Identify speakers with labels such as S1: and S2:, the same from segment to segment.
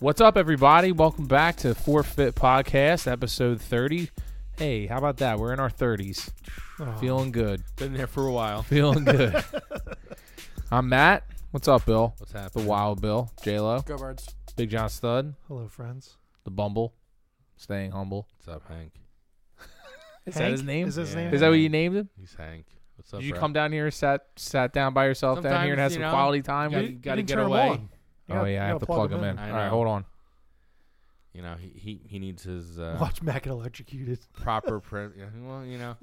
S1: What's up, everybody? Welcome back to Forfeit Podcast, episode 30. Hey, how about that? We're in our 30s.
S2: Oh, Uh-huh.
S1: Feeling good.
S3: Been there for a while.
S1: Feeling good. I'm Matt. What's up, Bill?
S3: What's
S1: The
S3: happening?
S1: Wild Bill, J Lo, Big John Stud,
S2: Hello, friends.
S1: the Bumble, staying humble.
S3: What's up, Hank?
S1: Is
S2: Hank?
S1: that his name?
S2: Is that his
S3: Yeah.
S2: name?
S1: Is that what you named him?
S3: He's Hank. What's up?
S1: Did you
S3: bro?
S1: come down here, sat sat down by yourself down here, and
S3: Sometimes,
S1: have
S3: you
S1: some
S3: know,
S1: quality time?
S3: you
S1: with-
S3: gotta-
S2: You
S3: get
S2: turn 'em
S3: away.
S2: on. You
S1: oh
S2: gotta-
S1: yeah, I
S2: you
S1: have
S2: gotta
S1: to plug him in.
S3: I
S1: All right,
S3: know.
S1: hold on.
S3: You know, he he, he needs his uh,
S2: Watch Mac get electrocuted.
S3: proper print. Yeah, well, you know,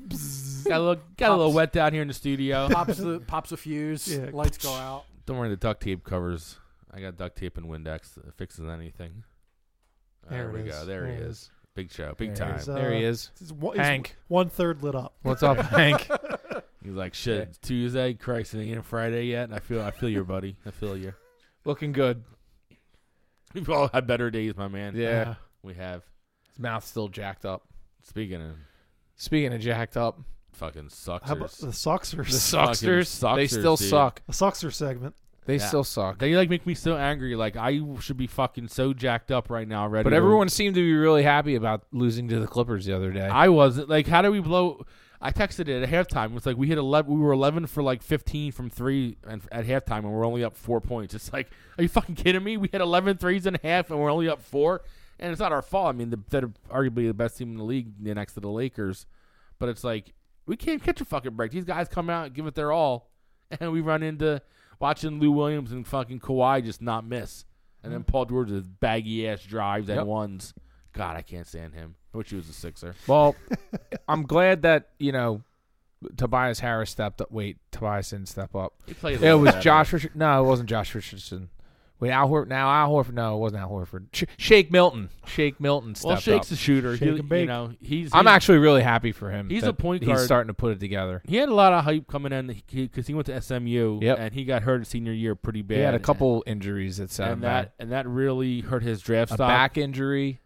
S3: got a little got a little
S4: Pops.
S3: wet down here in the studio.
S4: pops the pops a fuse.
S2: Yeah.
S4: Lights go out.
S3: Don't worry, the duct tape covers. I got duct tape and Windex. It fixes anything. Uh,
S2: There
S3: we
S2: it
S3: go.
S2: is.
S3: There, he
S2: There it
S3: is. Big show. Big
S1: There
S3: time.
S1: he is.
S2: Uh,
S1: there he is.
S2: It's one, it's
S1: Hank.
S2: one third lit up.
S1: What's up, Hank?
S3: He's like, shit. It's Tuesday. Christ, it ain't Friday yet. I feel I feel your buddy. I feel you.
S1: Looking good.
S3: We've all had better days, my man.
S1: Yeah.
S3: We have.
S1: His mouth's still jacked up.
S3: Speaking of
S1: Speaking of jacked up,
S3: fucking
S2: How about
S3: suckers.
S2: the Soxers?
S1: the
S2: The,
S1: sucksters, they
S3: sucksters,
S1: still
S3: dude.
S1: suck.
S2: Soxer segment.
S1: They
S3: Yeah.
S1: still suck.
S3: They like make me so angry. Like I should be fucking so jacked up right now, ready.
S1: But
S3: to-
S1: everyone seemed to be really happy about losing to the Clippers the other day.
S3: I wasn't. Like, how do we blow? I texted it at halftime. It was like we hit eleven. We were eleven for like fifteen from three, and at halftime, and we're only up four points. It's like, are you fucking kidding me? We had 11 threes and a half, and we're only up four. And it's not our fault. I mean, the, they're arguably the best team in the league yeah, next to the Lakers, but it's like we can't catch a fucking break. These guys come out and give it their all, and we run into watching Lou Williams and fucking Kawhi just not miss, and then Paul George's baggy ass drives and
S1: Yep.
S3: ones. God, I can't stand him. I wish he was a Sixer.
S1: well, I'm glad that you know Tobias Harris stepped up. Wait, Tobias didn't step up.
S3: He plays.
S1: It was Josh Richardson. No, it wasn't Josh Richardson. Wait, Al Horford. Now Al Horford. No, it wasn't Al Horford. Sh- Shake Milton. Shake Milton stepped
S3: Well, Shake's
S1: up.
S3: a shooter.
S2: Shake
S3: He,
S2: and bake.
S3: you know, he's.
S1: I'm
S3: he-
S1: actually really happy for him.
S3: He's
S1: that
S3: a point
S1: He's
S3: guard.
S1: starting to put it together.
S3: He had a lot of hype coming in because he went to SMU.
S1: Yep.
S3: And he got hurt his senior year pretty bad.
S1: He had a couple injuries that set him
S3: And that
S1: back.
S3: and that really hurt his draft
S1: A
S3: stock.
S1: back injury,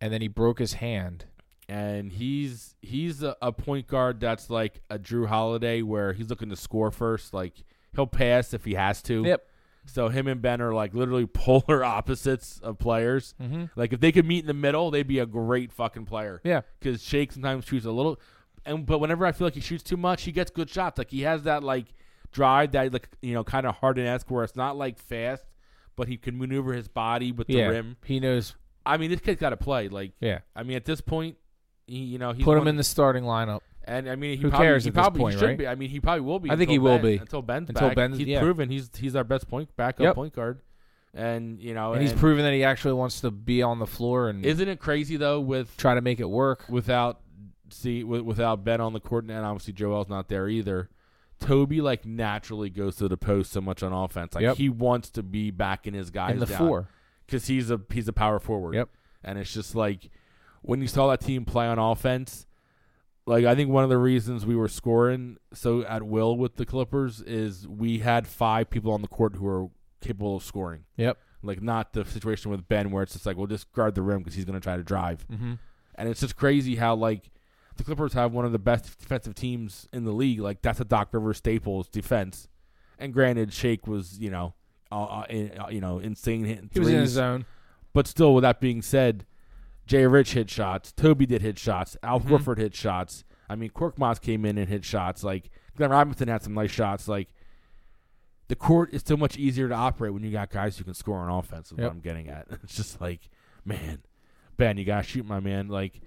S1: and then he broke his hand.
S3: And he's he's a, a point guard that's like a Drew Holiday, where he's looking to score first. Like he'll pass if he has to.
S1: Yep.
S3: So him and Ben are like literally polar opposites of players.
S1: Mm-hmm.
S3: Like if they could meet in the middle, they'd be a great fucking player.
S1: Yeah.
S3: because Shake sometimes shoots a little, and but whenever I feel like he shoots too much, he gets good shots. Like he has that like drive that like you know kind of hard and esque where it's not like fast, but he can maneuver his body with the
S1: yeah.
S3: rim.
S1: He knows.
S3: I mean, this kid's got to play. Like
S1: Yeah.
S3: I mean, at this point, he, you know he's
S1: Put him
S3: one-
S1: in the starting lineup.
S3: and I mean he
S1: Who
S3: probably,
S1: cares
S3: he
S1: at this
S3: probably
S1: point,
S3: should
S1: right?
S3: be. I mean, he probably will be.
S1: I think
S3: until
S1: he will
S3: Ben-
S1: be.
S3: until Ben's
S1: Until
S3: back.
S1: Ben's-
S3: he's
S1: yeah.
S3: proven he's he's our best point backup
S1: Yep.
S3: point guard, and you know
S1: And he's
S3: Oh, and
S1: proven that he actually wants to be on the floor and
S3: isn't it crazy though with
S1: try to make it work.
S3: without see wi- without Ben on the court, and obviously Joel's not there either. Toby like naturally goes to the post so much on offense. Like
S1: Yep.
S3: he wants to be back in his guys
S1: in the
S3: down
S1: four.
S3: because he's a he's a power forward.
S1: Yep.
S3: And it's just like when you saw that team play on offense, like I think one of the reasons we were scoring so at will with the Clippers is we had five people on the court who were capable of scoring.
S1: Yep.
S3: Like not the situation with Ben where it's just like, well, just guard the rim because he's going to try to drive.
S1: Mm-hmm.
S3: And it's just crazy how like the Clippers have one of the best defensive teams in the league. Like that's a Doc Rivers staples defense. And granted, Shake was you know, uh, uh, in, uh, you know, insane hitting
S1: He was in his uh,
S3: threes.
S1: zone.
S3: But still, with that being said, Jay Rich hit shots. Toby did hit shots. Al
S1: Mhm.
S3: Horford hit shots. I mean, Korkmaz came in and hit shots. Like Glenn Robinson had some nice shots. Like the court is so much easier to operate when you got guys who can score on offense. Is
S1: Yep.
S3: what I'm getting at. It's just like, man, Ben, you gotta shoot, my man. Like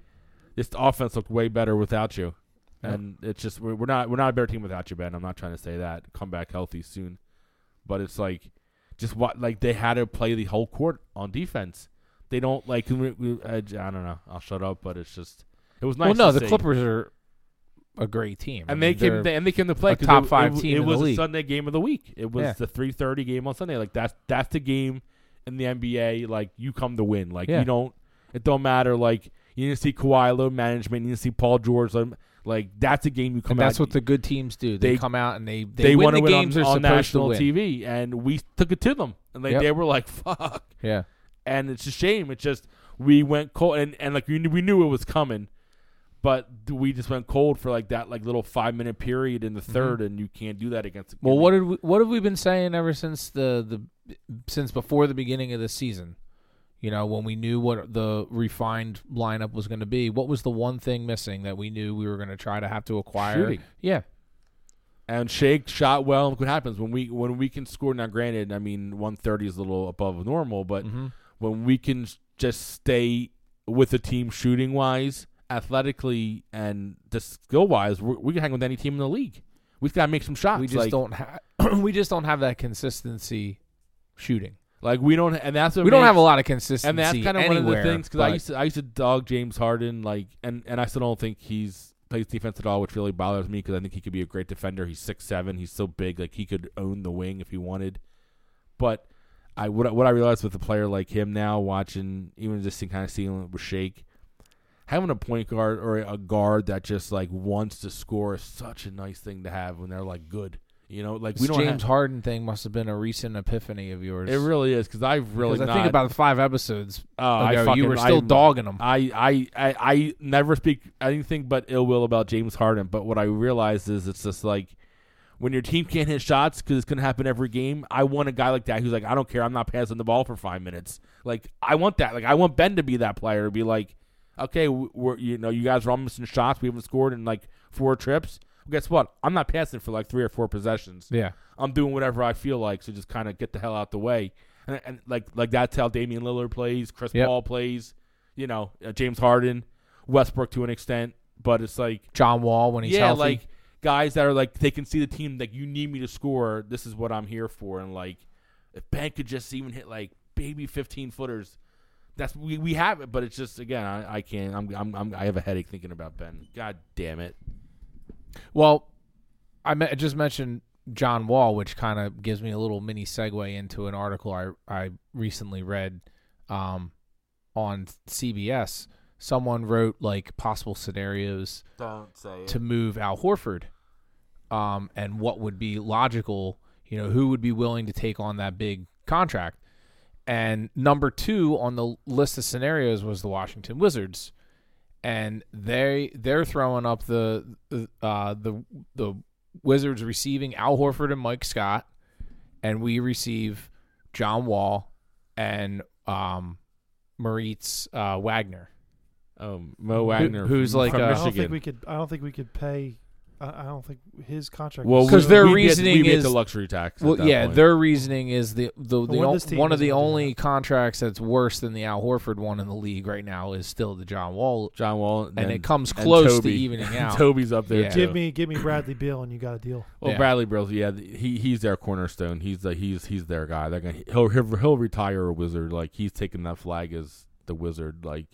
S3: this offense looked way better without you.
S1: Yep.
S3: And it's just we're, we're not we're not a better team without you, Ben. I'm not trying to say that. Come back healthy soon, but it's like just what like they had to play the whole court on defense. They don't like we- we- I j- I don't know. I'll shut up, but it's just it was nice.
S1: well, no,
S3: to
S1: the
S3: see.
S1: Clippers are a great team.
S3: and they
S1: they're-
S3: came they, and they came to play
S1: a
S3: 'cause
S1: top
S3: it- it,
S1: five
S3: w-
S1: team
S3: It
S1: in the
S3: was
S1: league.
S3: a Sunday game of the week. It was
S1: Yeah.
S3: the three thirty game on Sunday. Like that's that's the game in the NBA. Like you come to win. Like
S1: Yeah.
S3: you don't. It don't matter. Like you didn't see Kawhi low management. You didn't see Paul George. Low, like that's a game you come.
S1: and that's
S3: out,
S1: what the good teams do. They,
S3: They-
S1: come out and they they,
S3: they,
S1: win
S3: want
S1: the
S3: to win
S1: games
S3: on,
S1: they're
S3: on
S1: supposed to
S3: national
S1: win.
S3: TV, and we took it to them, and like
S1: Yep.
S3: they were like, "Fuck!"
S1: Yeah,
S3: And it's a shame. It's just we went cold, and, and like we knew, we knew it was coming, but we just went cold for like that like little five minute period in the 3rd and you can't do that against.
S1: Mm-hmm. Well, what did we, what have we been saying ever since the the since before the beginning of the season? you know, when we knew what the refined lineup was going to be, what was the one thing missing that we knew we were going to try to have to acquire?
S3: Shooting.
S1: Yeah.
S3: And Shake shot well. and Look what happens when we when we can score. Now, granted, I mean, one thirty is a little above normal, but
S1: Mm-hmm.
S3: when we can s- just stay with the team shooting wise, athletically, and the skill wise, we we can hang with any team in the league. We've got to make some shots.
S1: We just
S3: like,
S1: don't have we just don't have that consistency shooting.
S3: like we don't, and that's what
S1: We don't
S3: makes-
S1: have a lot of consistency.
S3: and that's kind of one
S1: anywhere,
S3: of the things because I
S1: but-
S3: used to I used to dog James Harden like and and I still don't think he's plays defense at all, which really bothers me because I think he could be a great defender. He's six seven. He's so big, like he could own the wing if he wanted. But I what I- what I realized with a player like him now, watching even just kind of seeing it with Shake, having a point guard or a guard that just like wants to score is such a nice thing to have when they're like good. You know, like we
S1: this
S3: don't.
S1: James
S3: have,
S1: Harden thing must have been a recent epiphany of yours.
S3: it really is because I've really
S1: Because I
S3: not.
S1: think about the five episodes
S3: oh, I
S1: ago,
S3: fucking-
S1: you were still
S3: I-
S1: dogging him.
S3: I, I, I, I never speak anything but ill will about James Harden. But what I realize is it's just like when your team can't hit shots because it's going to happen every game. I want a guy like that who's like, I don't care. I'm not passing the ball for five minutes. Like I want that. Like I want Ben to be that player. To be like, okay, w- we're you know you guys are all missing shots. We haven't scored in like four trips. Well, guess what? I'm not passing for like three or four possessions.
S1: yeah.
S3: I'm doing whatever I feel like, so just kind of get the hell out the way. And, and like like that's how Damian Lillard plays, Chris
S1: Yep.
S3: Paul plays, you know, uh, James Harden, Westbrook to an extent, but it's like
S1: John Wall when he's
S3: yeah,
S1: healthy.
S3: like guys that are like they can see the team like you need me to score. This is what I'm here for, and like if Ben could just even hit like baby 15 footers, that's we, we have it. But it's just again, I, I can't. I'm, I'm I'm I have a headache thinking about Ben. God damn it.
S1: well, I me- just mentioned John Wall, which kind of gives me a little mini segue into an article I I recently read um, on CBS. Someone wrote like possible scenarios
S3: Don't say
S1: to move Al Horford, um, and what would be logical. You know, who would be willing to take on that big contract? And number two on the list of scenarios was the Washington Wizards, and they they're throwing up the uh, the the Wizards receiving Al Horford and Mike Scott, and we receive John Wall and um, Maurice uh, Wagner.
S3: Um, Mo Wagner,
S1: who's
S3: from
S1: like, uh,
S2: I
S1: I
S2: don't think
S3: Michigan.
S2: we could. I don't think we could pay. I, I don't think his contract.
S3: Well,
S2: was-
S1: 'Cause
S3: we-
S1: their
S3: we
S1: reasoning
S3: get, we get
S1: is-
S3: the luxury tax. at
S1: Well,
S3: that
S1: yeah,
S3: point.
S1: their reasoning is the the, the
S2: when
S1: o-
S2: this team
S1: one of
S2: is
S1: the
S2: gonna do
S1: only
S2: that.
S1: contracts that's worse than the Al Horford one in the league right now is still the John Wall,
S3: John Wall, and,
S1: and,
S3: then-
S1: it comes
S3: and
S1: close to
S3: Toby.
S1: evening out.
S3: Toby's up there.
S1: Yeah.
S3: Too.
S2: give me, give me Bradley Beal, and you got a deal.
S3: well,
S1: Yeah.
S3: Bradley Beal. Yeah, th- he he's their cornerstone. He's the he's he's their guy. They're gonna he'll he'll, he'll retire a wizard. Like he's taking that flag as the wizard. Like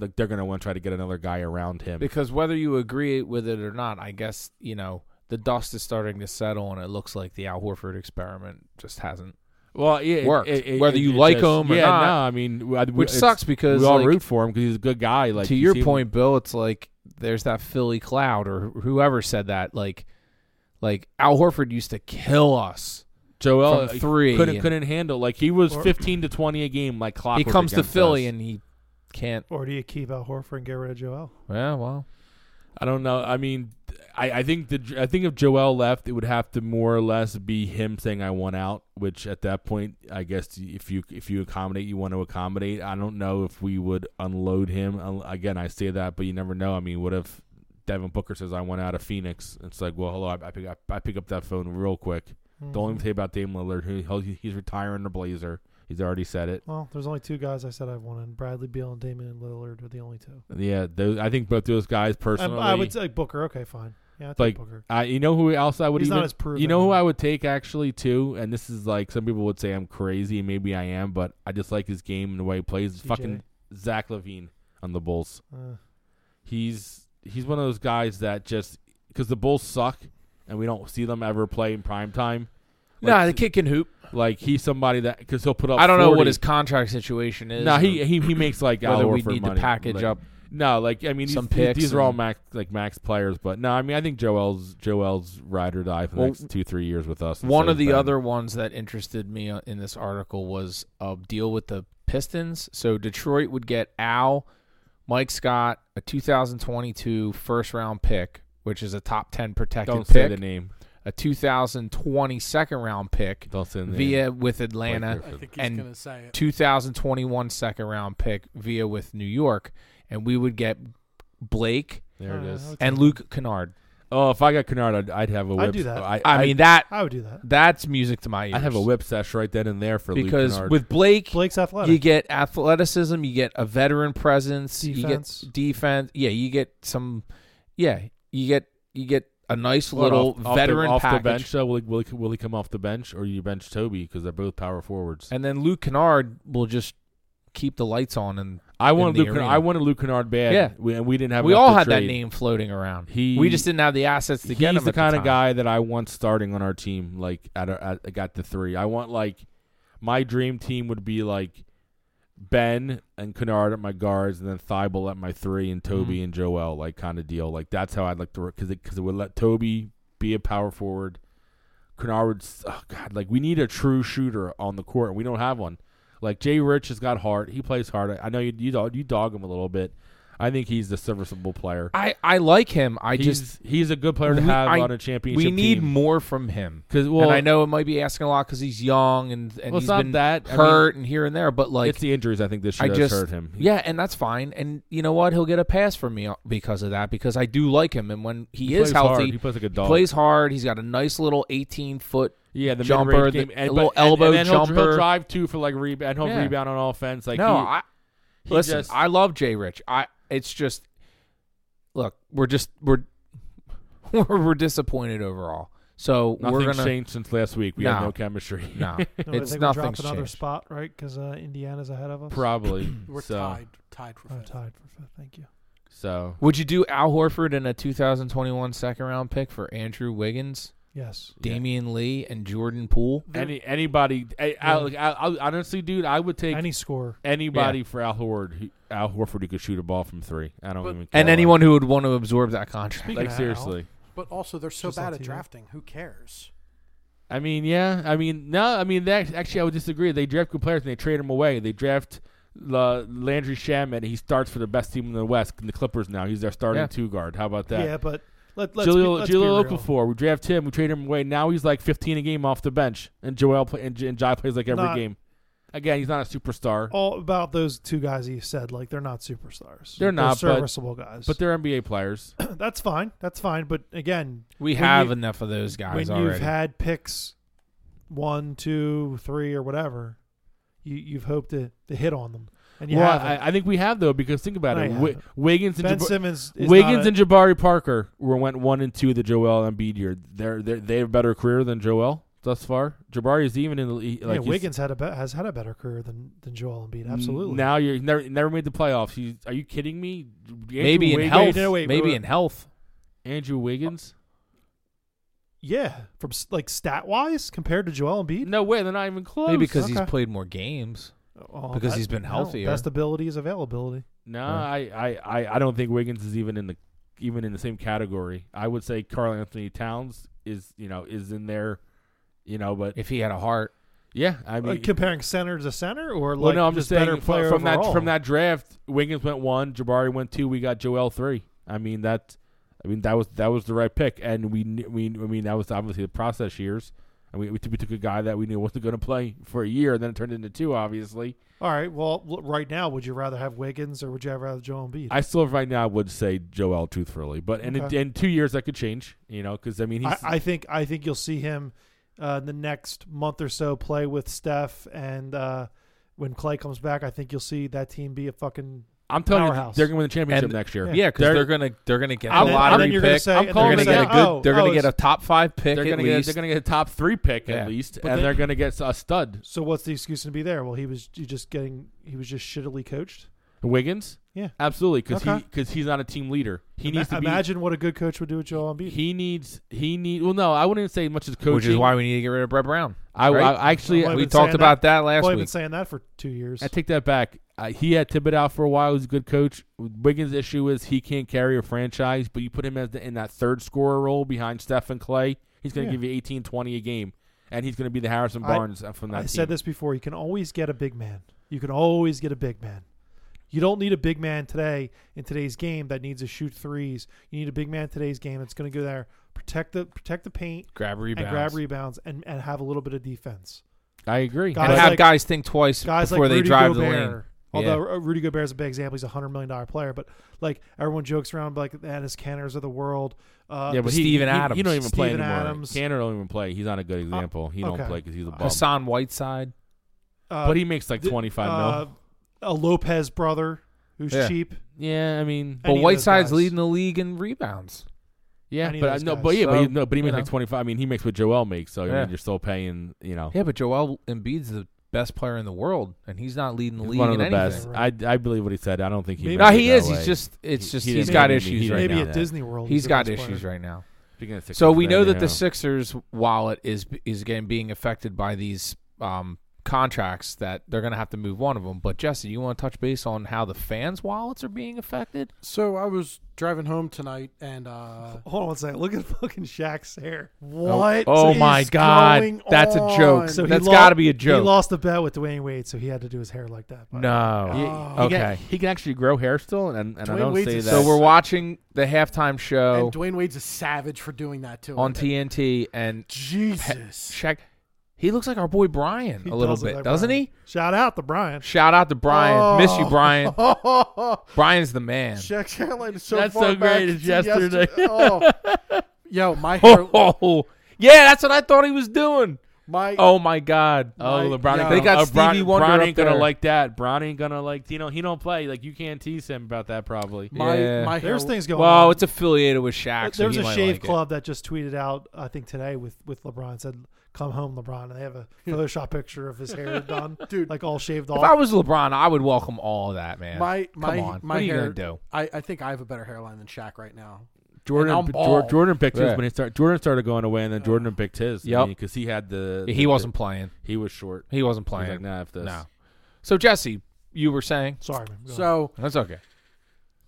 S3: like they're gonna want to try to get another guy around him.
S1: Because whether you agree with it or not, I guess you know the dust is starting to settle, and it looks like the Al Horford experiment just hasn't,
S3: well, yeah, it-
S1: Worked.
S3: it- it-
S1: Whether
S3: it-
S1: you
S3: it
S1: like
S3: just-
S1: him or
S3: yeah,
S1: not.
S3: no, I mean, I,
S1: which
S3: it's-
S1: sucks because
S3: we all
S1: like,
S3: root for him because he's a good guy. Like
S1: to
S3: you
S1: your
S3: see him-
S1: point, Bill, it's like there's that Philly cloud or whoever said that, like like Al Horford used to kill us
S3: Joel
S1: from
S3: like,
S1: three.
S3: uh, couldn't
S1: and
S3: couldn't handle. Like he was
S2: Or-
S3: fifteen to twenty a game. Like clock.
S1: he comes to Philly
S3: us.
S1: and he can't.
S2: Or do you keep Al Horford and get rid of Joel?
S1: Yeah, well.
S3: I don't know. I mean, I, I think the I think if Joel left, it would have to more or less be him saying I want out. Which at that point, I guess if you if you accommodate, you want to accommodate. I don't know if we would unload him. Un- Again, I say that, but you never know. I mean, what if Devin Booker says I want out of Phoenix? It's like, well, hello, I, I pick up I pick up that phone real quick. The
S2: Hmm.
S3: only thing about Dame Lillard, who he- he's retiring the Blazer. He's already said it.
S2: Well, there's only two guys I said I wanted. Bradley Beal and Damian Lillard are the only two.
S3: Yeah, those, I think both those guys
S2: I,
S3: personally.
S2: I would say Booker. Okay, fine. Yeah, I take
S3: Like,
S2: Booker.
S3: I- you know who else I would
S2: He's
S3: even
S2: not as proven.
S3: You know who I would take actually too, and this is like some people would say I'm crazy, and maybe I am, but I just like his game and the way he plays. It's
S2: DJ.
S3: Fucking Zach Levine on the Bulls.
S2: Uh,
S3: He's he's one of those guys that just because the Bulls suck and we don't see them ever play in prime time.
S1: No, nah, the kid can hoop.
S3: Like he's somebody that because he'll put up.
S1: I don't know what
S3: 40.
S1: his contract situation is.
S3: No,
S1: or
S3: he, he he makes like Al
S1: whether we
S3: Horford
S1: need
S3: money.
S1: to package
S3: Like,
S1: up.
S3: No, like I mean, these,
S1: some
S3: these-
S1: picks
S3: these are all
S1: and-
S3: max like max players, but no, I mean, I think Joel's Joel's ride or die for the
S1: Well,
S3: next two three years with us. and
S1: One
S3: so
S1: of the
S3: Ben.
S1: other ones that interested me uh, in this article was a deal with the Pistons. So Detroit would get Al, Mike Scott, a 2022 first round pick, which is a top 10 protected
S3: don't
S1: pick.
S3: say the name.
S1: a 2020 second round pick
S3: Don't send the-
S1: via with Atlanta,
S3: Blake
S4: I think he's
S1: And
S4: gonna say it.
S1: 2021 second round pick via with New York, and we would get Blake
S3: There it
S2: Uh,
S3: is.
S2: okay.
S1: and Luke Kennard.
S3: Oh, if I got Canard, I'd, I'd have a whip.
S2: I'd do that.
S3: I,
S1: I mean that
S2: I would do that.
S1: that's music to my ears.
S3: I'd have a whip sesh right then and there for Luke
S1: because
S3: Kennard.
S1: with Blake,
S2: Blake's athletic.
S1: you get athleticism, you get a veteran presence,
S2: Defense.
S1: you get defense. Yeah, you get some. Yeah, you get you get a nice
S3: Well,
S1: little
S3: off- off the-
S1: veteran
S3: off
S1: package.
S3: the bench. Though, will, he, will, he, will he come off the bench or you bench Toby because they're both power forwards?
S1: And then Luke Kennard will just keep the lights on, and
S3: I wanted
S1: the
S3: Luke. Kennard,
S1: arena.
S3: I wanted Luke Kennard bad.
S1: Yeah.
S3: we, and we didn't have.
S1: we
S3: enough
S1: all
S3: to
S1: had that
S3: trade.
S1: name floating around.
S3: He
S1: we just didn't have the assets to
S3: he's
S1: get him.
S3: the
S1: at
S3: kind of
S1: time.
S3: guy that I want starting on our team, like at a, at, like, at the three. I want like my dream team would be like Ben and Kennard at my guards, and then Thibault at my three,
S1: Mm-hmm.
S3: and Toby and Joel, like kind of deal. Like that's how I'd like to work because it, 'cause it would let Toby be a power forward. Kennard would, s- oh god, like we need a true shooter on the court, and we don't have one. Like Jay Rich has got heart; he plays hard. I, I know you you dog, you dog him a little bit. I think he's the serviceable player.
S1: I I like him. I
S3: he's,
S1: just
S3: he's a good player to
S1: we-
S3: have
S1: I-
S3: on a championship.
S1: we need
S3: team.
S1: more from him.
S3: Because well,
S1: and I know it might be asking a lot because he's young and and
S3: well, it's
S1: he's
S3: not
S1: been
S3: that I mean,
S1: hurt and here and there. But like
S3: it's the injuries. I think this
S1: I
S3: year
S1: just-
S3: has hurt him.
S1: Yeah, and that's fine. And you know what? He'll get a pass from me uh, because of that because I do like him. And when he,
S3: he,
S1: is
S3: plays hard.
S1: healthy,
S3: He plays like a
S1: he
S3: dog.
S1: plays hard. He's got a nice little 18 foot.
S3: yeah, the
S1: jumper,
S3: mid-range
S1: the-
S3: game, and,
S1: a little
S3: but- and-
S1: elbow
S3: and then he'll- He'll,
S1: jumper.
S3: drive too for like rebound. He'll
S1: Yeah.
S3: rebound on offense. Like
S1: no,
S3: he,
S1: I
S3: he
S1: listen.
S3: just,
S1: I love Jay Rich. I it's just look, we're just we're we're, we're disappointed overall. So
S3: nothing's
S1: we're gonna
S3: changed since last week. We have
S1: No.
S3: no chemistry.
S1: no,
S2: No, I
S1: it's
S2: think we drop
S1: nothing's
S2: another
S1: changed.
S2: spot, right? Because uh, Indiana's ahead of us.
S3: Probably.
S4: We're
S3: so,
S4: tied, tied for
S2: Oh,
S4: fifth.
S2: tied for fifth. Thank you.
S3: So
S1: Would you do Al Horford in a 2021 second round pick for Andrew Wiggins,
S2: Yes.
S3: Yeah.
S1: Damian Lee, and Jordan Poole?
S3: any anybody, I, I, like, I, I, honestly, dude, I would take
S2: Any score.
S3: anybody for Al Horford. Who, Al Horford who could shoot a ball from three. I don't
S4: But-
S3: even. care.
S1: And
S3: Like,
S1: anyone who would want to absorb that contract.
S2: Speaking
S3: like
S2: of Al,
S3: seriously.
S4: But also, they're so
S2: Just
S4: bad
S2: on
S4: at
S2: TV.
S4: drafting. Who cares?
S3: I mean, yeah. I mean, no. I mean, that, actually, I would disagree. They draft good players and they trade them away. They draft La, Landry Shaman. and he starts for the best team in the West, the Clippers. Now he's their starting
S1: Yeah.
S3: two guard. How about that?
S2: Yeah, but let, let's be,
S3: Julio
S2: let's
S3: Julio
S2: be real.
S3: Okafor. We draft him. We trade him away. Now he's like 15 a game off the bench, and Joel play, and, J- and Jai plays like every
S2: Not-
S3: game. Again, he's not a superstar,
S2: All about those two guys he said, like they're not superstars.
S3: They're not, but-
S2: serviceable guys.
S3: but they're NBA players.
S2: that's fine. That's fine. But again,
S1: We
S2: When
S1: have
S2: you-
S1: enough of those guys
S2: when
S1: already.
S2: you've had picks one, two, three, or whatever, you you've hoped to, to hit on them, and you
S3: Well,
S2: haven't.
S3: I, I think we have though because think about
S2: No,
S3: it.
S2: you
S3: Wi-
S2: haven't.
S3: Wiggins and
S2: ben
S3: Jabbar-
S2: Simmons, is not
S3: Wiggins
S2: a-
S3: and Jabari Parker were went one and two the Joel Embiid year. They're they they have a better career than Joel thus far. Jabari is even in the he-
S2: yeah,
S3: like he's-
S2: Wiggins had a be- has had a better career than than Joel Embiid. Absolutely.
S3: Now you're he never he never made the playoffs. He's, are you kidding me? Andrew
S1: maybe in
S3: Wiggins,
S1: health.
S2: no, wait,
S1: maybe
S2: wait.
S1: in health.
S3: Andrew Wiggins.
S2: yeah, from s- like stat wise compared to Joel Embiid,
S3: No way, they're not even close.
S1: Maybe because he's
S2: Okay.
S1: played more games.
S2: Oh,
S1: Because
S2: that-
S1: he's been
S2: no,
S1: healthier.
S2: best ability is availability.
S3: no,
S1: Yeah.
S3: I, I, I, I don't think Wiggins is even in the even in the same category. I would say Carl Anthony Towns is you know is in there, you know. But
S1: If he had a heart,
S3: yeah, I mean,
S2: like Uh, comparing center to center, or like
S3: well, no, I'm
S2: just,
S3: just saying
S2: better
S3: fr-
S2: player
S3: from that
S2: overall?
S3: from that draft, Wiggins went one, Jabari went two, we got Joel three. I mean that, I mean that was that was the right pick, and we kn- we I mean that was obviously the process years, and we we, t- we took a guy that we knew wasn't going to play for a year, and then it turned into two. Obviously,
S2: All right. Well, l- right now, would you rather have Wiggins or would you rather have Joel Embiid?
S3: I still right now would say Joel truthfully, but in
S2: Okay.
S3: in two years that could change, you know, because I mean
S2: I,
S3: he's
S2: I think I think you'll see him uh, in the next month or so play with Steph, and uh, when Clay comes back, I think you'll see that team be a fucking.
S3: I'm telling you
S2: powerhouse.
S3: they're going to win the championship
S1: And-
S3: next year.
S2: Yeah.
S1: yeah, because
S3: They're-
S1: they're, gonna they're gonna get
S3: I'm-
S1: a
S3: I'm-
S1: lottery
S3: then
S2: you're gonna
S1: pick.
S2: say-
S3: I'm
S2: and
S1: they're
S3: calling
S1: gonna
S3: it
S1: get a
S3: that.
S1: good.
S2: Oh,
S1: they're
S2: oh,
S1: gonna get a
S2: it's-
S1: top five pick
S3: They're
S1: at
S3: going to get
S1: least.
S3: they're going to get a top three pick
S1: Yeah.
S3: at least,
S2: But
S3: and
S2: they-
S3: they're going to get a stud.
S2: So what's the excuse to be there? Well, he was you just getting he was just shittily coached.
S3: Wiggins,
S2: Yeah.
S3: absolutely, because
S2: Okay.
S3: because he's not a team leader. He
S2: Ima-
S3: needs to be
S2: imagine what a good coach would do with Joel Embiid.
S3: He needs. He need. Well, no, I wouldn't even say much as coaching.
S1: which is why we need to get rid of Brett Brown.
S3: I,
S1: right?
S3: I actually.
S2: Well, I've
S1: we
S2: been
S1: talked
S2: saying
S1: about that, last
S2: Well, I've been
S1: week.
S2: saying that for two years.
S3: I take that back. Uh, he had Thibodeau for a while. He's a good coach. Wiggins' issue is he can't carry a franchise, but you put him as the, in that third scorer role behind Steph and Clay. He's going to
S2: Yeah.
S3: give you 18, 20 a game, and he's going to be the Harrison
S2: I-
S3: Barnes from that.
S2: I said
S3: team.
S2: this before. You can always get a big man. You can always get a big man. You don't need a big man today in today's game that needs to shoot threes. You need a big man in today's game that's going to go there, protect the protect the paint,
S1: grab rebounds,
S2: and grab rebounds, and, and have a little bit of defense.
S3: I agree.
S1: and
S2: Guys
S1: have
S2: like-
S1: guys think twice
S2: Guys
S1: before
S2: like
S1: they
S2: Rudy
S1: drive
S2: Gobert.
S1: the lane.
S2: Although uh, Rudy Gobert is a big example, he's a hundred million dollar player. But like everyone jokes around, like the Ennis Canners of the world. Uh,
S3: yeah, but
S1: Steven
S3: he, he-
S1: Adams.
S3: He, don't even play
S2: Steven
S3: anymore.
S2: Adams. Uh,
S3: Canner don't even play. He's not a good example. he don't
S2: okay.
S3: play because he's a bum.
S1: Hassan Whiteside.
S2: uh,
S3: but he makes like
S2: th-
S3: twenty five
S2: uh,
S3: mil.
S2: a Lopez brother who's
S1: Yeah.
S2: cheap.
S3: Yeah, I mean,
S1: But
S2: Any of those
S1: Whiteside's
S2: guys.
S1: leading the league in rebounds.
S3: yeah,
S2: any of
S3: but I-
S2: those
S3: no,
S2: guys.
S3: but yeah, but he,
S1: So,
S3: no, but he
S1: you
S3: makes
S1: know.
S3: like twenty five. I mean, he makes what Joel makes, so I mean,
S1: Yeah.
S3: you're still paying. You know,
S1: Yeah, but Joel Embiid's the best player in the world, and he's not leading the
S3: he's
S1: league
S3: one
S1: in
S3: of the
S1: anything.
S3: best. I I believe what he said. I don't think he.
S2: Maybe-
S3: meant
S1: No,
S3: it
S1: he
S3: that
S1: is.
S3: way.
S1: He's just. It's
S3: He-
S1: just.
S3: he
S1: He has
S3: didn't
S1: got
S3: mean-
S1: issues
S3: he
S1: right
S2: Maybe
S1: now.
S3: didn't
S2: at
S3: yeah.
S2: Disney World,
S1: He's
S2: a
S1: got
S2: good player.
S1: issues right now.
S3: Speaking of
S1: So
S3: Sixers,
S1: we
S3: man,
S1: know that
S3: yeah.
S1: the Sixers' wallet is is again being affected by these um, contracts that they're going to have to move one of them. But Jesse, you want to touch base on how the fans' wallets are being affected?
S4: So I was driving home tonight, and uh,
S2: Hold on one second. Look at fucking Shaq's hair.
S4: what?
S1: Oh my
S4: is
S1: God,
S4: going
S1: that's a joke.
S4: on?
S1: So
S2: he
S1: That's
S2: lo-
S1: gotta be a
S2: He
S1: joke.
S2: lost a bet with Dwayne Wade, so he had to do his hair like that. but-
S3: He,
S1: No.
S4: Oh.
S3: he can,
S1: Okay.
S3: he can actually grow hair still, and and I
S4: Dwayne
S3: don't
S4: Wade's
S3: say
S4: a
S3: that.
S1: So we're watching the halftime show
S4: and Dwayne Wade's a savage for doing that too.
S1: on TNT, and
S4: Jesus.
S1: check. He looks like our boy Brian
S2: He
S1: a little
S2: does look
S1: bit,
S2: like
S1: doesn't
S2: Brian. Oh.
S1: he?
S2: Shout out to Brian.
S1: Shout out to Brian. Miss
S4: Oh.
S1: you, Brian. Brian's the man.
S4: Shaq Caroline is so
S3: That's
S4: far
S3: so
S4: back
S3: great, it's
S4: to yesterday.
S3: yesterday.
S4: oh. Yo, my hair,
S1: Oh, oh, oh. yeah, that's what I thought he was doing.
S4: my
S1: Oh my God.
S3: Oh,
S4: Like,
S3: LeBron!
S4: yeah.
S3: ain't
S4: They
S3: gonna-
S1: got
S3: oh, Bron-
S1: Stevie Wonder
S3: Bron
S1: up
S3: ain't gonna
S1: there.
S3: like that. Bron ain't gonna like. You know, he don't play. Like you can't tease him about that. Probably.
S4: my
S1: Yeah.
S4: my hair.
S2: There's things going on.
S1: Well, it's affiliated with Shaq. so
S2: there was
S1: he
S2: a
S1: might
S2: shave
S1: like it.
S2: club that just tweeted out, I think today with with LeBron said, "Come home, LeBron," and they have a Photoshop picture of his hair done,
S4: Dude.
S2: like all shaved
S1: If I
S2: off.
S1: was LeBron, I would welcome all of that, man.
S4: my my
S1: Come on.
S4: my
S1: what are you
S4: hair.
S1: gonna do?
S4: I I think I have a better hairline than Shaq right now.
S3: Jordan,
S4: And I'm
S3: Jor-
S4: bald.
S3: Jordan picked his
S1: Yeah.
S3: when he started. Jordan started going away, and then Jordan picked his.
S1: Yep.
S3: because he had the,
S1: He wasn't playing.
S3: He was short.
S1: He wasn't
S3: He was
S1: playing.
S3: like, nah, if this.
S1: No. So Jesse, you were saying
S2: Sorry, man. Go ahead.
S4: So
S1: that's okay.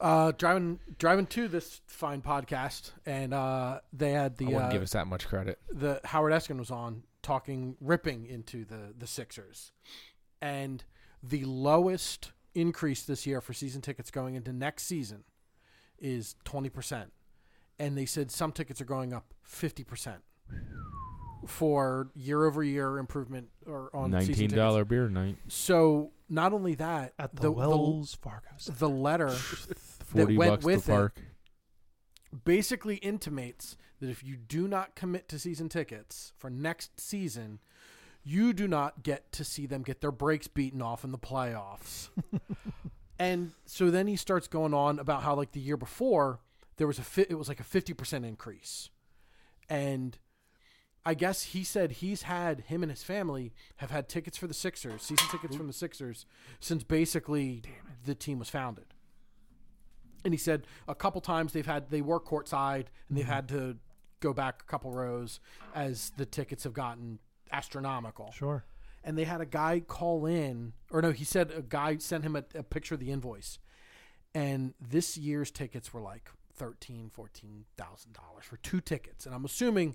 S4: uh, driving driving to this fine podcast, and uh, they had
S1: I
S4: the
S1: wouldn't
S4: uh,
S1: give us that much credit.
S4: the Howard Eskin was on talking ripping into the the Sixers, and the lowest increase this year for season tickets going into next season is twenty percent, and they said some tickets are going up fifty percent for year over year improvement or on season
S3: Nineteen
S4: tickets.
S3: dollar beer night.
S4: So not only that,
S2: at the,
S4: the
S2: Wells Fargo.
S4: the, the letter
S3: Forty
S4: went
S3: bucks
S4: with
S3: to
S4: it.
S3: park.
S4: basically intimates that if you do not commit to season tickets for next season, you do not get to see them get their breaks beaten off in the playoffs. and so then he starts going on about how like the year before there was a fi- it was like a 50% increase. And I guess he said he's had him and his family have had tickets for the Sixers, season tickets from the Sixers since basically the team was founded and he said a couple times they've had they were courtside and they've had to go back a couple rows as the tickets have gotten astronomical.
S2: Sure.
S4: And they had a guy call in, or no, he said a guy sent him a, a picture of the invoice, and this year's tickets were like thirteen, fourteen thousand dollars for two tickets, and I'm assuming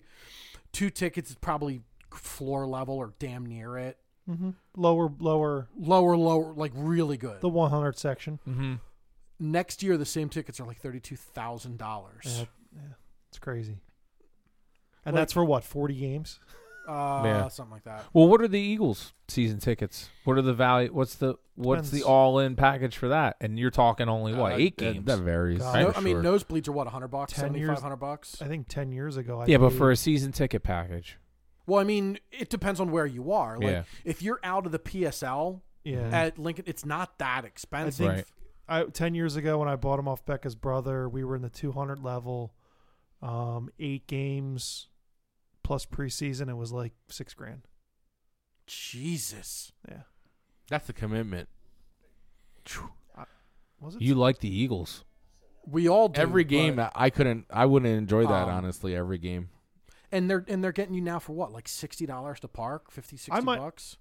S4: two tickets is probably floor level or damn near it,
S1: Mm-hmm.
S2: hmm Lower, lower
S4: lower, lower, like really good.
S2: the 100 section.
S1: Mm-hmm.
S4: Next year, the same tickets are like thirty-two thousand dollars.
S2: Yeah, yeah, it's crazy. And
S4: Like-
S2: that's for what? 40 games.
S4: Uh,
S1: Yeah.
S4: something like that.
S1: Well, what are the Eagles season tickets? What are the value? What's the what's the
S2: Depends.
S1: all in package for that? And you're talking only what
S3: Uh,
S1: eight
S3: that-
S1: games?
S3: That varies.
S2: God.
S3: for
S4: No, I mean,
S3: sure.
S4: nosebleeds are what, 100 bucks,
S2: 10 years-
S4: 7500 bucks?
S2: I think 10 years ago. I
S1: yeah, but
S2: believe-
S1: for a season ticket package,
S4: Well, I mean, it depends on where you are. Like,
S1: Yeah.
S4: if you're out of the PSL
S2: yeah,
S4: at Lincoln, it's not that expensive.
S1: Right.
S2: I, 10 years ago when I bought him off Becca's brother, we were in the 200 level, um, eight games plus preseason. It was like six grand.
S4: Jesus.
S2: Yeah.
S3: that's the commitment.
S2: Was it?
S1: you like the Eagles.
S4: We all do.
S3: Every
S4: but-
S3: game, I I couldn't. I wouldn't enjoy that
S4: Um,
S3: honestly. Every game.
S4: and they're and they're getting you now for what? Like $60 to park, 50 60
S2: I might-
S4: bucks.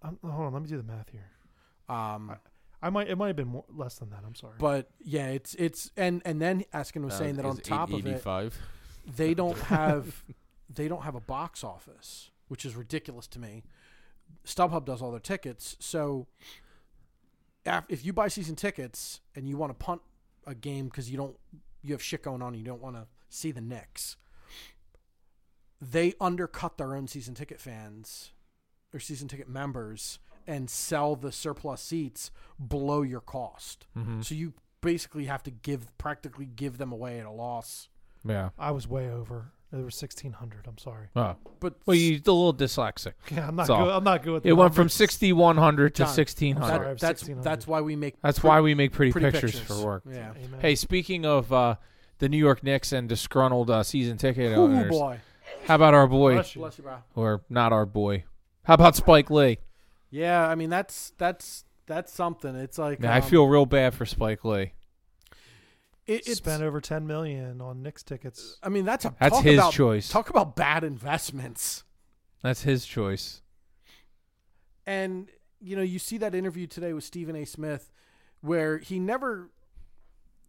S2: I'm, hold on. Let me do the math here.
S4: Um
S2: I might, it might have been more, less than that. I'm sorry.
S4: but yeah, it's it's and and then Eskin
S3: Uh,
S4: was saying that on top of it, they don't have they don't have a box office, which is ridiculous to me. StubHub does all their tickets, so af- if you buy season tickets and you want to punt a game because you don't you have shit going on and you don't want to see the Knicks, they undercut their own season ticket fans or season ticket members and sell the surplus seats below your cost.
S1: Mm-hmm.
S4: So you basically have to give practically give them away at a loss.
S1: Yeah.
S2: I was way over. There were sixteen hundred. I'm sorry.
S1: Oh.
S4: But
S1: Well, you're a little dyslexic.
S2: Yeah, I'm not.
S1: So,
S2: good. I'm not good with.
S1: It went from
S2: numbers.
S1: 6,100 to
S4: Done.
S1: 1,600.
S2: Sorry, I have
S4: that, that's
S2: 1600.
S4: that's why we make
S1: That's
S4: pre-
S1: why we make pretty,
S4: pretty
S1: pictures, for work.
S4: Yeah.
S2: Amen.
S1: Hey, speaking of uh, the New York Knicks and disgruntled uh, season ticket
S4: Oh
S1: owners,
S4: boy.
S1: how about our boy,
S2: Bless you.
S4: Bless you, bro.
S1: or not our boy? How about Spike Lee?
S4: Yeah, I mean that's that's that's something. It's like
S1: Man, I
S4: um,
S1: feel real bad for Spike Lee.
S4: it, it's.
S2: spent over ten million on Knicks tickets.
S4: I mean that's a
S1: That's
S4: talk
S1: his
S4: about-
S1: choice.
S4: Talk about bad investments.
S1: That's his choice.
S4: And you know, you see that interview today with Stephen A. Smith, where he never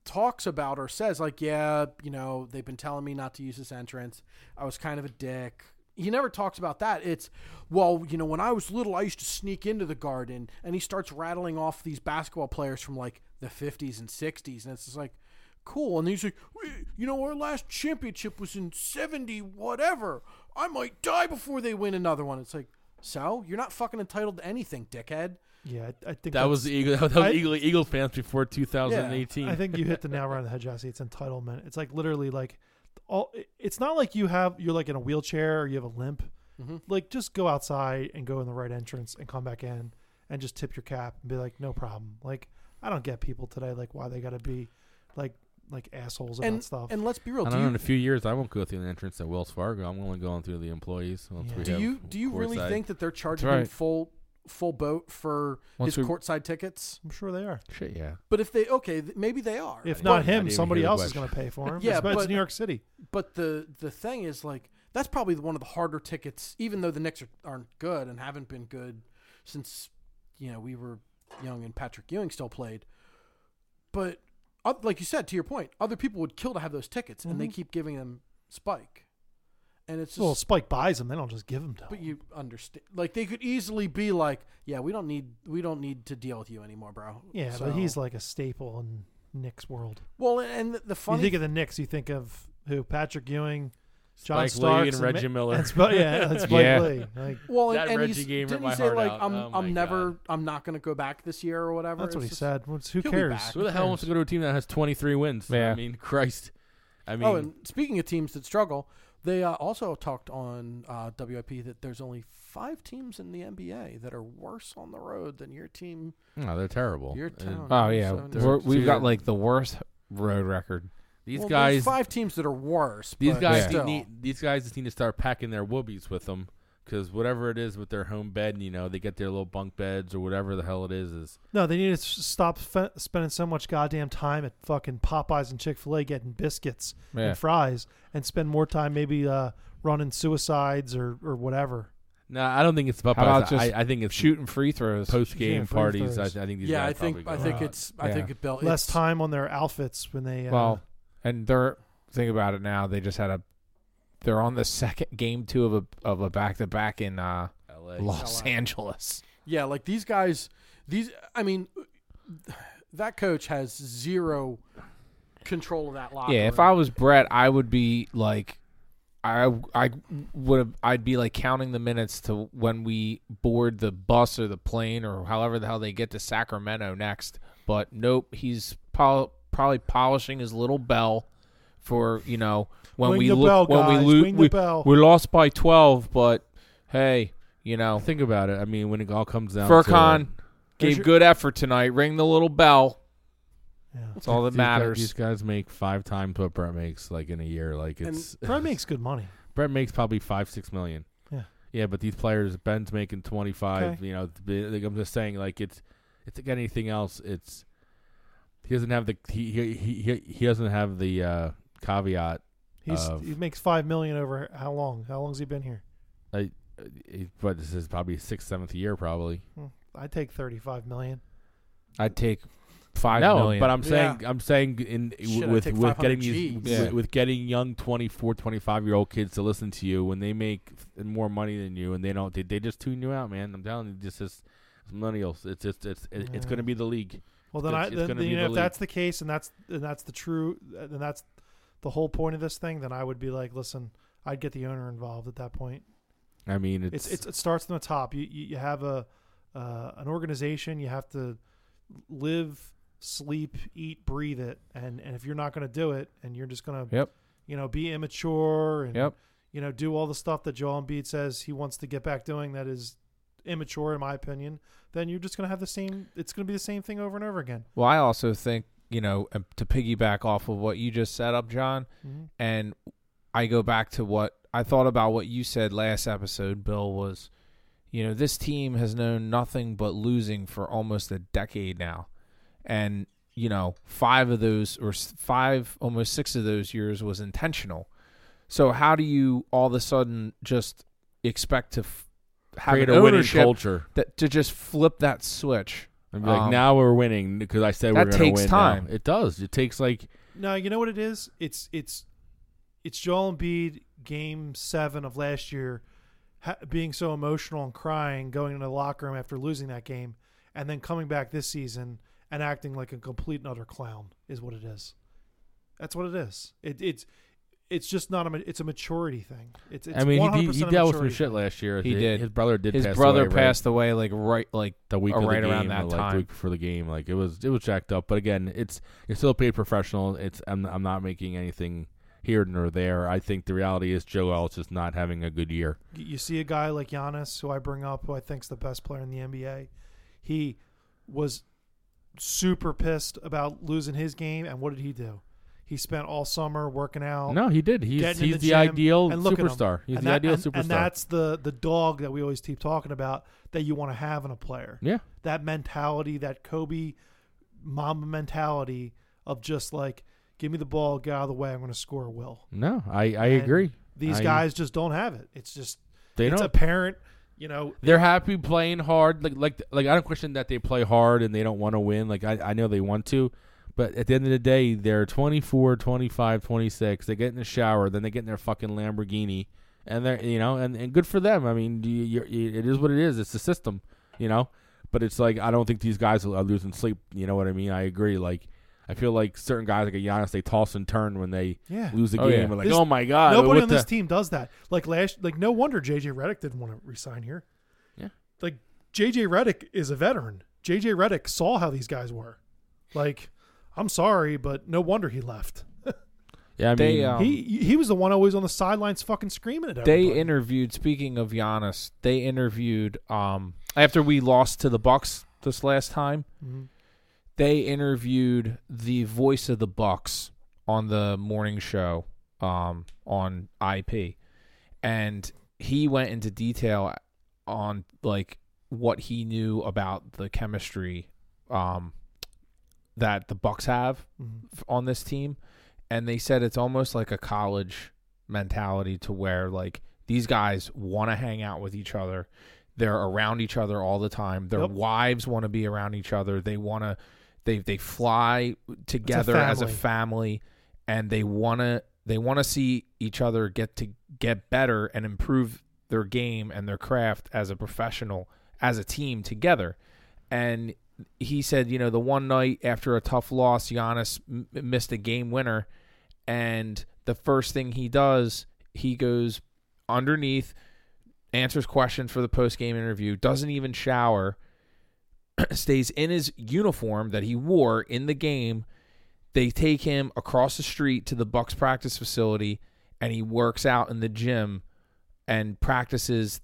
S4: talks about or says like, "Yeah, you know, they've been telling me not to use this entrance. I was kind of a dick." He never talks about that. It's, well, you know, when I was little, I used to sneak into the garden, and he starts rattling off these basketball players from like the '50s and '60s, and it's just like, cool. And he's like, "We- you know, our last championship was in 70, whatever. I might die before they win another one. It's like, so? You're not fucking entitled to anything, dickhead.
S2: Yeah, I, I think
S3: That was the Eagle, that was
S2: I-
S3: Eagle, Eagle fans before 2018.
S2: I think you hit the nail right on the head, Jesse. It's entitlement. It's like literally like all. it- It's not like you have you're like in a wheelchair or you have a limp. Like just go outside and go in the right entrance and come back in and just tip your cap and be like, no problem. Like I don't get people today. Like why they got to be like like assholes about
S4: And,
S2: stuff.
S4: and let's be
S3: I
S4: real. Do
S3: don't know.
S4: you,
S3: In a few years, I won't go through the entrance at Wells Fargo. I'm only going through the employees. once
S2: Yeah.
S3: we
S4: do
S3: have
S4: you do you really
S3: courtside.
S4: think that they're charging
S1: That's
S4: him
S1: right.
S4: full full boat for
S1: Once
S4: his
S1: we-
S4: courtside tickets?
S2: I'm sure they are.
S3: Shit, yeah.
S4: But if they okay, th- maybe they are.
S2: If not
S3: I didn't- I didn't
S2: him,
S3: even
S2: somebody
S3: hear the
S2: else is
S3: question.
S2: going to pay for him.
S4: Yeah,
S2: it's, it's
S4: but-
S2: New York City.
S4: But the the thing is like that's probably one of the harder tickets, even though the Knicks are, aren't good and haven't been good since you know we were young and Patrick Ewing still played. But uh, like you said, to your point, other people would kill to have those tickets, and they
S2: Mhm.
S4: keep giving them Spike, and it's just
S2: well, Spike buys them. They don't just give them to
S4: But
S2: him.
S4: you understand, like they could easily be like, "Yeah, we don't need, we don't need to deal with you anymore, bro."
S2: yeah,
S4: So-
S2: but he's like a staple in Nick's world.
S4: well, and the- the
S2: you
S4: funny,
S2: think of the Knicks, you think of who? Patrick Ewing, John
S3: Spike
S2: Starks,
S3: Lee and Reggie Miller.
S2: That's but yeah, that's Spike
S1: Yeah.
S2: Lee. Like,
S4: well,
S3: That
S4: and, and
S3: Reggie
S4: he's,
S3: game ripped
S4: didn't
S3: my
S4: he say
S3: heart
S4: like,
S3: out.
S4: "I'm,
S3: Oh my
S4: I'm never, I'm not going to go back this year" or whatever?
S2: that's what he
S4: It's just-
S2: said. What's- Who
S4: he'll be
S2: cares?
S4: back.
S3: Who the hell wants to go to a team that has 23 wins?
S1: Yeah.
S3: I mean, Christ. I mean,
S4: oh, and speaking of teams that struggle, they uh, also talked on uh, WIP that there's only five teams in the NBA that are worse on the road than your team.
S3: no, they're terrible.
S4: Your
S3: And
S4: town.
S1: Oh yeah,
S4: So-
S2: uh,
S1: We're, we've
S3: so
S1: got
S3: you're-
S1: like the worst road record.
S3: These
S4: Well,
S3: guys,
S4: there's five teams that are worse.
S3: these
S4: but
S3: guys,
S4: still.
S3: need, these guys just need to start packing their whoobies with them because whatever it is with their home bed, you know, they get their little bunk beds or whatever the hell it is. Is
S2: No, they need to s- stop fe- spending so much goddamn time at fucking Popeyes and Chick Fil A getting biscuits
S1: Yeah.
S2: and fries, and spend more time maybe uh, running suicides or or whatever.
S3: no, I don't think it's about.
S1: How about
S3: I,
S1: just
S3: I think it's
S1: Shooting free throws.
S3: post game
S2: Yeah, free
S3: parties. I, I
S2: throws.
S3: think these
S4: yeah,
S3: guys
S4: I think I
S3: probably go
S4: think
S3: out.
S4: it's I
S1: Yeah.
S4: think it built
S2: Less
S4: it's-
S2: time on their outfits when they. Uh,
S1: Well, and they're think about it now. They just had a. They're on the second game two of a of a back to back in uh,
S3: LA.
S1: Los
S4: LA.
S1: Angeles.
S4: Yeah, like these guys, these I mean, that coach has zero control of that locker.
S1: Yeah, if
S4: room.
S1: I was Brett, I would be like, I I would have. I'd be like counting the minutes to when we board the bus or the plane or however the hell they get to Sacramento next. But nope, he's pol- probably polishing his little bell for you know when
S2: Ring
S1: we
S2: the
S1: lo-
S2: bell,
S1: when
S2: guys,
S1: we lose
S2: ring the
S1: we,
S2: bell.
S1: we lost by twelve, but hey, you know
S3: Think about it. I mean, when it all comes down,
S1: Furkan
S3: to,
S1: gave
S2: your-
S1: good effort tonight. Ring the little bell.
S2: yeah.
S1: That's all that
S3: these Guys, these
S1: matters.
S3: guys make five times what Brett makes, like in a year. Like
S4: And
S3: it's
S2: Brad makes good money.
S3: Brett makes probably five six million.
S2: Yeah.
S3: yeah, but these players, Ben's making twenty five.
S2: Okay.
S3: You know, th- like I'm just saying, like it's it's like anything else. It's he doesn't have the he he he, he doesn't have the uh, caveat.
S2: He's
S3: Of-
S2: he makes five million over how long? How long's he been here?
S3: uh, he- But this is probably his sixth seventh year probably.
S2: Hmm. I'd take thirty-five million.
S1: I'd take five
S3: no,
S1: million.
S3: but I'm saying I'm saying in
S4: Shit, I'd
S3: with
S4: take
S3: with getting
S4: 500
S3: these
S4: Gs.
S3: with,
S1: Yeah.
S3: with getting young 24, 25 year old kids to listen to you when they make f- more money than you and they don't they, they just tune you out, man. I'm telling you, just just millennials. It's it's it's it- it's
S2: Yeah.
S3: going to be the league.
S2: Well, then,
S3: It's-
S2: I
S3: it's
S2: then,
S3: gonna
S2: then,
S3: be
S2: you
S3: the
S2: know if
S3: league.
S2: that's the case, and that's and that's the true, and that's the whole point of this thing, then I would be like, listen, I'd get the owner involved at that point.
S3: I mean, it's
S2: It's, it's it starts from the top. You you, you have a uh, an organization. You have to live, sleep, eat, breathe it, and and if you're not going to do it, and you're just going to
S1: Yep.
S2: you know be immature and
S1: Yep.
S2: you know do all the stuff that Joel Embiid says he wants to get back doing that is immature in my opinion then you're just going to have the same it's going to be the same thing over and over again
S1: Well, I also think, you know, um, to piggyback off of what you just set up, John,
S2: mm-hmm.
S1: and I go back to what I thought about what you said last episode, Bill, was, you know, this team has known nothing but losing for almost a decade now. And, you know, five of those, or s- five, almost six of those years was intentional. So how do you all of a sudden just expect to f- have
S3: create
S1: an
S3: a winning
S1: ownership
S3: culture.
S1: that, to just flip that switch?
S3: And be like,
S1: Um,
S3: now we're winning because I said
S1: that
S3: we're going to win.
S1: takes
S3: now."
S1: time.
S3: It does. It takes like
S2: No, you know what it is? It's it's it's Joel Embiid game seven of last year, ha- being so emotional and crying, going into the locker room after losing that game, and then coming back this season and acting like a complete and utter clown is what it is. That's what it is. It, it's it's just not a ma- it's a maturity thing. It's, it's
S3: I mean, he,
S2: 100%
S3: did- he
S2: a
S3: dealt with some
S2: maturity
S3: shit
S2: thing.
S3: last year.
S1: He
S3: His-
S1: did.
S3: His brother did.
S1: His
S3: pass
S1: brother
S3: away, right?
S1: passed away like right like
S3: the week
S1: uh,
S3: of
S1: right
S3: the game,
S1: around that
S3: or, like, the
S1: time.
S3: week before the game. Like it was it was jacked up. But again, it's you're still paid professional. It's I'm I'm not making anything here nor there. I think the reality is Joe Ellis just not having a good year.
S2: Y- You see a guy like Giannis, who I bring up, who I think's the best player in the NBA. He was super pissed about losing his game, and what did he do? He spent all summer working out.
S3: No, he did. He's
S2: Oh, Getting in
S3: he's
S2: the
S3: the,
S2: gym
S3: ideal
S2: and look at him.
S3: superstar. He's
S2: and
S3: the
S2: that-
S3: ideal
S2: and-
S3: superstar.
S2: And that's the the dog that we always keep talking about that you want to have in a player.
S3: yeah.
S2: That mentality, that Kobe mama mentality of just like, give me the ball, get out of the way, I'm going to score a will.
S3: No, I I
S2: And
S3: agree.
S2: These
S3: I-
S2: guys just don't have it. It's just
S3: They
S2: it's
S3: don't.
S2: apparent, you know.
S3: They're happy playing hard. Like like like I don't question that they play hard and they don't want to win. Like I, I know they want to, but at the end of the day, they're 24, 25, 26. They get in the shower, then they get in their fucking Lamborghini, and they're you know and, and good for them. I mean, you, you, you, it is what it is. It's the system, you know. But it's like I don't think these guys are losing sleep. You know what I mean? I agree. Like I feel like certain guys like a Giannis, they toss and turn when they
S2: Yeah.
S3: lose a
S1: Oh,
S3: game.
S1: yeah.
S3: We're Like
S2: This-
S3: oh my god,
S2: Nobody
S3: what
S2: on
S3: the-
S2: this team does that. Like last, like no wonder JJ Redick didn't want to resign here.
S3: Yeah.
S2: like JJ Redick is a veteran. JJ Redick saw how these guys were. Like, I'm sorry, but no wonder he left.
S3: yeah, I mean,
S1: They, um,
S2: he he was the one always on the sidelines, fucking screaming at
S1: they
S2: everybody.
S1: interviewed speaking of Giannis, they interviewed um after we lost to the Bucks this last time,
S2: Mhm.
S1: they interviewed the voice of the Bucks on the morning show um on IP. And he went into detail on like what he knew about the chemistry um that the Bucks have
S2: Mhm.
S1: f- on this team and they said it's almost like a college mentality to where like these guys want to hang out with each other they're around each other all the time their
S2: Yep.
S1: wives want to be around each other they want to they they fly together as a
S2: family.
S1: family and they want to they want to see each other get to get better and improve their game and their craft as a professional as a team together and he said, you know, the one night after a tough loss, Giannis m- missed a game winner, and the first thing he does, he goes underneath, answers questions for the post game interview, doesn't even shower, stays in his uniform that he wore in the game. They take him across the street to the Bucks practice facility, and he works out in the gym and practices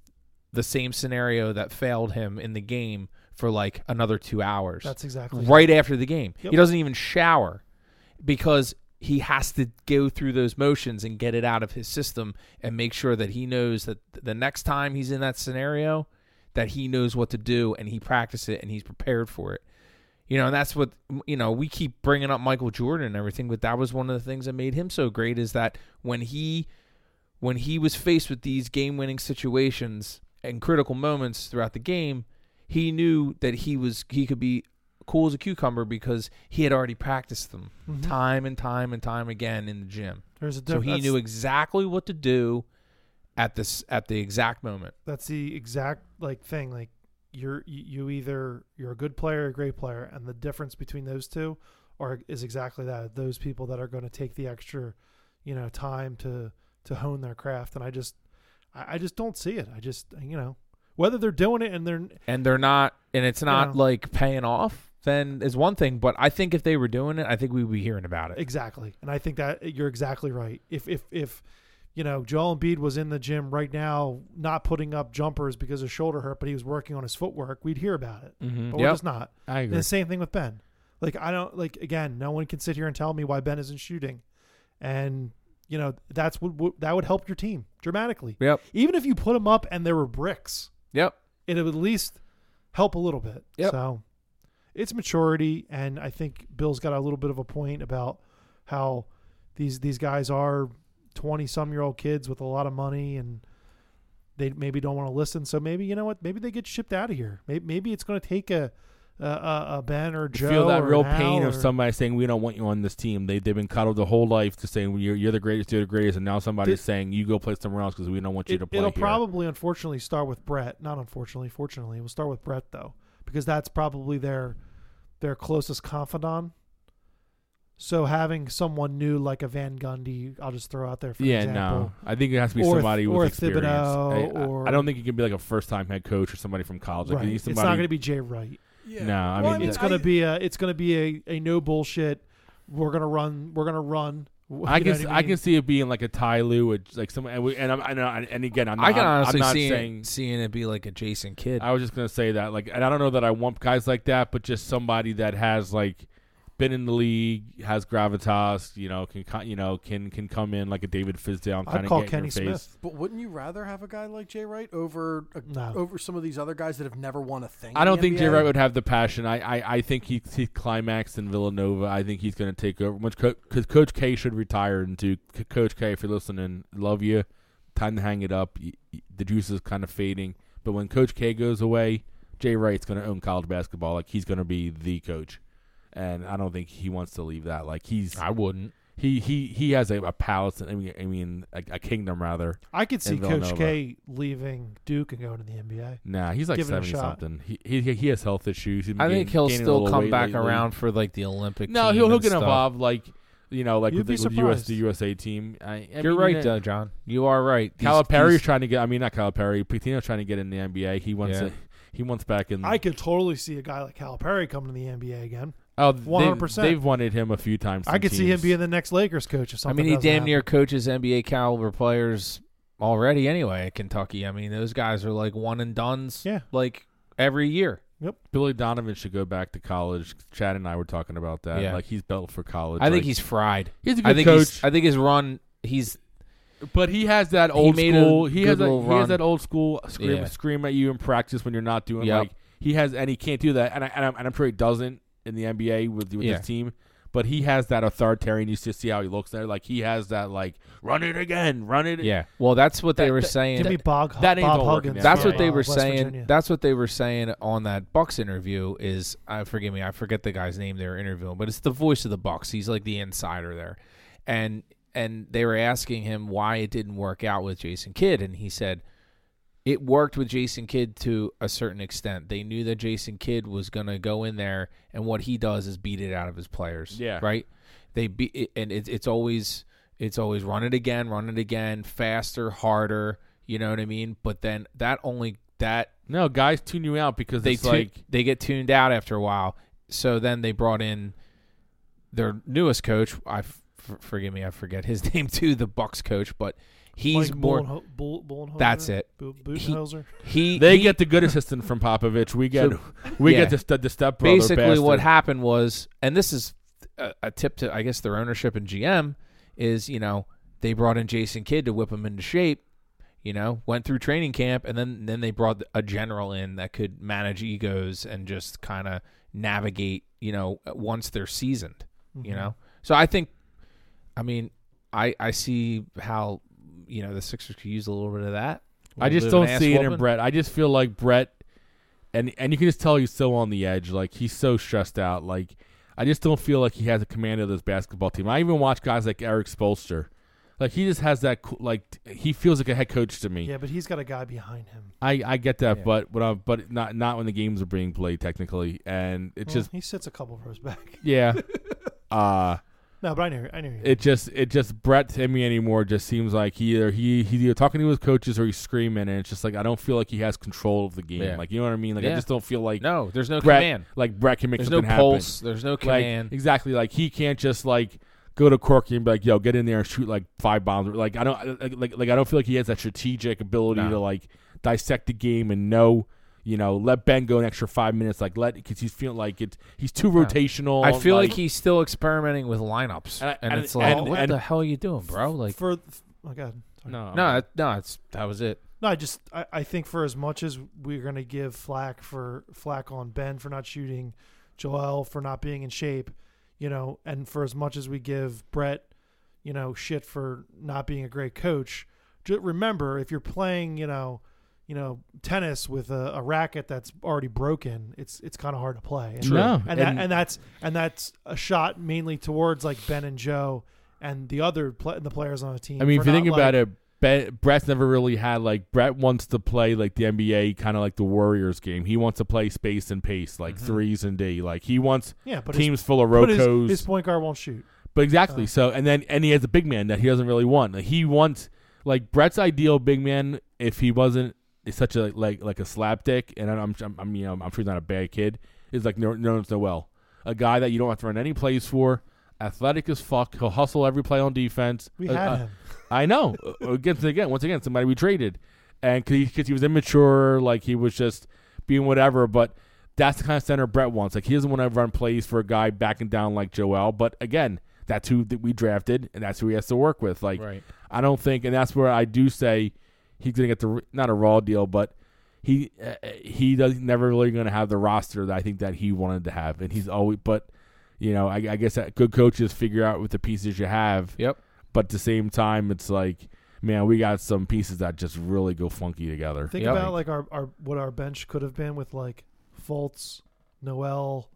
S1: the same scenario that failed him in the game for like another two hours
S2: That's exactly
S1: right after the game.
S2: Yep.
S1: He doesn't even shower because he has to go through those motions and get it out of his system and make sure that he knows that the next time he's in that scenario that he knows what to do and he practices it and he's prepared for it. You know, and that's what you know, we keep bringing up Michael Jordan and everything, but that was one of the things that made him so great is that when he when he was faced with these game-winning situations and critical moments throughout the game, he knew that he was he could be cool as a cucumber because he had already practiced them
S2: Mhm.
S3: Mm-hmm.
S1: time and time and time again in the gym.
S2: There's a
S1: So he
S2: that's-
S1: knew exactly what to do at this at the exact moment.
S2: That's the exact like thing. Like you're you you either you're a good player or a great player, and the difference between those two are is exactly that. Those people that are going to take the extra, you know, time to to hone their craft, and I just I, I just don't see it. I just you know whether they're doing it and they're
S1: and they're not and it's not
S2: Yeah.
S1: like paying off, then is one thing. But I think if they were doing it, I think we'd be hearing about it.
S2: Exactly. And I think that eh, you're exactly right. If if if you know, Joel Embiid was in the gym right now not putting up jumpers because his shoulder hurt, but he was working on his footwork, we'd hear about it.
S1: Mm-hmm.
S2: But we're just not.
S3: I
S2: And the same thing with Ben. Like I don't like again, no one can sit here and tell me why Ben isn't shooting. And you know, that's what, what that would help your team dramatically.
S1: Yep.
S2: Even if you put him up and there were bricks,
S1: Yep.
S2: it would at least help a little bit.
S1: Yep.
S2: So it's maturity, and I think Bill's got a little bit of a point about how these these guys are twenty some year old kids with a lot of money and they maybe don't want to listen. So maybe you know what? Maybe they get shipped out of here. Maybe, maybe it's going to take a, a- a a Ben or Joe
S3: feel that
S2: or
S3: real
S2: an Al
S3: pain
S2: or-
S3: of somebody saying we don't want you on this team. They they've been coddled the whole life to saying you're you're the greatest, you're the greatest, and now somebody's
S2: Did-
S3: saying you go play somewhere else because we don't want you
S2: It,
S3: to play
S2: it'll
S3: here.
S2: probably unfortunately start with Brett. Not unfortunately, fortunately, we'll start with Brett though, because that's probably their their closest confidant. So having someone new like a Van Gundy, I'll just throw out there for
S3: yeah,
S2: example.
S3: no. I think it has to be
S2: Or-
S3: somebody
S2: or
S3: with experience.
S2: Thibodeau,
S3: I- I,
S2: or-
S3: I don't think it can be like a first time head coach or somebody from college. Like,
S2: right.
S3: it needs
S2: It's
S3: somebody,
S2: not going to be Jay Wright.
S4: Yeah.
S3: No, I
S4: Well,
S3: mean,
S2: it's
S3: I-
S2: going to be a it's going to be a, a no bullshit. We're going to run. We're going to run.
S3: I
S2: You
S3: can
S2: know what
S3: I, can
S2: mean?
S3: see it being like a Ty Lue, or like some and, we, and I'm and, I- and again I'm not,
S1: I can
S3: I'm-
S1: honestly
S3: I'm not
S1: see
S3: saying
S1: it, seeing it be like a Jason Kidd.
S3: I was just gonna say that, like, and I don't know that I want guys like that, but just somebody that has like been in the league, has gravitas, you know, can co- you know can can come in like a David Fizdale and
S2: I'd
S3: kind of
S2: call
S3: get
S2: Kenny
S3: in your face.
S2: Smith.
S4: But wouldn't you rather have a guy like Jay Wright over a,
S2: No.
S3: Oh.
S4: over some of these other guys that have never won a thing?
S3: I
S4: in
S3: don't
S4: the
S3: think Jay
S4: NBA?
S3: Wright would have the passion. I, I, I think he, he climaxed in Villanova. I think he's going to take over. Because Coach K should retire and do. C- Coach K, if you're listening, love you. Time to hang it up. Y- y- The juice is kind of fading. But when Coach K goes away, Jay Wright's going to own college basketball. Like he's going to be the coach, and I don't think he wants to leave that. Like he's
S1: I wouldn't.
S3: he he he has a, a palace. I mean, I mean a, a kingdom rather.
S2: I could see
S3: in
S2: Coach
S3: Villanova.
S2: K leaving Duke and going to the NBA.
S3: Nah, he's like
S2: Give it a
S3: seventy
S2: shot.
S3: something. He, he he has health issues. He's been
S1: I think
S3: gain-
S1: he'll
S3: gaining a
S1: still
S3: little
S1: come
S3: weight
S1: back
S3: lately.
S1: around for like the Olympic.
S3: No,
S1: team
S3: he'll he'll
S1: and
S3: get
S1: stuff.
S3: involved like you know, like
S2: You'd
S3: with,
S2: be
S3: the- with US
S2: surprised.
S3: the USA team. I, I
S1: You're
S3: mean,
S1: right,
S3: uh,
S1: though, John. You are right. These-
S3: Calipari's
S1: these-
S3: trying to get. I mean, not Calipari. Pitino's trying to get in the NBA. He wants.
S1: Yeah.
S3: it- he wants back in.
S2: I could totally see a guy like Calipari coming to the NBA again.
S3: oh,
S2: 100%.
S3: They, have wanted him a few times.
S2: I
S3: from
S2: could see him
S3: teams.
S2: being the next Lakers coach if
S1: I
S2: something.
S1: mean, he
S2: doesn't
S1: damn
S2: happen.
S1: near coaches NBA caliber players already. Anyway, at Kentucky, I mean, those guys are like one and duns.
S2: Yeah.
S1: like every year.
S3: Billy Donovan should go back to college. Chad and I were talking about that.
S1: Yeah.
S3: Like he's built for college.
S1: I think
S3: Like,
S1: he's fried.
S3: he's a good
S1: I think
S3: coach,
S1: he's. I think his run. He's
S3: but he has that old
S1: made a
S3: school. He
S1: good
S3: has
S1: little
S3: that, he has
S1: run.
S3: that old school scream
S1: Yeah.
S3: scream at you in practice when you're not doing
S1: Yep.
S3: like he has, and he can't do that. And I and I'm, and I'm sure he doesn't in the NBA with, with
S1: Yeah.
S3: his team. But he has that authoritarian. You just see how he looks there. Like he has that like run it again, run it.
S1: yeah. Well, that's what they
S3: That-
S1: were
S3: that-
S1: saying.
S2: Give me Bob,
S3: that ain't
S2: Bob
S3: gonna work in
S2: Huggins.
S3: the
S1: That's
S3: Yeah.
S1: what they
S2: from, uh,
S1: were
S2: West
S1: saying.
S2: Virginia.
S1: That's what they were saying on that Bucks interview. Is I forgive me, I forget the guy's name they were interviewing, but it's the voice of the Bucks. He's like the insider there, and and they were asking him why it didn't work out with Jason Kidd, and he said it worked with Jason Kidd to a certain extent. They knew that Jason Kidd was going to go in there, and what he does is beat it out of his players.
S3: Yeah.
S1: right. They beat, and it, it's always it's always run it again, run it again, faster, harder. You know what I mean? But then that only that
S3: No, guys tune you out because
S1: they
S3: it's
S1: tu-
S3: like
S1: they get tuned out after a while. So then they brought in their newest coach. I f- f- forgive me, I forget his name too. The Bucks coach, but he's
S2: Mike
S1: more.
S2: Bullenho- Bull- Bullenholzer?
S1: That's it.
S2: Bu-
S1: He-
S2: Budenholzer?
S1: He
S3: they
S1: he-
S3: get the good assistant from Popovich. We get we
S1: yeah.
S3: get the, st- the step brother
S1: basically what
S3: bastard.
S1: happened was, and this is a, a tip to I guess their ownership and GM is you know they brought in Jason Kidd to whip him into shape. You know, went through training camp, and then then they brought a general in that could manage egos and just kind of navigate. You know, once they're seasoned.
S2: Mm-hmm.
S3: Mm-hmm.
S1: you know so i think i mean i i see how you know the sixers could use a little bit of that
S3: I just don't see it in Brett. I just feel like Brett, and and you can just tell he's so on the edge. Like he's so stressed out. Like I just don't feel like he has a command of this basketball team. I even watch guys like Eric Spolster, Like he just has that cool, like t- he feels like a head coach to me.
S2: Yeah, but he's got a guy behind him.
S3: I, I get that,
S1: Yeah.
S3: but but uh, but not not when the games are being played technically, and it
S2: Well,
S3: just
S2: he sits a couple rows back.
S3: yeah, uh,
S2: No, but I knew I knew.
S3: it just it just Brett to me anymore just seems like he either he he's either talking to his coaches or he's screaming, and it's just like I don't feel like he has control of the game.
S1: Yeah.
S3: Like you know what I mean? Like I
S1: Yeah.
S3: just don't feel like
S1: No, there's no
S3: Brett
S1: command.
S3: like Brett can make
S1: There's no
S3: something happen.
S1: pulse. There's no
S3: Like
S1: command.
S3: exactly, like he can't just like go to Corky and be like, "Yo, get in there and shoot like five bombs." Like I don't like like, like I don't feel like he has that strategic ability
S1: No.
S3: to like dissect the game and know. You know, let Ben go an extra five minutes. Like let because he's feeling like it. He's too rotational.
S1: I feel like, he's still experimenting with lineups,
S3: And
S1: and,
S3: I- and-
S1: it's like, "Oh,
S3: and-
S1: what
S3: and-
S1: the hell are you doing, bro? Like,
S2: for oh god, sorry.
S3: no
S1: no, that- no, it's that was it.
S2: No, I just I, I think for as much as we're gonna give flack for flack on Ben for not shooting, Joel for not being in shape, you know, and for as much as we give Brett, you know, shit for not being a great coach, just remember if you're playing, you know, you know, tennis with a, a racket that's already broken, it's it's kind of hard to play. And,
S3: True. No,
S2: and,
S3: and-
S2: that, and that's and that's a shot mainly towards like Ben and Joe and the other pla the players on the team.
S3: I mean,
S2: for
S3: if you
S2: not,
S3: think
S2: like-
S3: about it, Bet, Brett's never really had like Brett wants to play like the NBA kind of like the Warriors game. He wants to play space and pace, like
S1: Mm-hmm.
S3: threes and D. Like he wants
S2: yeah, but his
S3: teams full of
S2: But his,
S3: rocos.
S2: his point guard won't shoot.
S3: But exactly.
S2: Uh,
S3: so and then and he has a big man that he doesn't really want. Like, he wants like Brett's ideal big man if he wasn't is such a like like a slapdick and I'm I'm, I'm you know I'm sure he's not a bad kid is like Nor- Nerlens Noel, a guy that you don't have to run any plays for. Athletic as fuck. He'll hustle every play on defense.
S2: We
S3: Uh,
S2: had
S3: uh,
S2: him.
S3: I know. Uh, again, again, once again, somebody we traded, and because he, was immature, like he was just being whatever. But that's the kind of center Brett wants. Like he doesn't want to run plays for a guy backing down like Joel. But again, that's who that we drafted, and that's who he has to work with. Like
S1: Right.
S3: I don't think, and that's where I do say he's going to get the r- not a raw deal, but he uh, he does never really going to have the roster that I think that he wanted to have, and he's always. But you know, I, I guess that good coaches figure out with the pieces you have.
S1: Yep.
S3: But at the same time, it's like, man, we got some pieces that just really go funky together.
S2: Think
S1: Yeah.
S2: about like our, our what our bench could have been with like Fultz, Noel,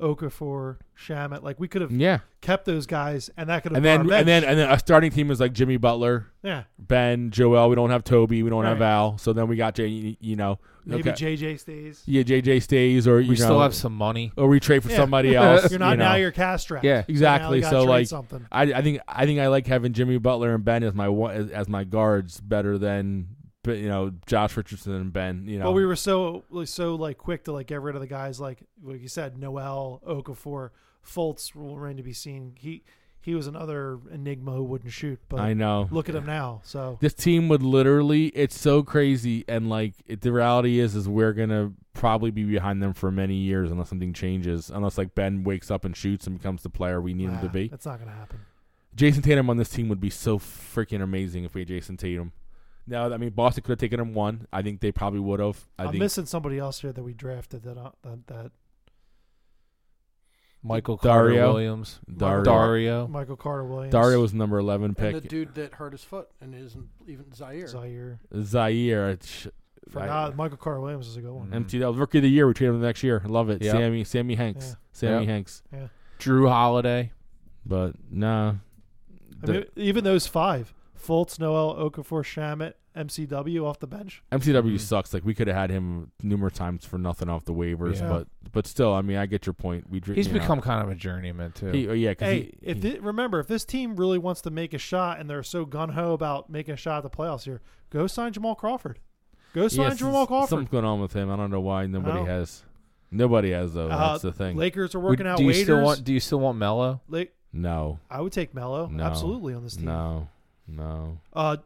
S2: Okafor, Shamit. Like we could have
S3: yeah,
S2: kept those guys, and that could have
S3: and
S2: been
S3: then
S2: our
S3: and then uh,
S2: bench.
S3: and then a starting team is like Jimmy Butler,
S2: yeah,
S3: Ben, Joel. We don't have Toby. We don't have
S2: Right.
S3: Al. So then we got Jay. You know,
S2: maybe
S3: okay.
S2: JJ stays.
S3: yeah, JJ stays, or you
S1: We
S3: know,
S1: still have some money.
S3: or we trade for
S2: Yeah.
S3: somebody else.
S2: You're not
S3: you know.
S2: now. You're cash strapped.
S1: Yeah.
S3: Exactly,
S2: Now we gotta
S3: so,
S2: trade
S3: like-
S2: something.
S3: I, I think I think I like having Jimmy Butler and Ben as my one- as, as my guards better than but, you know Josh Richardson and Ben. You know,
S2: But we were so so like quick to like get rid of the guys like like you said Noel, Okafor, Fultz will remain to be seen. He he was another enigma who wouldn't shoot, but
S3: I know.
S2: look at him now. So
S3: This team would literally. It's so crazy, and like it, the reality is, is we're gonna probably be behind them for many years unless something changes. Unless like Ben wakes up and shoots and becomes the player we need him to
S2: ah,
S3: be.
S2: That's not gonna happen.
S3: Jason Tatum on this team would be so freaking amazing if we had Jason Tatum. Now, I mean, Boston could have taken him one. I think they probably would have.
S2: I
S3: I
S2: am
S3: think
S2: missing somebody else here that we drafted that uh, that, that
S1: Michael
S3: Dario.
S1: Carter Williams,
S3: Dario.
S1: Dario.
S2: Michael Carter Williams.
S3: Oh. Dario was the number eleven pick.
S4: And the dude that hurt his foot and isn't even Zaire.
S2: Zaire.
S3: Zaire. it's-
S2: For
S3: I- mm.
S2: now, Michael Carter Williams is a good one.
S1: Mm.
S3: MT that was rookie of the year. We traded him the next year. I love it.
S1: Yeah.
S3: Sammy Sammy Hanks.
S2: Yeah.
S3: Sammy
S1: Yeah.
S3: Hanks.
S1: Drew Holiday.
S3: But nah.
S2: I mean, even those five: Fultz, Noel, Okafor, Shamit, MCW off the bench.
S3: MCW
S1: Mhm.
S3: sucks. Like we could have had him numerous times for nothing off the waivers,
S1: Yeah.
S3: but but still, I mean, I get your point. We dr-
S1: He's
S3: you know,
S1: become kind of a journeyman too.
S3: he, oh, yeah. 'cause
S2: Hey,
S3: he,
S2: if
S3: he-
S2: thi- remember, if this team really wants to make a shot and they're so gun ho about making a shot at the playoffs here, go sign Jamal Crawford. Go
S3: yeah,
S2: sign
S3: s-
S2: Jamal Crawford.
S3: Something's going on with him. I don't know why nobody
S2: Oh.
S3: has. Nobody has though.
S2: Uh,
S3: That's the thing.
S2: Lakers are working
S1: Would-
S2: out
S1: do you
S2: waiters.
S1: still want? Do you still want Mello?
S2: La-
S3: no,
S2: I would take Mello
S3: No.
S2: absolutely on this team.
S3: no, no.
S2: Uh,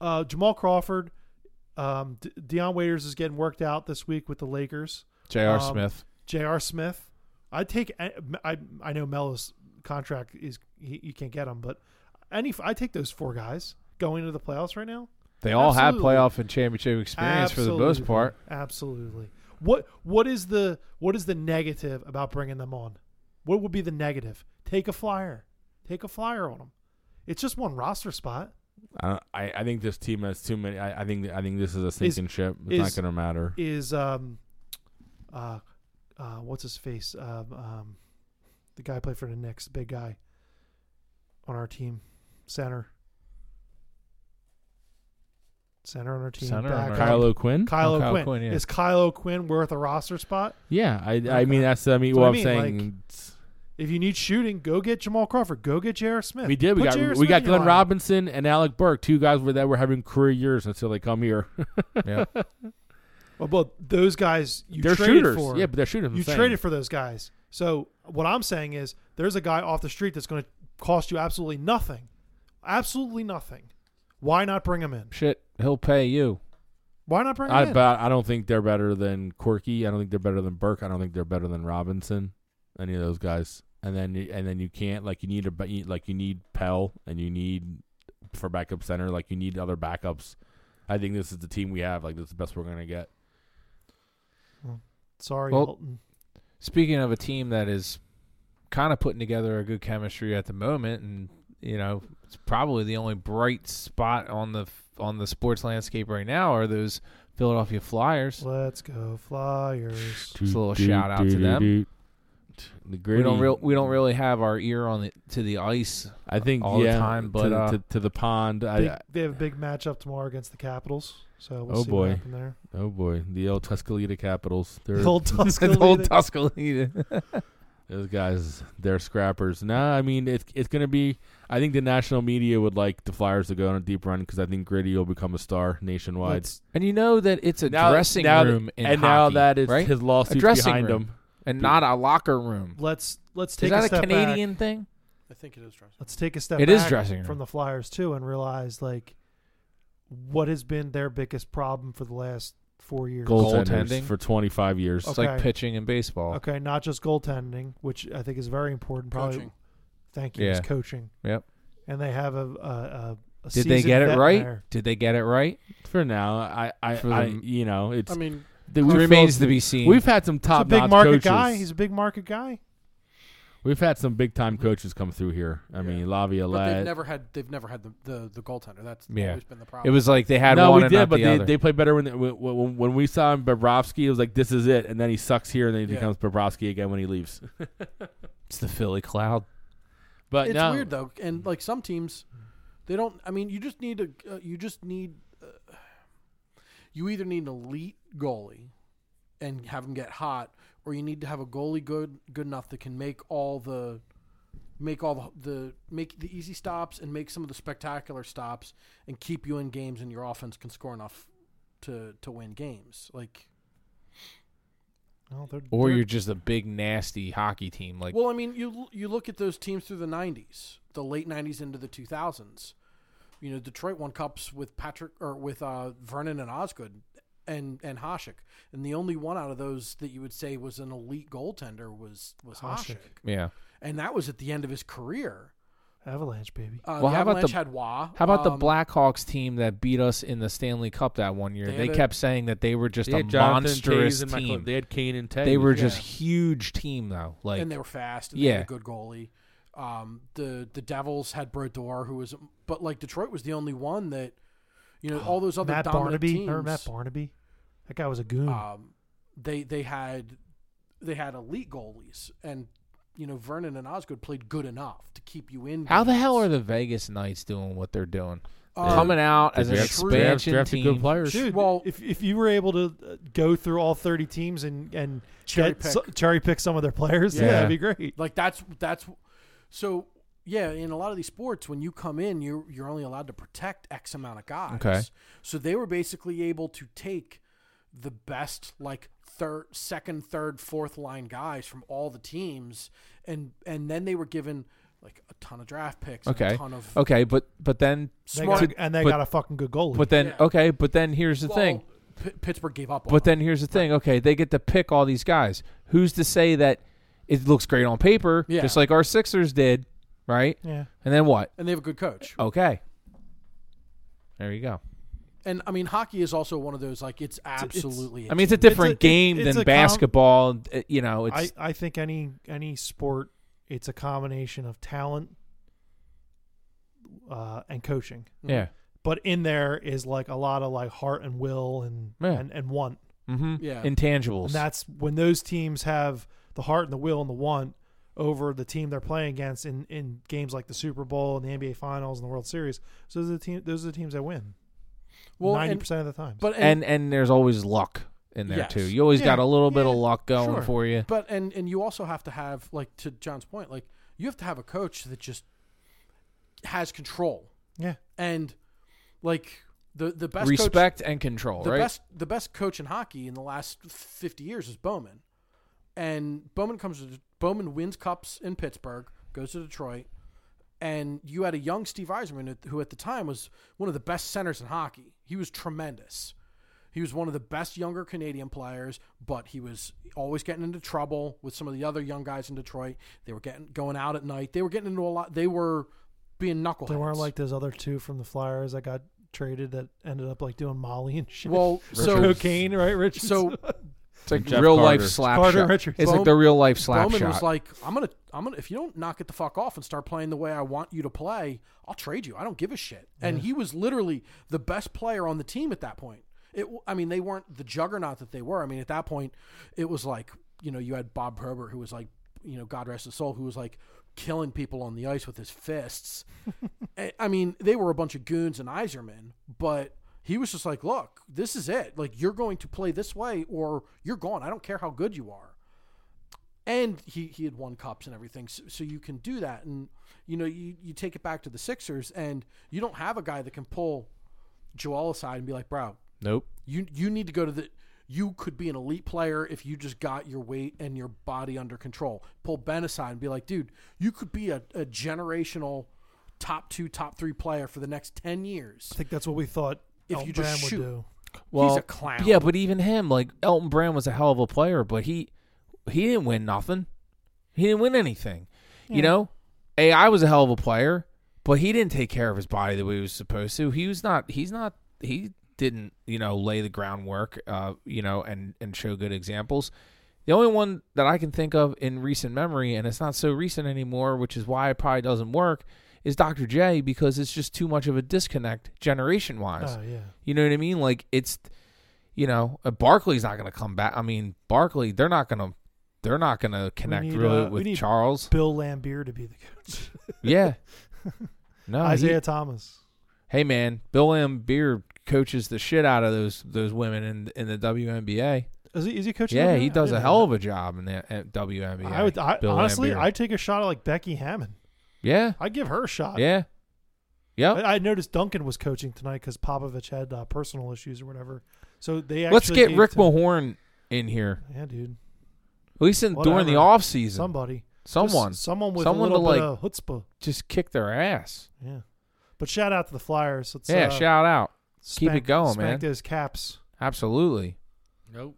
S2: uh, Jamal Crawford, um, D- Deion Waiters is getting worked out this week with the Lakers.
S1: J.R.
S2: Um,
S1: Smith.
S2: J.R. Smith, I'd take. I I, I know Melo's contract is he, you can't get him, but any I take those four guys going into the playoffs right now.
S1: They all have
S2: absolutely.
S1: playoff and championship experience for the most
S2: Absolutely.
S1: part.
S2: absolutely. What what is the what is the negative about bringing them on? What would be the negative? Take a flyer, take a flyer on them. It's just one roster spot.
S3: I, don't- I I think this team has too many. I, I think I think this is a sinking ship. It's
S2: is-
S3: not going to matter.
S2: Is um, uh, uh, what's his face? Um, um, the guy who played for the Knicks, the big guy on our team, center. center on our team.
S1: Center on
S2: back
S1: our
S2: on-
S1: team.
S3: Kylo Quinn?
S2: Kylo,
S1: Oh, Kyle
S2: Quinn.
S1: Quinn, yeah.
S2: Is Kylo Quinn worth a roster spot?
S3: Yeah, I I
S2: Okay.
S3: mean that's I mean
S2: That's
S3: what
S2: what I
S3: I'm
S2: mean,
S3: saying.
S2: like,
S3: it's-
S2: If you need shooting, go get Jamal Crawford. Go get J.R. Smith.
S3: we did. We
S2: Put
S3: got
S2: J.R.
S3: we
S2: Smith
S3: got
S2: in your
S3: Glenn
S2: lineup.
S3: Robinson and Alec Burke, two guys were that were having career years until they come here.
S1: yeah.
S2: Well, but those guys you
S3: they're
S2: traded
S3: shooters.
S2: for.
S3: Yeah, but they're shooters. I'm
S2: you
S3: saying.
S2: traded for those guys. So what I'm saying is, there's a guy off the street that's going to cost you absolutely nothing, absolutely nothing. Why not bring him in?
S1: Shit, he'll pay you.
S2: Why not bring him
S3: I
S2: in?
S3: but I don't think they're better than Quirky. I don't think they're better than Burke. I don't think they're better than Robinson. Any of those guys. And then you- and then you can't like you need a ba- you- like you need Pell and you need for backup center like you need other backups. I think this is the team we have. Like this is the best we're gonna get.
S2: Sorry,
S1: Well-
S2: Elton.
S1: Speaking of a team that is kind of putting together a good chemistry at the moment, and you know, it's probably the only bright spot on the on the sports landscape right now are those Philadelphia Flyers.
S2: Let's go Flyers.
S1: Just a little shout out to them.
S3: The
S1: We
S3: gritty,
S1: don't real we don't really have our ear on the to the ice.
S3: I think
S1: all the
S3: yeah,
S1: time, but,
S3: to,
S1: uh,
S3: to, to the pond. I,
S2: Big,
S3: I-
S2: they have a big matchup tomorrow against the Capitals. So we'll
S3: Oh,
S2: see
S3: boy.
S2: what happens there.
S3: oh boy, the old Tuscaloosa Capitals. They're,
S2: The old
S1: The
S2: Tuscaloosa.
S1: whole Tuscaloosa.
S3: Those guys, they're scrappers. Nah, I mean it's it's gonna be. I think the national media would like the Flyers to go on a deep run because I think Gritty will become a star nationwide.
S2: Let's-
S1: And you know that it's a
S3: Now-
S1: dressing
S3: now-
S1: room in
S3: and now
S1: hockey,
S3: that it's
S1: right?
S3: his lawsuit
S1: dressing
S3: behind
S1: room.
S3: him,
S1: and not a locker room.
S2: let's let's
S1: Is
S2: take
S1: that
S2: a
S1: a,
S2: step back.
S1: Canadian thing?
S4: I think it is dressing.
S2: let's take a step
S1: It
S2: back
S1: is dressing room.
S2: from the Flyers too and realize like what has been their biggest problem for the last four years.
S3: goaltenders
S1: Goaltending? Oh.
S3: for twenty five years.
S1: It's like
S2: Okay.
S1: pitching in baseball.
S2: Okay, not just goaltending, which I think is very important. Probably,
S4: Coaching.
S2: thank you. It's
S1: Yeah.
S2: coaching.
S1: Yep.
S2: And they have a a, a, a
S1: Did they get it
S2: seasoned
S1: right?
S2: vet there.
S1: Did they get it right?
S3: For now, I I,
S1: For
S3: I
S1: them-
S3: you know it's
S4: I mean,
S3: the,
S1: It
S3: we've,
S1: remains to be seen.
S3: we've had some
S2: He's a
S3: top
S2: big
S3: notch
S2: market
S3: coaches.
S2: guy. He's a big market guy.
S3: We've had some big time coaches come through here. I mean
S4: but they've
S3: Laviolette.
S4: never had they've never had the the, the goaltender. That's
S1: Yeah.
S4: always been the
S1: it
S4: problem.
S1: was like they had
S3: no,
S1: one
S3: we
S1: and
S3: did,
S1: not
S3: but
S1: the
S3: they,
S1: other.
S3: they played better when, when when when we saw him Bobrovsky. It was like this is it, and then he sucks here, and then he
S4: Yeah.
S3: becomes Bobrovsky again when he leaves.
S1: it's the Philly Cloud.
S3: But
S4: it's
S3: no,
S4: weird though, and like some teams, they don't. I mean, you just need a uh, you just need uh, you either need an elite goalie and have him get hot, or you need to have a goalie good good enough that can make all the make all the, the make the easy stops and make some of the spectacular stops and keep you in games and your offense can score enough to to win games like
S2: Well, Oh, they're,
S1: Or
S2: they're-
S1: you're just a big nasty hockey team. Like
S4: Well, I mean, you you look at those teams through the '90s, the late '90s into the 2000s. You know, Detroit won cups with Patrick or with uh, Vernon and Osgood and and Hasek, and the only one out of those that you would say was an elite goaltender was was
S2: Hasek.
S4: Hasek,
S1: yeah.
S4: and that was at the end of his career.
S2: Avalanche baby.
S4: Uh,
S1: Well,
S4: the
S1: how about
S4: Avalanche
S1: the-
S4: had Wah.
S1: How about
S4: Um,
S1: the Blackhawks team that beat us in the Stanley Cup that one year?
S4: They
S1: They,
S4: had a-
S1: kept saying that they were just
S3: They
S1: a
S3: had Jonathan
S1: monstrous
S3: Taves and Michael-
S1: team.
S3: they had Kane and Tay.
S1: They were
S4: yeah.
S1: just huge team though. Like
S4: and they were fast. And They
S1: Yeah.
S4: had a good goalie. Um, the the Devils had Brodeur, who was, but like Detroit was the only one that, you know, all those other
S2: Matt
S4: dominant
S2: Barnaby.
S4: teams.
S2: Remember Matt Barnaby? That guy was a
S1: Hmm.
S2: goon.
S4: um, they they had they had elite goalies, and you know Vernon and Osgood played good enough to keep you in.
S1: how the hell are the Vegas Knights doing what they're doing?
S4: Um,
S1: Coming out as an
S4: draft-
S1: expansion
S3: drafted
S1: team.
S3: good players.
S2: Dude,
S4: well-
S2: if if you were able to uh, go through all 30 teams and and
S4: Cherry
S2: get
S4: pick.
S2: so- cherry pick some of their players, yeah,
S3: Yeah.
S2: that'd be great.
S4: Like that's that's so yeah. In a lot of these sports, when you come in, you're you're only allowed to protect X amount of guys.
S1: Okay.
S4: So they were basically able to take the best like third, second, third, fourth line guys from all the teams, and and then they were given like a ton of draft picks. and
S1: Okay.
S4: A ton of
S1: Okay, but but then
S2: They
S4: smart.
S2: got- and they
S1: but-
S2: got a fucking good goalie.
S1: but then
S4: Yeah.
S1: okay, but then here's the
S4: Well,
S1: thing.
S4: P- Pittsburgh gave up. on
S1: But
S4: them.
S1: then here's the thing. Okay, they get to pick all these guys. Who's to say that it looks great on paper,
S4: Yeah.
S1: just like our Sixers did, right?
S2: yeah.
S1: And then what?
S4: and they have a good coach.
S1: Okay. There you go.
S4: And I mean, hockey is also one of those like it's absolutely.
S1: I mean, it's a
S4: team.
S1: different
S2: it-
S1: game
S2: it's
S1: than
S2: a com-
S1: basketball. and, uh, you know, it's
S2: I, I think any any sport, it's a combination of talent uh, and coaching.
S1: yeah.
S2: But in there is like a lot of like heart and will and
S1: Yeah.
S2: and, and want.
S1: Mm-hmm.
S4: Yeah.
S1: Intangibles.
S2: And that's when those teams have the heart and the will and the want over the team they're playing against in, in games like the Super Bowl and the NBA Finals and the World Series. So those are the team those are the teams that win.
S4: Well,
S2: ninety
S4: and,
S2: percent of the time.
S4: but
S1: and
S4: and,
S1: and there's always luck in there
S4: Yes.
S1: too. You always
S4: Yeah.
S1: got a little bit of
S4: Yeah.
S1: luck going
S4: Sure.
S1: for you.
S4: but and and you also have to have like to John's point, like you have to have a coach that just has control
S2: yeah,
S4: and like the the best coach-
S1: Respect and control,
S4: the
S1: right?
S4: best the best coach in hockey in the last 50 years is Bowman. And Bowman comes to Bowman wins cups in Pittsburgh, goes to Detroit, and you had a young Steve Eiserman at- who at the time was one of the best centers in hockey. He was tremendous. He was one of the best younger Canadian players, but he was always getting into trouble with some of the other young guys in Detroit. They were getting going out at night. They were getting into a lot. They were being knuckleheads.
S2: they weren't like those other two from the Flyers that got traded that ended up like doing Molly and shit.
S4: well, so
S2: cocaine, right, Richard?
S4: so
S1: It's like
S3: Jeff
S1: real
S3: Carter.
S1: life slap
S2: Carter
S1: shot.
S2: Richards.
S1: It's
S4: Bowman-
S1: like the real life slap
S4: Bowman
S1: shot.
S4: was like, "I'm gonna, I'm gonna. If you don't knock it the fuck off and start playing the way I want you to play, I'll trade you. I don't give a shit." And he was literally the best player on the team at that point. It, w- I mean, they weren't the juggernaut that they were. I mean, at that point, it was like, you know, you had Bob Herbert, who was like, you know, God rest his soul, who was like killing people on the ice with his fists. I I mean, they were a bunch of goons and Iserman, but he was just like, "Look, this is it. Like, you're going to play this way, or you're gone. I don't care how good you are." and he, he had won cups and everything so, so you can do that and you know you, you take it back to the sixers and you don't have a guy that can pull joel aside and be like bro
S1: nope.
S4: you you need to go to the you could be an elite player if you just got your weight and your body under control pull ben aside and be like dude you could be a, a generational top two top three player for the next 10 years
S2: I think that's what we thought
S4: If
S2: Elton
S4: you just
S2: Brand
S4: shoot.
S2: would do.
S1: Well,
S4: he's a clown
S1: Yeah, but even him, like Elton Brand was a hell of a player, but he he didn't win nothing. He didn't win anything. You know? AI was a hell of a player, but he didn't take care of his body the way he was supposed to. He was not he's not he didn't, you know, lay the groundwork uh, you know, and and show good examples. The only one that I can think of in recent memory, and it's not so recent anymore, which is why it probably doesn't work, is Dr. J because it's just too much of a disconnect generation wise.
S4: Uh,
S2: Oh yeah,
S1: You know what I mean? Like it's, you know, uh, Barkley's not going to come back. I mean, Barkley, they're not going to, they're not going to connect
S2: need,
S1: really
S2: uh, we
S1: with
S2: need-
S1: Charles.
S2: Bill Lambier to be the coach.
S1: yeah. No. he-
S2: Isaiah Thomas.
S1: hey man, Bill M. Beard coaches the shit out of those those women in in the WNBA.
S2: Is he, is he coaching?
S1: yeah,
S2: them
S1: he
S2: now?
S1: does
S2: Yeah.
S1: a hell of a job in the at WNBA.
S2: I would I,
S1: Bill
S2: honestly,
S1: Lambier.
S2: I'd take a shot at like Becky Hammond.
S1: yeah,
S2: I'd give her a shot.
S1: yeah, yep.
S2: I, I noticed Duncan was coaching tonight because Popovich had uh, personal issues or whatever. So they actually
S1: Let's get
S2: gave
S1: Rick
S2: to-
S1: Mahorn in here,
S2: Yeah, dude.
S1: at least in, during the
S2: Whatever.
S1: off season.
S2: Somebody.
S1: Someone,
S2: Just someone with
S1: someone
S2: a
S1: to
S2: little bit
S1: like
S2: of chutzpah.
S1: just kick their ass.
S2: Yeah. But shout out to the Flyers. Let's,
S1: Yeah,
S2: uh,
S1: shout out. keep it
S2: spank-
S1: going,
S2: spank
S1: man.
S2: those caps.
S1: Absolutely.
S3: Nope.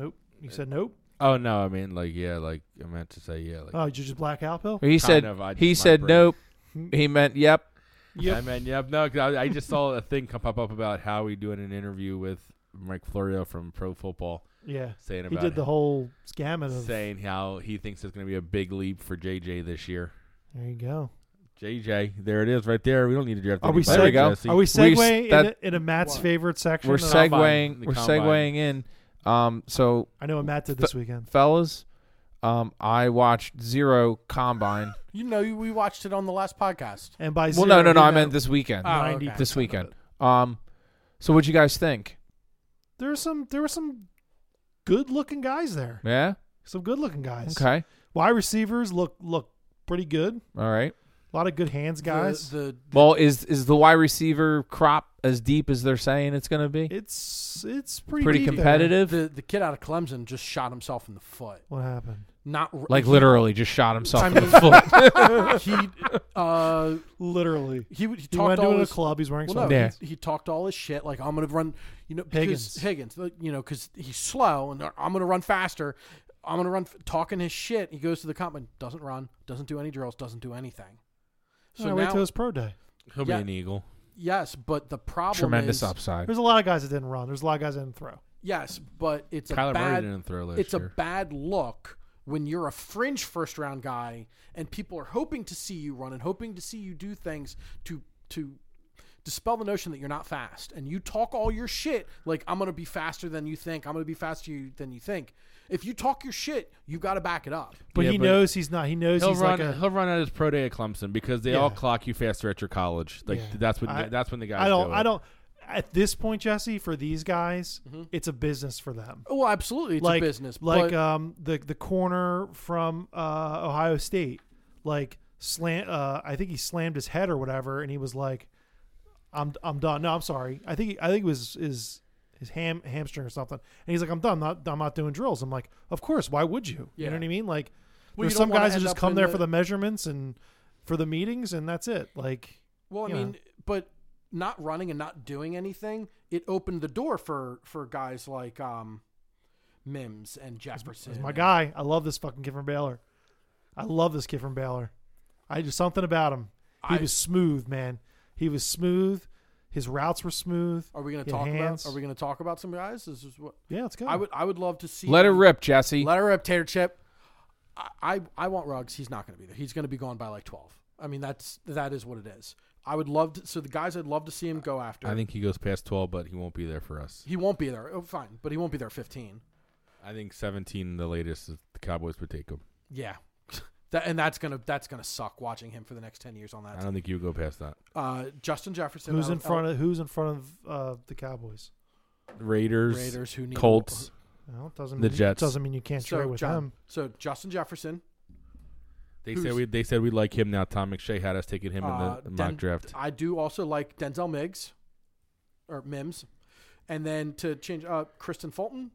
S2: Nope. You said nope.
S3: Oh no, I mean like yeah, like I meant to say yeah, like
S2: Oh, did you just black out, Bill?
S1: He said
S3: of, I
S1: he
S3: just- my
S1: said
S3: brain-
S1: nope. He meant yep.
S3: I mean yeah, no, 'cause I, I just saw a thing come pop up about how we doing an interview with Mike Florio from Pro Football
S2: Yeah.
S3: saying
S2: He
S3: about
S2: did the whole gamut of.
S3: saying how he thinks it's going to be a big leap for JJ this year.
S2: There you go.
S3: JJ, there it is, right there. We don't need to draft.
S2: Are we,
S3: anybody,
S1: There we
S2: seg-
S1: go.
S3: Jesse.
S2: are we segueing in,
S1: that-
S2: a, in a Matt's
S4: What?
S2: favorite section?
S1: We're
S2: of-
S3: seg-
S1: segueing
S3: The
S1: we're
S3: combine.
S1: segueing in. Um so
S2: I know what Matt did this weekend.
S1: fellas, um I watched zero combine.
S4: you know we watched it on the last podcast
S2: And by
S1: well
S2: zero,
S1: no no no,
S2: you Ah,
S1: I
S2: meant
S1: meant this weekend.
S4: Oh,
S2: Ninety-
S4: okay.
S1: this weekend. Um so what'd you guys think?
S2: there were some there were some good looking guys there.
S1: Yeah?
S2: Some good looking guys.
S1: Okay.
S2: Wide receivers look look pretty good.
S1: All right.
S2: A lot of good hands guys.
S4: the,
S1: Well, is is the wide receiver crop as deep as they're saying it's gonna be?
S2: it's it's pretty
S1: Pretty
S2: deep there.
S4: the,
S1: competitive.
S4: the the kid out of Clemson just shot himself in the foot
S2: What happened?
S4: not
S1: Like literally just shot himself
S4: I
S1: in the
S4: mean-
S1: foot.
S4: he uh
S2: Literally.
S4: he would- he
S2: He
S4: talked
S2: went
S4: all
S2: to a
S4: his
S2: club. He's wearing
S4: well, no,
S2: sweatpants.
S1: Yeah.
S4: he, he talked all his shit like I'm gonna run you know because
S2: Higgins.
S4: Higgins like, you know because he's slow and I'm gonna run faster I'm gonna run f- talking his shit he goes to the comp and doesn't run doesn't do any drills doesn't do anything so
S2: No,
S4: now,
S2: wait till his pro day.
S3: He'll
S4: Yeah.
S3: be an eagle.
S4: yes but the problem
S1: Tremendous
S4: is,
S1: upside.
S2: There's a lot of guys that didn't run. There's a lot of guys that didn't throw.
S4: yes but it's a
S3: Kyler Murray
S4: bad
S3: didn't throw last
S4: it's a
S3: year.
S4: bad look when you're a fringe first round guy and people are hoping to see you run and hoping to see you do things to to dispel the notion that you're not fast and you talk all your shit like I'm going to be faster than you think. I'm going to be faster you- than you think. If you talk your shit, you got to back it up.
S2: But
S3: Yeah,
S2: he
S3: but-
S2: knows he's not. He knows
S3: He'll
S2: he's
S3: run.
S2: like a.
S3: he'll run at his pro day at Clemson because they all
S2: Yeah.
S3: clock you faster at your college. Like
S2: Yeah.
S3: that's when
S2: I-
S3: that's when the guys.
S2: I don't.
S3: do it.
S2: I don't. at this point, Jesse, for these guys,
S4: Mm-hmm.
S2: it's a business for them.
S4: Well, absolutely, it's a business.
S2: Like
S4: but
S2: um, the the corner from uh, Ohio State, like slam. Uh, I think he slammed his head or whatever, and he was like, "I'm I'm done." No, I'm sorry. I think I think it was his his ham hamstring or something, and he's like, "I'm done. I'm not I'm not doing drills." I'm like, "Of course. Why would you? You
S4: Yeah.
S2: know what I mean? Like,
S4: Well, you
S2: there's
S4: don't
S2: some
S4: wanna
S2: guys that
S4: end
S2: just
S4: up
S2: come
S4: in
S2: there
S4: the-
S2: for the measurements and for the meetings, and that's it. Like,
S4: well, I
S2: you know.
S4: mean, but not running and not doing anything, it opened the door for for guys like um, Mims and Jefferson.
S2: He's my
S4: and-
S2: guy. I love this fucking kid from Baylor. I love this kid from Baylor. I just something about him. He
S3: I-
S2: was smooth, man. He was smooth. His routes were smooth.
S4: Are we going
S2: He
S4: to
S2: had
S4: talk
S2: hands.
S4: about? Are we going to talk about some guys? This is what
S2: Yeah, let's go.
S4: I would. I would love to see.
S1: Let it
S4: them-
S1: rip, Jesse.
S4: Let her rip, Tater Chip. I, I, I want Ruggs. He's not going to be there. He's going to be gone by like twelve. I mean, that's that is what it is. I would love to. So the guys I'd love to see him go after.
S3: I think he goes past 12, but he won't be there for us.
S4: he won't be there. Oh, fine, but he won't be there. at Fifteen.
S3: I think 17, the latest, is the Cowboys would take him.
S4: Yeah. That, and that's gonna that's gonna suck watching him for the next ten years on
S3: I
S4: that.
S3: don't think you would go past that.
S4: Uh, Justin Jefferson,
S2: who's
S4: out
S2: in front of Who's in front of uh, the Cowboys?
S3: Raiders,
S4: Raiders who need
S3: Colts.
S2: Well, it doesn't
S3: The
S2: mean,
S3: Jets.
S2: doesn't mean you can't
S4: So,
S2: trade with
S4: John,
S2: them.
S4: So Justin Jefferson,
S3: They
S4: Who's-
S3: said we they said we like him now. Tom McShay had us taking him in the
S4: Uh,
S3: mock
S4: Den-
S3: draft.
S4: I do also like Denzel Miggs or Mims. And then to change up Kristen Fulton,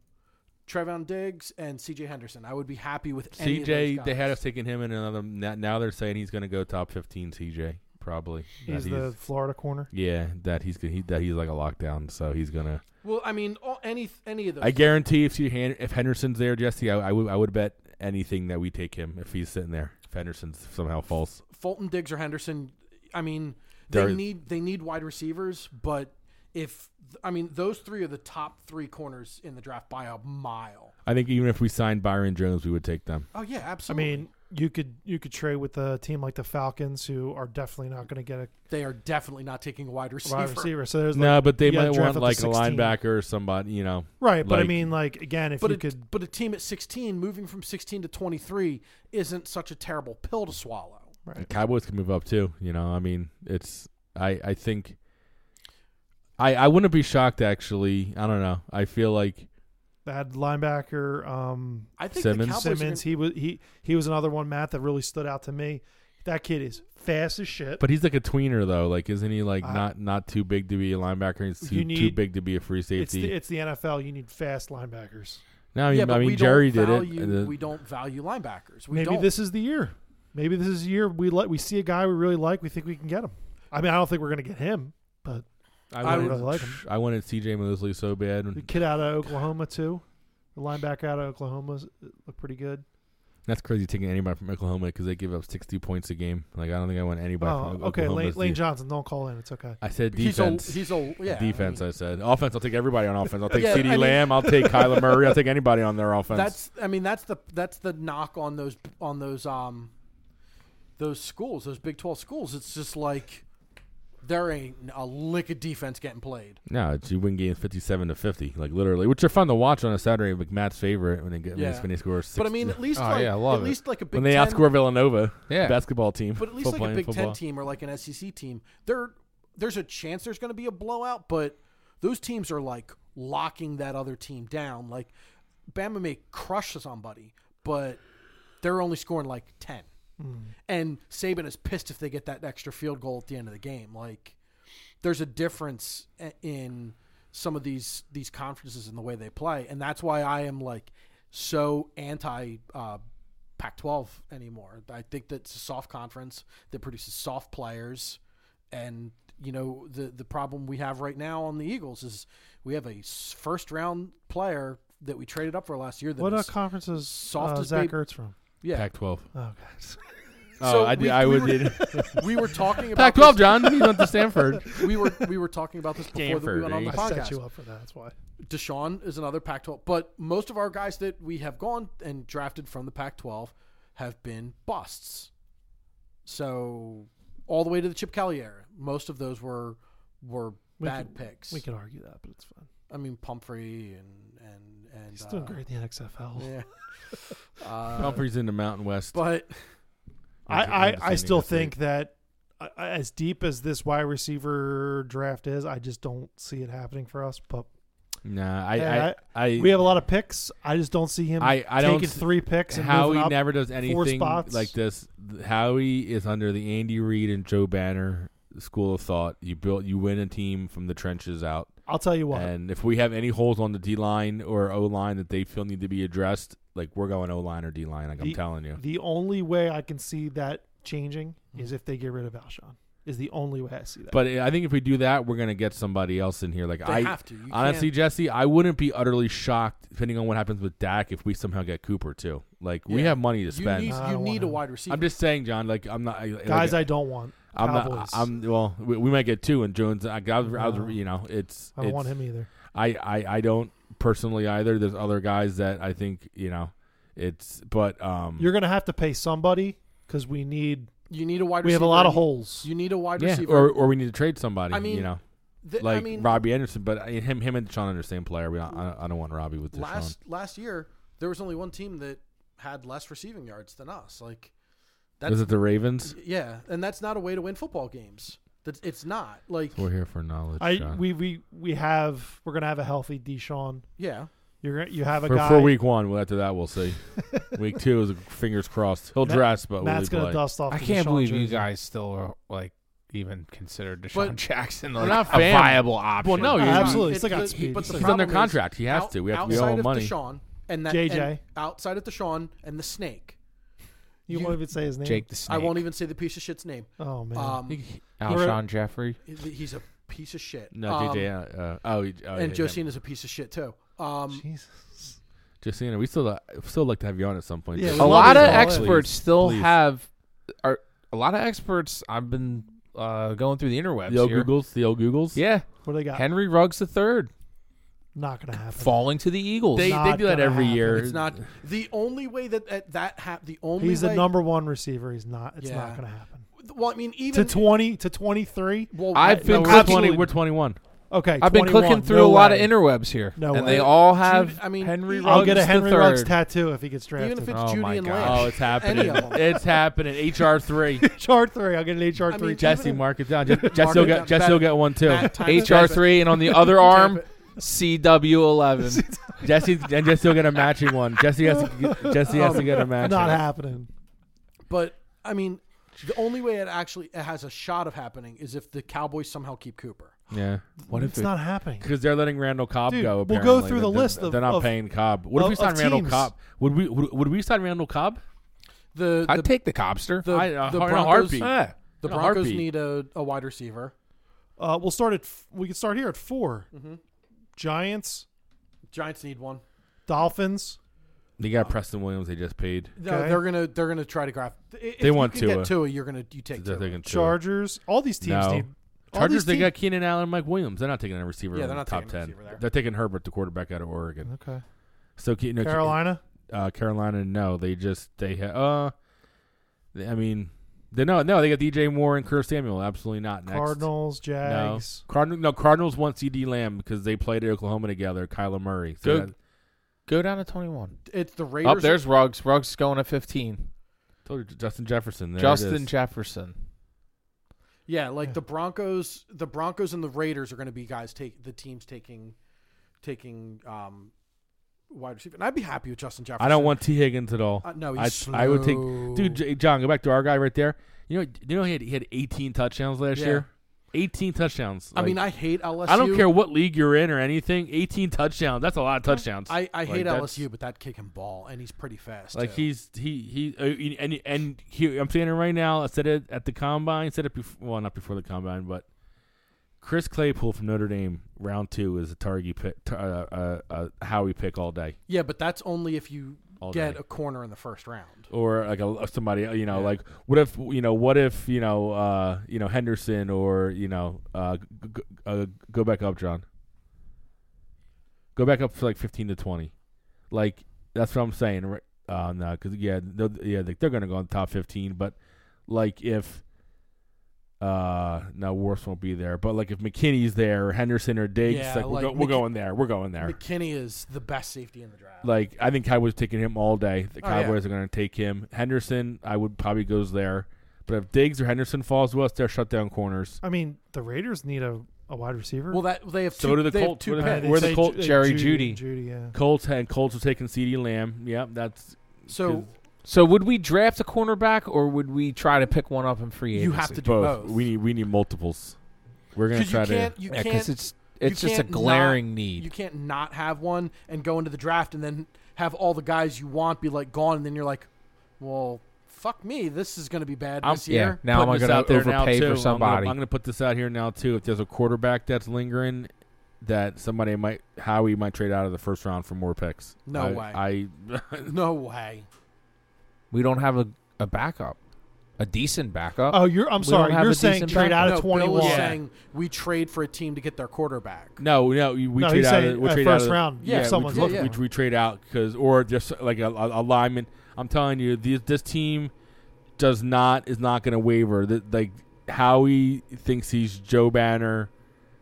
S4: Trevon Diggs, and CJ Henderson. I would be happy with any of those
S3: CJ, they
S4: guys.
S3: had us taking him in another. na- Now they're saying he's going to go top 15. CJ probably.
S2: He's
S3: That
S2: the Florida corner.
S3: yeah, that he's gonna- he, that he's like a lockdown, so he's gonna.
S4: Well, I mean, all, any any of those.
S3: I guarantee if you hand, if Henderson's there, Jesse, I, I would I would bet anything that we take him if he's sitting there. If Henderson's somehow false,
S4: Fulton, Diggs, or Henderson. I mean, they
S3: There-
S4: need they need wide receivers, but if I mean those three are the top three corners in the draft by a mile.
S3: I think even if we signed Byron Jones, we would take them.
S4: Oh yeah,
S2: I
S4: absolutely.
S2: mean, you could you could trade with a team like the Falcons, who are definitely not going to get a
S4: they are definitely not taking a wide receiver.
S2: wide receiver. So there's
S3: No,
S2: like,
S3: but they
S2: you gotta
S3: might
S2: draft
S3: want
S2: up
S3: like
S2: to
S3: a
S2: 16.
S3: linebacker or somebody. You know,
S2: right. But I
S3: like-
S2: mean, like again, if
S4: But
S2: you
S4: a,
S2: could,
S4: but a team at 16 moving from 16 to 23 isn't such a terrible pill to swallow.
S3: the
S2: right.
S3: Cowboys can move up too. You know, I mean, it's I I think I I wouldn't be shocked actually. I don't know. I feel like
S2: that linebacker, um,
S4: I think
S3: Simmons?
S4: the Cowboys are
S2: Simmons, he was he he was another one, Matt, that really stood out to me. That kid is fast as shit.
S3: But he's like a tweener though. Like, isn't he like
S2: I-
S3: not not too big to be a linebacker? He's
S2: You
S3: too, too
S2: need-
S3: big to be a free
S2: it's
S3: safety.
S2: the, it's the NFL. You need fast linebackers.
S3: no, I
S4: gonna,
S3: mean,
S4: yeah, but
S3: I
S4: we
S3: mean Jerry
S4: don't
S3: did it.
S4: value,
S3: and then-
S4: We don't value linebackers. We
S2: Maybe
S4: don't.
S2: this is the year. Maybe this is the year we let we see a guy we really like. We think we can get him. I mean, I don't think we're gonna get him, but
S3: I
S4: I
S3: wanted,
S2: really like him.
S3: I wanted C.J. Mosley so bad.
S2: the
S3: and-
S2: kid out of Oklahoma too, the linebacker out of Oklahoma looked pretty good.
S3: That's crazy taking anybody from Oklahoma because they give up sixty points a game. Like, I don't think I want anybody.
S2: Oh,
S3: from
S2: okay,
S3: Oklahoma
S2: Lane,
S3: as
S2: Lane
S3: the-
S2: Johnson, don't call in. It's okay.
S3: I said
S4: he's a
S3: defense.
S4: he's a yeah I
S3: defense.
S4: mean,
S3: I said offense. I'll take everybody on offense. I'll take
S4: Yeah,
S3: C.D.
S4: I mean-
S3: Lamb. I'll take Kyler Murray. I'll take anybody on their offense.
S4: that's I mean that's the that's the knock on those on those um those schools those Big 12 schools. It's just like there ain't a lick of defense getting played.
S3: no, it's, you win games fifty-seven to fifty, like literally, which are fun to watch on a Saturday. Like Matt's favorite when they get
S4: Yeah.
S3: when they score.
S4: But I
S3: 60
S4: mean at least
S1: Oh,
S4: like
S1: yeah, I love it.
S4: at least like a Big
S3: when they
S4: 10
S3: outscore Villanova,
S1: Yeah.
S3: basketball team.
S4: But at least
S3: football
S4: like a
S3: and
S4: Big
S3: football.
S4: Ten team or like an SEC team, there there's a chance there's going to be a blowout, but those teams are like locking that other team down. Like Bama may crush somebody, but they're only scoring like ten, and Saban is pissed if they get that extra field goal at the end of the game. Like there's a difference i- in some of these these conferences and the way they play, and that's why I am like so anti uh, Pac-12 anymore. I think that's a soft conference that produces soft players, and you know the the problem we have right now on the Eagles is we have a s- first round player that we traded up for last year. That
S2: What uh,
S4: is-
S2: conferences
S4: soft
S2: uh,
S4: as
S2: Zach
S4: babe-
S2: Ertz from?
S4: yeah.
S3: Pac-12.
S2: Oh, guys.
S3: Oh,
S4: So
S3: I did.
S4: we-
S3: I
S4: we
S3: would.
S4: were-
S3: did.
S4: we were talking about
S3: Pac-12,
S4: this-
S3: John. He went to Stanford.
S4: We were we were talking about this before that we
S3: Stanford,
S4: went on
S3: eh?
S4: the
S2: I set
S4: podcast.
S2: you up for that. That's why.
S4: Deshaun is another Pac-12, but most of our guys that we have gone and drafted from the Pac-12 have been busts. So all the way to the Chip Kelly era, most of those were were
S2: We
S4: bad
S2: can-
S4: picks.
S2: We could argue that, but it's fine.
S4: I mean Pumphrey and and and
S2: He's
S4: uh,
S2: doing great in the XFL.
S4: Yeah. Uh,
S3: Humphrey's in the Mountain West.
S4: but
S2: I, I, I still
S3: Understanding
S2: think that I- I- as deep as this wide receiver draft is, I just don't see it happening for us. But
S3: Nah, I,
S2: Yeah,
S3: I, I,
S2: we have a lot of picks. I just don't see him
S3: I, I
S2: taking
S3: don't. s-
S2: three picks and moving
S3: Howie
S2: up.
S3: never does anything
S2: spots.
S3: like this. Howie is under the Andy Reid and Joe Banner school of thought. You build, you win a team from the trenches out.
S2: I'll tell you what.
S3: And if we have any holes on the D line or O line that they feel need to be addressed, like we're going O line or D line. Like
S2: The-
S3: I'm telling you,
S2: The only way I can see that changing is if they get rid of Alshon. Is the only way I see that.
S3: Mm-hmm. but I think if we do that, we're gonna get somebody else in here. Like
S4: They
S3: I
S4: have to. You
S3: honestly,
S4: can't-
S3: Jesse, I wouldn't be utterly shocked depending on what happens with Dak if we somehow get Cooper too. Like we
S4: Yeah.
S3: have money to
S4: you
S3: spend.
S4: need,
S2: I
S4: you
S2: don't want
S4: need a
S2: him.
S4: wide receiver.
S3: I'm just saying, John. Like I'm not I- like,
S2: guys, I don't want.
S3: I'm
S2: Cowboys.
S3: not. I'm well. We, we might get two, and Jones. I, I, was- I
S2: No.
S3: was, you know, it's.
S2: I don't
S3: it's-
S2: want him either.
S3: I, I, I don't personally either. There's other guys that I think you know. It's but um.
S2: You're gonna have to pay somebody because we need.
S4: you need a wide.
S2: We have
S4: receiver
S2: a lot of
S4: and you-
S2: holes.
S4: You need a wide
S3: yeah,
S4: receiver.
S3: or, or we need to trade somebody.
S4: I mean,
S3: you know,
S4: Th-
S3: like
S4: I mean,
S3: Robbie Anderson, but I- him, him and Deshaun are the same player. We don't, I, don't- I don't want Robbie with Deshaun.
S4: last last year there was only one team that had less receiving yards than us. Like
S3: Is
S4: that's
S3: it the Ravens?
S4: yeah, and that's not a way to win football games. That's it's not like
S3: We're here for knowledge.
S2: I
S3: John.
S2: we we we have. We're gonna have a healthy Deshaun.
S4: yeah.
S2: You're gonna you have a
S3: for,
S2: guy.
S3: for week one. Well, after that, we'll see. week two is fingers crossed. He'll
S2: Matt-
S3: dress, but
S2: Matt's
S3: will
S2: gonna
S3: he play?
S2: dust off.
S1: I
S2: the
S1: can't
S2: Deshaun
S1: believe you
S2: jersey.
S1: guys still are like even considered Deshaun
S4: But
S1: Jackson
S3: we're
S1: like
S3: not
S1: a
S3: fan-
S1: viable option.
S3: Well, no,
S2: Uh,
S3: you-
S2: absolutely.
S4: It-
S2: It's like
S4: but-
S2: got speed.
S4: but the
S2: It's
S3: he's
S2: like-
S3: under
S4: problem is,
S3: contract. He has to. We have we
S4: outside
S3: owe him
S4: of
S3: money.
S4: Deshaun and that
S2: JJ.
S4: and outside of Deshaun and the snake.
S2: You,
S4: you-
S2: won't even say his name.
S1: Jake the Snake.
S4: I won't even say the piece of shit's name.
S2: Oh man.
S4: Um,
S1: Alshon Jeffrey.
S4: he's a piece of shit.
S3: No,
S4: Um,
S3: JJ. Uh, uh, oh, he- oh,
S4: and
S3: yeah,
S4: Josine is a piece of shit too. Um,
S2: Jesus.
S3: Justina, we still uh, still like to have you on at some point.
S2: Yeah,
S3: Josina.
S2: we
S1: a
S2: love
S1: lot of
S2: you, Paul.
S1: experts still
S3: please.
S1: have are a lot of experts I've been uh, going through the interwebs
S3: the old
S1: here.
S3: Googles, the old Googles.
S1: Yeah,
S2: What do they got?
S1: Henry Ruggs the third
S2: Not gonna happen.
S1: falling to the Eagles.
S3: they, they
S2: not
S3: do that
S2: gonna
S3: every
S2: happen.
S3: year.
S4: it's not the only way that that, that hap- the only
S2: He's
S4: way,
S2: the number one receiver. He's not. It's
S4: Yeah.
S2: not gonna happen.
S4: Well, I mean,
S2: To
S4: even
S2: twenty to twenty three.
S4: well,
S1: I've
S4: I-
S3: No,
S1: been
S3: we're
S1: clicking-
S3: twenty. We're twenty-one.
S2: Okay.
S1: I've been
S2: 21.
S1: clicking through
S2: No
S1: a lot
S2: way.
S1: of interwebs here,
S2: No
S1: and
S2: way.
S1: they all have
S4: Jude- I mean,
S1: Henry
S4: I'll
S1: Ruggs
S2: I'll get a Henry
S1: the third.
S2: Ruggs tattoo if he gets drafted.
S4: even if it's
S1: Oh, my
S4: Judy and
S1: God.
S4: Lynch,
S3: Oh, it's happening.
S4: any of them.
S3: it's happening. HR three.
S2: HR three. I'll get an HR
S4: I
S2: three.
S4: mean,
S3: Jesse,
S4: Even-
S3: mark it down. Je-
S4: Mark
S3: Jesse
S4: it
S3: will
S4: down.
S3: get Jesse will get one too.
S4: Matt, time to
S1: HR
S4: type it.
S1: three, and on the other arm, CW eleven.
S3: Jesse and Jesse will get a matching one. Jesse has to get, Jesse has to get
S4: Oh,
S3: a matching.
S2: not happening.
S4: But I mean, the only way it actually it has a shot of happening is if the Cowboys somehow keep Cooper.
S3: Yeah,
S1: What
S2: It's not happening.
S3: because they're letting Randall Cobb
S2: Dude,
S3: go.
S2: we'll
S3: Apparently.
S2: go through the
S3: They're-
S2: list
S3: They're,
S2: of-
S3: not
S2: of-
S3: paying Cobb. What if we
S2: of- of
S3: signed Randall
S2: teams.
S3: Cobb? Would we would, would we sign Randall Cobb?
S4: The
S1: I'd
S4: the,
S1: take the Cobster.
S4: the,
S3: I- uh,
S4: the
S3: in a
S4: Broncos,
S3: heartbeat.
S1: Yeah.
S4: the
S3: In a
S4: Broncos
S3: heartbeat.
S4: need a, a wide receiver.
S2: Uh, we'll start at. f- We can start here at 4
S4: Mm-hmm.
S2: Giants,
S4: Giants need one.
S2: Dolphins.
S3: They got Preston Williams. They just paid.
S4: No,
S2: Okay.
S4: they're gonna they're gonna try to grab. If
S3: They
S4: you
S3: want
S4: can get
S3: Tua.
S4: Tua. You're gonna you take
S3: They're
S4: Tua.
S3: taking Tua.
S2: Chargers. All these teams
S3: No.
S2: need. all
S3: Chargers.
S2: these
S3: They
S2: team-
S3: got Keenan Allen, Mike Williams. They're not taking a receiver.
S4: Yeah,
S3: in
S4: they're
S3: the
S4: not
S3: top
S4: taking a
S3: ten.
S4: receiver there.
S3: They're taking Herbert, the quarterback out of Oregon.
S2: Okay.
S3: So Ke- no, Ke-
S2: Carolina.
S3: uh, Carolina. No, they just they ha- uh, they, I mean, they no no they got DJ Moore and Kerr Samuel. Absolutely not next.
S2: Cardinals.
S3: No.
S2: Jags.
S3: Cardinal, no, Cardinals want CD Lamb because they played at Oklahoma together. Kyler Murray. So
S1: Good.
S3: that-
S1: Go down to twenty one.
S4: It's the Raiders.
S1: Up there's Ruggs. Ruggs going to fifteen.
S3: told you, Justin Jefferson. There it
S1: Justin
S3: is.
S1: Jefferson.
S4: Yeah, like
S2: Yeah.
S4: the Broncos, the Broncos and the Raiders are going to be guys take the teams taking taking um wide receiver. And I'd be happy with Justin Jefferson.
S3: I don't want T Higgins at all.
S4: Uh, no,
S3: I-
S4: he's
S3: I would take-
S4: slow.
S3: Dude, J- John, go back to our guy right there. You know, you know he had he had 18 touchdowns last
S4: Yeah.
S3: year. 18 touchdowns.
S4: I mean,
S3: Like,
S4: I hate LSU.
S3: I don't care what league you're in or anything. 18 touchdowns. That's a lot of touchdowns.
S4: I, I
S3: Like,
S4: hate
S3: that's-
S4: LSU, but that kid can ball, and he's pretty fast.
S3: Like
S4: too.
S3: he's he he uh, and and he, I'm saying it right now. I said it at the combine. Said it before. Well, not before the combine, but Chris Claypool from Notre Dame, round two is a target pick. tar- Uh, uh, uh, Howie pick all day,
S4: yeah, but that's only if you
S3: all
S4: get
S3: day,
S4: a corner in the first round.
S3: or like a somebody. uh, You know,
S4: Yeah.
S3: like what if you know what if you know uh you know Henderson or you know uh, g- g- uh go back up, John. Go back up for like 15 to 20, like that's what I'm saying. right? Uh, no, because yeah, they're, yeah, they- they're gonna go in the top fifteen. But like if, uh, no, Worse won't be there. But like if McKinney's there, or Henderson or Diggs,
S4: Yeah,
S3: like, we're,
S4: like
S3: go- we're
S4: McKin-
S3: going there. We're going there.
S4: McKinney is the best safety in the draft.
S3: like I think Cowboys taking him all day. The
S4: Oh, yeah.
S3: Cowboys are gonna take him. Henderson, I would probably goes there. But if Diggs or Henderson falls to us, they're shutdown corners.
S2: I mean, the Raiders need a, a wide receiver.
S4: Well, that they have
S3: So
S4: two.
S3: do the
S4: they have
S3: Colts.
S4: two
S3: What do they
S2: Uh,
S3: have?
S2: they
S3: Where the
S2: say
S3: Colt-
S2: Ju-
S1: Jerry Jeudy.
S2: Judy, yeah.
S3: Colts and Colts are taking C.D. Lamb. Yep, that's
S4: So
S1: So would we draft a cornerback or would we try to pick one up in free agency?
S4: you have to do both.
S3: both. We need we need multiples. We're gonna
S4: because you
S3: try to.
S4: can't you
S1: Yeah,
S4: can't
S1: because it's it's just a
S4: can't not-
S1: glaring need.
S4: you can't not have one and go into the draft and then have all the guys you want be like gone and then you're like, well, fuck me, this is going to be bad
S3: I'm-
S4: this
S1: yeah.
S4: year.
S1: Now am I
S3: putting this
S1: going
S3: out
S1: to
S3: there now,
S1: overpay
S3: too.
S1: for
S3: I'm gonna- I'm
S1: somebody?
S3: gonna, put this out here now too. If there's a quarterback that's lingering, that somebody might Howie might trade out of the first round for more picks.
S4: No
S3: I,
S4: way.
S3: I
S4: No way.
S1: we don't have a, a backup, a decent backup.
S2: Oh, you're. I'm
S1: We
S2: sorry.
S1: don't have
S2: You're
S1: a
S2: saying
S1: decent
S2: trade out
S4: no,
S2: of
S4: Bill
S2: 21.
S4: is
S3: Yeah.
S4: saying we trade for a team to get their quarterback.
S3: no no we, we
S2: no,
S3: trade
S2: he's
S3: out
S2: saying
S3: of, we
S2: uh,
S3: trade out
S2: first
S3: of,
S2: round.
S4: Yeah,
S2: if
S3: we-
S2: someone's
S4: yeah,
S3: look,
S2: looking.
S3: We, we trade out because or just like a, a, a lineman. I'm telling you, the, this team does not is not going to waver. The, like Howie thinks he's Joe Banner,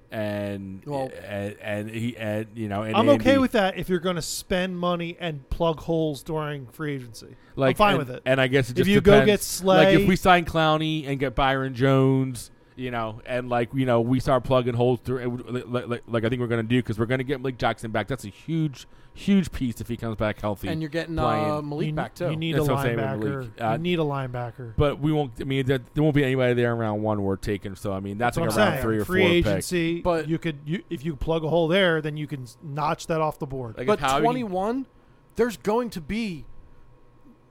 S3: and
S4: Well-
S3: and, and he and you know. And
S2: I'm okay
S3: Andy.
S2: with that if you're going to spend money and plug holes during free agency.
S3: like
S2: I'm fine
S3: and,
S2: with it.
S3: And I guess it
S2: If
S3: just
S2: you go
S3: depends.
S2: get Slay-
S3: like if we sign Clowney and get Byron Jones. You know, and like you know, we start plugging holes through. it would- Like, like- like I think we're gonna do because we're gonna get Malik Jackson back. That's a huge, huge piece if he comes back healthy.
S4: And you're getting
S3: Playing.
S4: uh, Malik
S2: you,
S4: back too.
S2: You need
S3: That's
S2: a
S3: what I'm saying with
S2: linebacker.
S3: Malik. Uh,
S2: you need a linebacker.
S3: But we won't. I mean, there, there won't be anybody there in round one worth taking. So I mean, that's,
S2: That's what
S3: like
S2: I'm
S3: a round
S2: saying.
S3: three or
S2: free
S3: four
S2: agency.
S4: But-
S2: But you could, you, if you plug a hole there, then you can notch that off the board.
S3: pick. Like,
S4: but
S3: if Howie-
S4: 21 there's going to be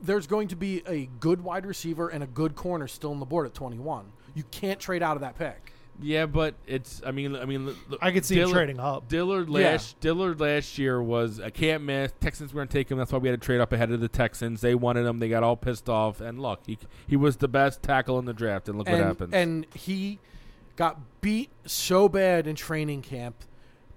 S4: there's going to be a good wide receiver and a good corner still on the board at 21 you can't trade out of that pick
S3: Yeah, but it's. I mean, I mean, look- look,
S2: I could see him
S3: Dillard-
S2: trading up.
S3: Dillard
S4: Yeah.
S3: last Dillard last year was a can't miss. Texans were gonna take him. That's why we had to trade up ahead of the Texans. They wanted him. They got all pissed off. And look, he he was the best tackle in the draft. And look
S4: and,
S3: what happened.
S4: and he got beat so bad in training camp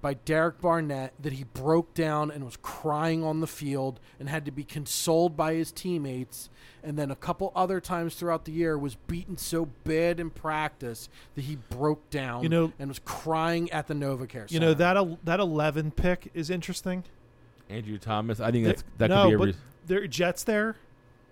S4: by Derek Barnett that he broke down and was crying on the field and had to be consoled by his teammates and then a couple other times throughout the year was beaten so bad in practice that he broke down
S2: You know-
S4: and was crying at the Novacare
S2: You know
S4: Center.
S2: that el- that 11 pick is interesting.
S3: Andrew Thomas. I think that's that
S2: no,
S3: could be a
S2: but
S3: reason.
S2: there are Jets there.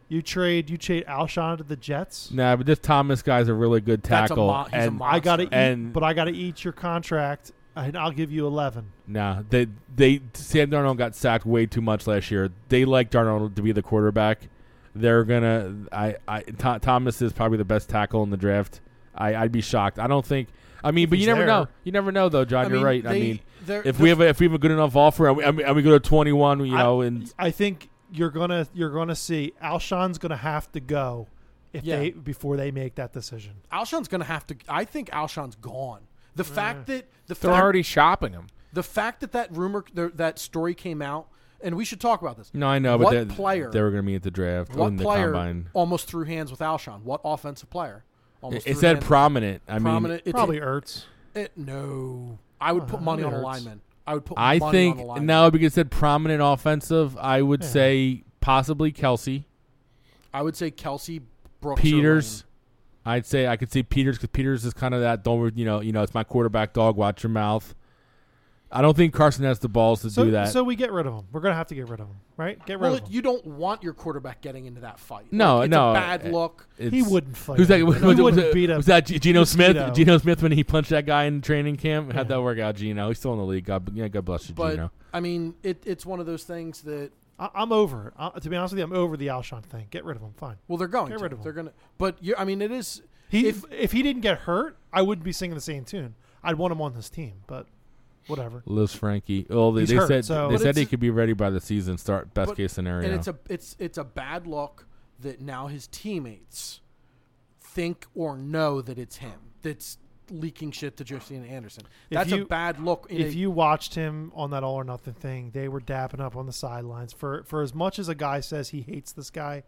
S2: You trade you trade Alshon to the Jets.
S3: Nah, but this Thomas guy's a really good
S4: That's a
S3: tackle.
S4: mo- he's a
S3: and
S4: mo-
S2: I got to eat,
S3: And-
S2: but I got to eat your contract, and I'll give you 11.
S3: Nah, they they Sam Darnold got sacked way too much last year. They like Darnold to be the quarterback. They're gonna. I I Tho- Thomas is probably the best tackle in the draft. I I'd be shocked. I don't think. I mean,
S2: If
S3: but you
S2: he's
S3: never
S2: there.
S3: know. You never know, though, John.
S4: I
S3: you're
S4: mean,
S3: right. I
S4: they-
S3: mean,
S4: they're-
S3: if we have a, if we have a good enough offer, and we, and we- and we go to 21, you
S2: I-
S3: know, and
S2: I think you're gonna you're gonna see Alshon's gonna have to go if
S4: Yeah.
S2: they before they make that decision.
S4: Alshon's going to have to. I think Alshon's gone. The fact that the
S1: They're
S4: fact,
S1: already shopping him.
S4: the fact that that rumor th- that story came out, and we should talk about this.
S3: no, I know, but
S4: What
S3: they-
S4: player-
S3: they were going to be at the draft
S4: What
S3: in the
S4: player
S3: combine.
S4: almost threw hands with Alshon? What offensive player? Almost
S3: It
S4: threw
S3: said
S4: hands-
S3: prominent. I mean,
S4: prominent. It's-
S2: Probably Ertz.
S4: it- no. I would
S2: Oh,
S4: put
S2: that
S4: money on
S2: really
S4: a
S2: hurts.
S4: lineman. I would put.
S3: I
S4: money
S3: think
S4: on a lineman.
S3: no, because it said prominent offensive. I would
S2: Yeah.
S3: say possibly Kelsey.
S4: I would say Kelsey Brooks. or
S3: Peters.
S4: Lane.
S3: I'd say I could see Peters because Peters is kind of that don't you know you know it's my quarterback dog watch your mouth. I don't think Carson has the balls to
S2: So,
S3: do that.
S2: so we get rid of him. We're gonna have to get rid of him, right? Get rid
S4: Well,
S2: of him.
S4: you don't want your quarterback getting into that fight.
S3: No,
S4: Like, it's
S3: no. eh,
S4: a bad look.
S3: It's-
S2: he wouldn't fight.
S3: Who's that?
S2: him.
S3: Was,
S2: he
S3: was-
S2: wouldn't beat up.
S3: was that G- Geno
S2: Mosquito.
S3: Smith? Geno Smith when he punched that guy in training camp. How'd
S2: Yeah.
S3: that work out, Geno? He's still in the league. God, yeah, God bless you,
S4: But
S3: Geno.
S4: I mean, it, it's one of those things that
S2: I, I'm over. it. I, to be honest with you, I'm over the Alshon thing. Get rid of him. Fine.
S4: Well, they're going.
S2: Get
S4: to.
S2: rid of him.
S4: They're going to. But you I mean, it is.
S2: He
S4: If-
S2: if, if he didn't get hurt, I wouldn't be singing the same tune. I'd want him on this team, but whatever.
S3: Liz Frankie. Oh, they,
S2: He's
S3: they
S2: hurt,
S3: said
S2: so-
S3: they
S4: But
S3: said
S4: it's-
S3: he could be ready by the season start. Best
S4: But-
S3: case scenario.
S4: And it's a it's it's a bad look that now his teammates think or know that it's him that's leaking shit to Justin Anderson.
S2: If
S4: That's a
S2: you-
S4: bad look. In
S2: If
S4: a-
S2: you watched him on that all or nothing thing, they were dapping up on the sidelines for for as much as a guy says he hates this guy,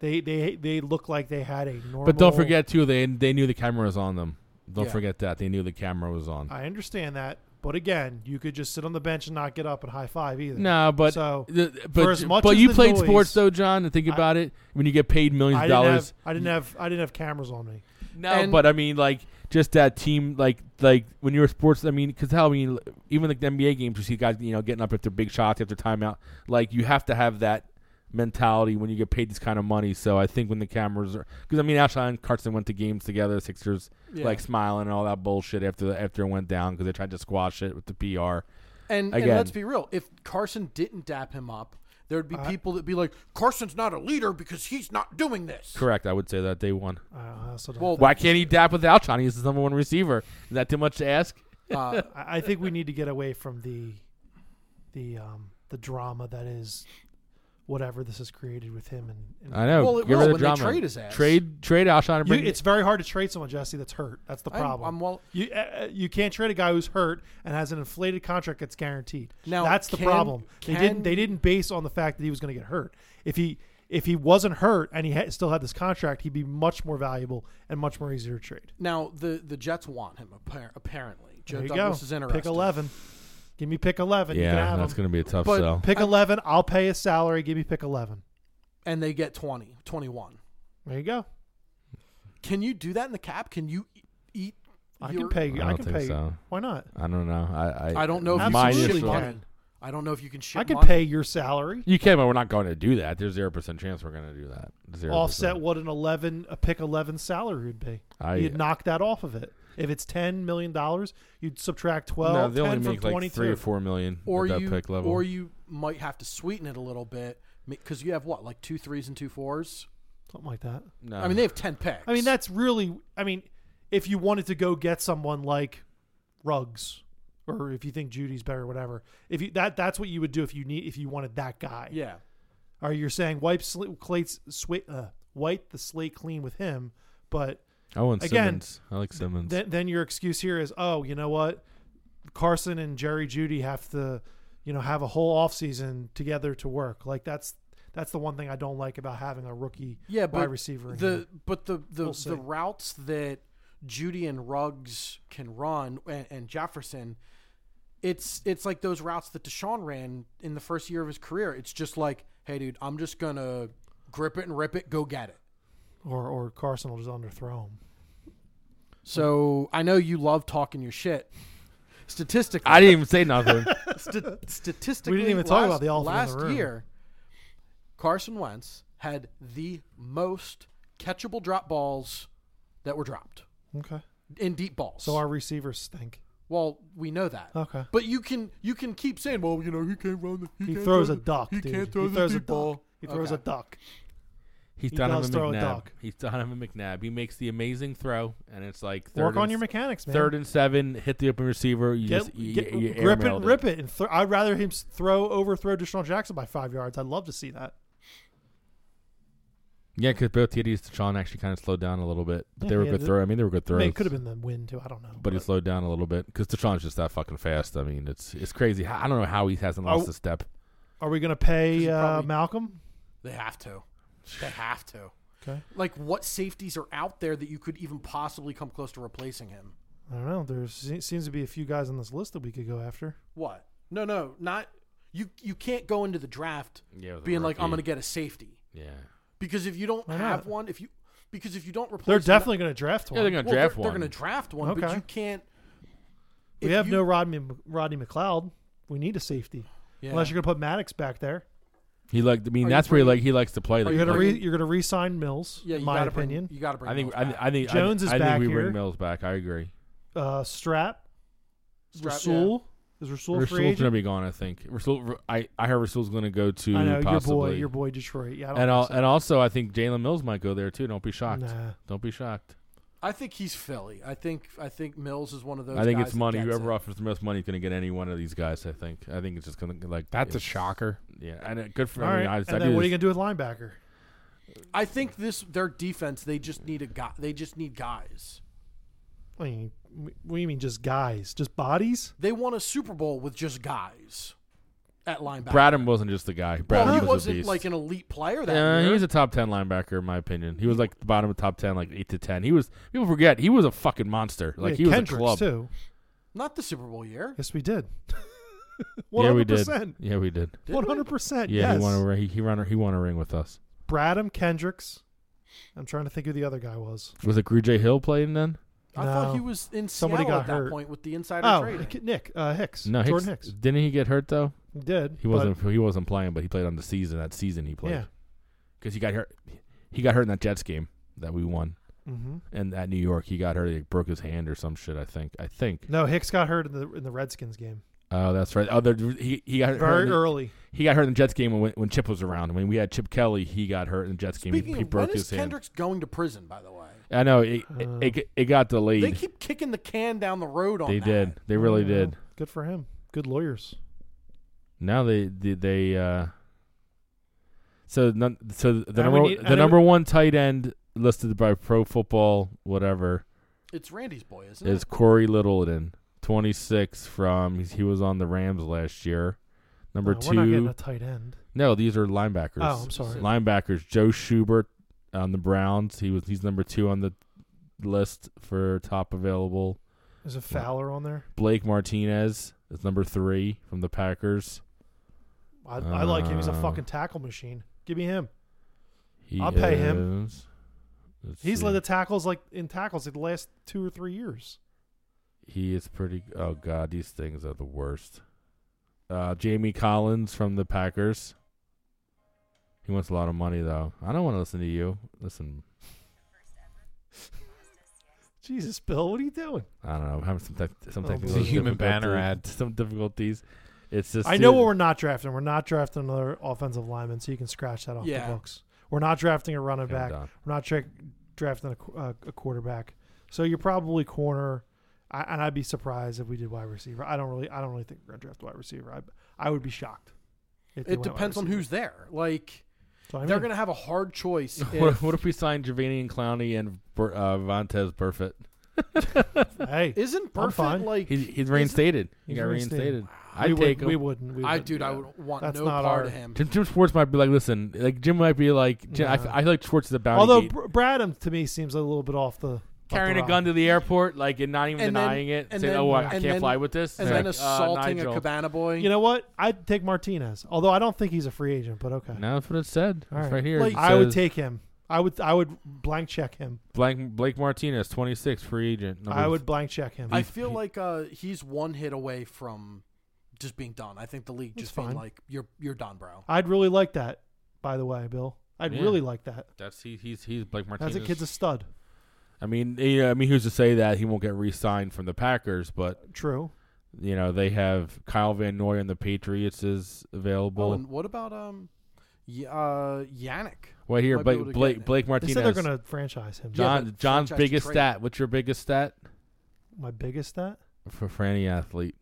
S2: they they they look like they had a normal.
S3: but don't forget too. They they knew the camera was on them. Don't
S4: Yeah.
S3: forget that they knew the camera was on.
S2: I understand that, but again, you could just sit on the bench and not get up and high five either.
S3: No, but
S2: So,
S3: th-
S2: for
S3: but
S2: as much
S3: but
S2: as
S3: you
S2: the
S3: played
S2: noise-
S3: sports though, John. And think
S2: I-
S3: about it when you get paid millions
S2: I
S3: of
S2: didn't
S3: dollars.
S2: have I didn't have I didn't have cameras on me.
S3: No,
S4: And-
S3: but I mean, like, just that team, like, like when you're sports. I mean, because how I mean, even like the NBA games, you see guys, you know, getting up after big shots after timeout. Like, you have to have that mentality when you get paid this kind of money. So I think when the cameras are, because I mean, Alshon and Carson went to games together, Sixers
S4: Yeah.
S3: like smiling and all that bullshit after the, after it went down because they tried to squash it with the PR.
S4: And, and
S3: Again.
S4: let's be real, if Carson didn't dap him up, there'd be
S2: I-
S4: people that'd be like, Carson's not a leader because he's not doing this.
S3: Correct, I would say that day one.
S2: Uh, I also don't.
S4: Well,
S3: Why can't he dap with Alshon? He's the number one receiver. Is that too much to ask?
S4: uh,
S2: I I think we need to get away from the, the um, the drama that is, whatever this has created with him and. and
S3: I know.
S4: Well, it
S3: get
S4: will
S3: rid of
S4: when
S3: the
S4: they
S3: drama.
S4: trade his ass.
S3: Trade trade Alshon and
S2: You,
S3: bring
S2: it's very hard to trade someone, Jesse. That's hurt. That's the
S4: I'm-
S2: problem.
S4: I'm well-
S2: you uh, uh, you can't trade a guy who's hurt and has an inflated contract that's guaranteed.
S4: Now,
S2: that's the
S4: can-
S2: problem. they
S4: can-
S2: didn't they didn't base on the fact that he was going to get hurt. If he if he wasn't hurt and he ha- still had this contract, he'd be much more valuable and much more easier to trade.
S4: now the the Jets want him appar- apparently. Joe
S2: There you
S4: Douglas is
S2: go.
S4: interested.
S2: Pick eleven. Give me pick eleven. you can
S3: yeah,
S2: have
S3: that's
S2: him.
S3: going to be a tough
S4: But-
S3: sell.
S2: Pick eleven. I'll pay his salary. Give me pick eleven.
S4: and they get 20, 21.
S2: There you go.
S4: Can you do that in the cap? Can you e- eat?
S2: I can
S4: your-
S2: pay.
S3: I
S2: I,
S3: don't
S2: can
S3: think
S2: pay.
S3: so.
S2: Why not?
S3: I don't know. I I,
S4: I don't know if
S3: my
S4: you can
S2: Absolutely
S4: ship
S3: initial-
S2: can.
S4: money. I don't know if you can ship.
S2: I can
S4: money.
S2: pay your salary.
S3: You can, but we're not going to do that. There's zero percent chance we're going to do that. Zero
S2: offset what an 11 a pick 11 salary would be
S3: I-
S2: you'd knock that off of it if it's 10 million dollars you'd subtract 12
S3: no, they
S2: 10
S3: only
S2: from
S3: make
S2: 22
S3: like three or four million
S4: or
S3: at that
S4: you,
S3: pick level.
S4: or you might have to sweeten it a little bit because you have what, like two threes and two fours.
S2: something like that
S3: no.
S4: I mean, they have ten picks.
S2: i mean that's really i mean if you wanted to go get someone like rugs or if you think judy's better or whatever if you that that's what you would do if you need if you wanted that guy
S4: yeah.
S2: or you're saying wipe sl- clates, swi- uh, wipe the slate clean with him but
S3: I want
S2: again,
S3: Simmons. I like Simmons.
S2: then, then your excuse here is, oh, you know what? Carson and Jerry Judy have to, you know, have a whole offseason together to work. Like that's that's the one thing I don't like about having a rookie
S4: Yeah,
S2: wide
S4: but
S2: receiver. In
S4: the
S2: here.
S4: but the the,
S2: We'll see.
S4: the routes that Judy and Ruggs can run and, and Jefferson, it's it's like those routes that Deshaun ran in the first year of his career. It's just like, hey, dude, I'm just gonna grip it and rip it, go get it.
S2: or or Carson will just underthrow him.
S4: So I know you love talking your shit. Statistically,
S3: I didn't even say nothing.
S4: sta- statistically,
S2: We didn't even talk
S4: last-
S2: about the elephant in
S4: last
S2: the room.
S4: year. Carson Wentz had the most catchable drop balls that were dropped
S2: Okay.
S4: in deep balls.
S2: So our receivers stink.
S4: well, we know that.
S2: Okay.
S4: But you can you can keep saying, well, you know, he can't run the.
S2: He
S4: can't
S2: throws
S4: throw
S2: a
S4: the-
S2: duck,
S4: He
S2: dude.
S4: can't throw
S2: he
S4: the
S2: throws a
S4: deep
S2: duck.
S4: ball.
S2: He throws
S4: Okay.
S2: a duck.
S3: He's
S2: He
S3: Donovan
S2: does throw a
S3: McNabb.
S2: dog.
S3: He's Donovan McNabb. He makes the amazing throw, and it's like third
S2: Work on
S3: and
S2: your
S3: s-
S2: mechanics, man.
S3: third and seven. Hit the open receiver. You
S2: Get,
S3: just you,
S2: get-
S3: you
S2: grip it,
S3: airmailed
S2: and rip it, and throw. I'd rather him s- throw overthrow Deshaun Jackson by five yards. I'd love to see that.
S3: Yeah, because both TDs to Sean actually kind of slowed down a little bit, but
S2: Yeah,
S3: they were
S2: yeah,
S3: good
S2: the-
S3: throw. I mean, they were good
S2: I
S3: throws.
S2: mean, it could have been the win too. I don't know.
S3: but he slowed down a little bit because Deshaun's just that fucking fast. I mean, it's it's crazy. How- I don't know how he hasn't
S2: Are-
S3: lost a step.
S2: Are we going to
S4: Because
S2: pay
S4: you
S2: uh,
S4: probably-
S2: Malcolm?
S4: They have to. They have to.
S2: Okay.
S4: Like, what safeties are out there that you could even possibly come close to replacing him?
S2: I don't know. There se- seems to be a few guys on this list that we could go after.
S4: What? No, no, not you. You can't go into the draft
S3: Yeah, with a
S4: being like, I'm going
S3: rookie.
S4: to get a safety
S3: Yeah,
S4: because if you don't
S2: Why
S4: have
S2: not?
S4: one, if you because if you don't replace,
S2: They're
S4: him-
S2: definitely going to draft one.
S3: yeah, they're gonna
S4: well,
S3: draft
S4: they're,
S3: one.
S4: They're going to draft one, but
S2: Okay.
S4: you can't.
S2: we
S4: if
S2: have
S4: you-
S2: no Rodney Rodney McLeod. We need a safety
S4: Yeah.
S2: unless you're going to put Maddox back there.
S3: He like. I mean,
S4: Are
S3: that's
S4: you
S3: where he
S4: bringing-
S3: like he likes to play.
S2: Are
S3: Like,
S2: you going to
S3: like,
S2: re- you're going to re-sign Mills?
S4: Yeah,
S2: in
S4: you
S2: my
S4: gotta
S2: opinion.
S4: Bring, you got to bring.
S3: I think
S4: those
S3: I,
S4: back.
S3: I think I-
S2: Jones is
S3: I, think
S2: back
S3: we
S2: here.
S3: bring Mills back. I agree.
S2: uh, Strap,
S4: Strap,
S2: Rasul is Rasul free
S3: Rasul's gonna
S2: agent?
S3: be gone. I think. Rasul. I I heard Rasul's gonna go to
S2: I know
S3: possibly.
S2: your boy, your boy Detroit. Yeah, I don't
S3: and al-
S2: think
S3: and also, I think Jalen Mills might go there too. Don't be
S2: so.
S3: shocked.
S2: Nah.
S3: Don't be shocked.
S4: I think he's Philly. I think I think Mills is one of those.
S3: I think
S4: guys
S3: it's
S4: that
S3: money.
S4: gets
S3: Whoever
S4: it.
S3: offers the most money is gonna get any one of these guys. I think. I think it's just gonna like
S1: That's a
S3: it's-
S1: shocker.
S3: Yeah, and it, good for.
S2: All
S3: I
S2: right.
S3: mean, I,
S2: and
S3: I
S2: then
S3: do
S2: what are
S3: this-
S2: you going to do with linebacker?
S4: I think this their defense. They just need a guy. They just need guys.
S2: I mean, what do you mean just guys? Just bodies?
S4: They won a Super Bowl with just guys at linebacker.
S3: Bradham wasn't just the guy. Bradham
S4: well, he
S3: was
S4: wasn't
S3: a beast.
S4: like an elite player that
S3: yeah,
S4: year.
S3: he was a top ten linebacker in my opinion. He was like the bottom of top ten, like eight to ten. He was people forget he was a fucking monster. Like
S2: Yeah,
S3: he was
S2: Kendricks
S3: a club.
S2: too.
S4: Not the Super Bowl year.
S2: Yes, we did.
S3: Yeah, we
S2: 100%.
S3: did. Yeah, we did.
S4: Did we?
S2: One hundred percent.
S3: Yeah,
S2: yes.
S3: he won a ring. He, he ran. a- He won a ring with us.
S2: Bradham Kendricks. I'm trying to think who the other guy was.
S3: Was it Grew J Hill playing then?
S4: I thought
S2: No.
S4: he was in
S2: Somebody
S4: Seattle
S2: got
S4: at that
S2: hurt.
S4: point with the insider
S2: Oh,
S4: trading.
S2: Hick- Nick uh, Hicks.
S3: No,
S2: Jordan Hicks.
S3: Didn't he get hurt though?
S2: He did.
S3: He
S2: but-
S3: wasn't. he wasn't playing, but he played on the season. That season he played.
S2: yeah,
S3: because he got hurt. He got hurt in that Jets game that we won,
S2: Mm-hmm.
S3: and at New York, he got hurt. He broke his hand or some shit. I think. I think.
S2: No, Hicks got hurt in the in the Redskins game
S3: Oh, that's right. Oh, there, he he got hurt.
S2: very
S3: in the-
S2: early.
S3: He got hurt in the Jets game when when Chip was around. When we had Chip Kelly, he got hurt in the Jets game. He-
S4: Speaking
S3: he
S4: of,
S3: broke
S4: when is
S3: his hand.
S4: Kendricks going to prison? By the way,
S3: I know it. It,
S2: Uh,
S3: it, it got delayed.
S4: they keep kicking the can down the road on
S3: They
S4: that.
S3: did. They really
S2: Yeah,
S3: did.
S2: Good for him. Good lawyers.
S3: Now they they, they uh so none, so the
S2: And we
S3: number
S2: need-
S3: the
S2: and
S3: number one tight end listed by Pro Football whatever
S4: It's Randy's boy,
S2: Hmm.
S4: isn't
S3: is
S4: it?
S3: Corey Littleton, twenty six from he was on the Rams last year. Number
S2: No,
S3: 2
S2: Uh, Oh, We're not getting a tight end.
S3: No, these are linebackers.
S2: Oh, I'm sorry.
S3: Linebackers. Joe Schubert on the Browns. He was he's number two on the list for top available.
S2: Is a Fowler on there?
S3: Blake Martinez is number three from the Packers.
S2: I, I like him. He's a
S3: Uh,
S2: fucking tackle machine. Give me him.
S3: He
S2: I'll pay him.
S3: is- let's
S2: He's
S3: see.
S2: led the tackles like in tackles like the last two or three years.
S3: He is pretty. Oh god, these things are the worst. Uh, Jamie Collins from the Packers. He wants a lot of money though. I don't want to listen to you. Listen,
S2: Jesus, Bill, what are you doing?
S3: I don't know. I'm having some tech some
S2: Oh,
S3: technical
S2: boy. It's
S1: a human banner
S3: difficulties- Some difficulties. It's just.
S2: I know
S3: dude,
S2: what we're not drafting. We're not drafting another offensive lineman, so you can scratch that off
S4: Yeah.
S2: the books. We're not drafting a running
S3: I'm
S2: back.
S3: done.
S2: We're not tra- drafting a, qu- uh, a quarterback. So you're probably corner. I, and I'd be surprised if we did wide receiver. I don't really. I don't really think we're gonna draft wide receiver. I, I would be shocked. if they
S4: It
S2: went wide
S4: depends on
S2: receiver.
S4: who's there. Like
S2: So I
S4: they're
S2: mean,
S4: going to have a hard choice.
S3: What,
S4: if-
S3: if, what if we sign Javanian Clowney and Bur- uh, Vontez Burfitt?
S2: Hey,
S4: Isn't
S2: I'm fine.
S4: Burfitt like?
S3: He's, he's reinstated. He
S2: He's
S3: got
S2: reinstated.
S3: reinstated.
S2: we,
S3: I
S2: would,
S3: take him.
S2: we wouldn't. We
S4: I
S2: wouldn't.
S4: dude, I would want
S2: That's
S4: no
S2: not
S4: part
S2: our-
S4: of him.
S3: Jim, Jim Schwartz might be like, listen, like Jim might be like, Jim, I f
S2: Nah.
S3: I I, like Schwartz is a bounty.
S2: Although
S3: gate.
S2: Br- Bradham to me seems a little bit off the off the
S3: carrying a
S2: rock.
S3: gun to the airport, like and not even
S4: And then-
S3: denying it,
S4: and
S3: saying,
S4: then-
S3: "Oh, I, I
S4: and
S3: can't
S4: then-
S3: fly with this,"
S4: And
S3: Like,
S4: then assaulting
S3: uh,
S4: a
S3: Nigel.
S4: cabana boy.
S2: You know what? I'd take Martinez, although I don't think he's a free agent. But okay,
S3: No, that's what it said.
S2: All
S3: It's
S2: right.
S3: right here.
S4: Like-
S3: It
S2: I would
S3: says
S2: take him. I would. I would blank check him.
S3: Blank, Blake Martinez, twenty six, free agent. Number
S2: I would blank check him.
S4: I
S3: He's-
S4: feel
S3: he-
S4: like uh, he's one hit away from just being done. I think the league
S2: That's
S4: just being
S2: fine.
S4: like, "You're you're done, bro."
S2: I'd really like that. By the way, Bill, I'd
S3: Yeah.
S2: really like that.
S3: That's he, he's he's Blake
S2: That's
S3: Martinez.
S2: a kid's a stud.
S3: I mean, yeah, I mean, who's to say that he won't get re-signed from the Packers? But
S2: True.
S3: you know, they have Kyle Van Noy and the Patriots is
S4: Oh,
S3: available.
S4: and what about um, y- uh, Yannick?
S3: right here,
S4: might be
S3: Blake
S4: able to get
S3: Blake
S4: it.
S3: Blake
S2: They
S3: Martinez.
S2: said they're going to franchise him.
S4: Yeah.
S3: John
S4: but
S3: John's
S4: franchise
S3: biggest
S4: trade.
S3: stat. What's your biggest stat
S2: My biggest stat.
S3: for, for any athlete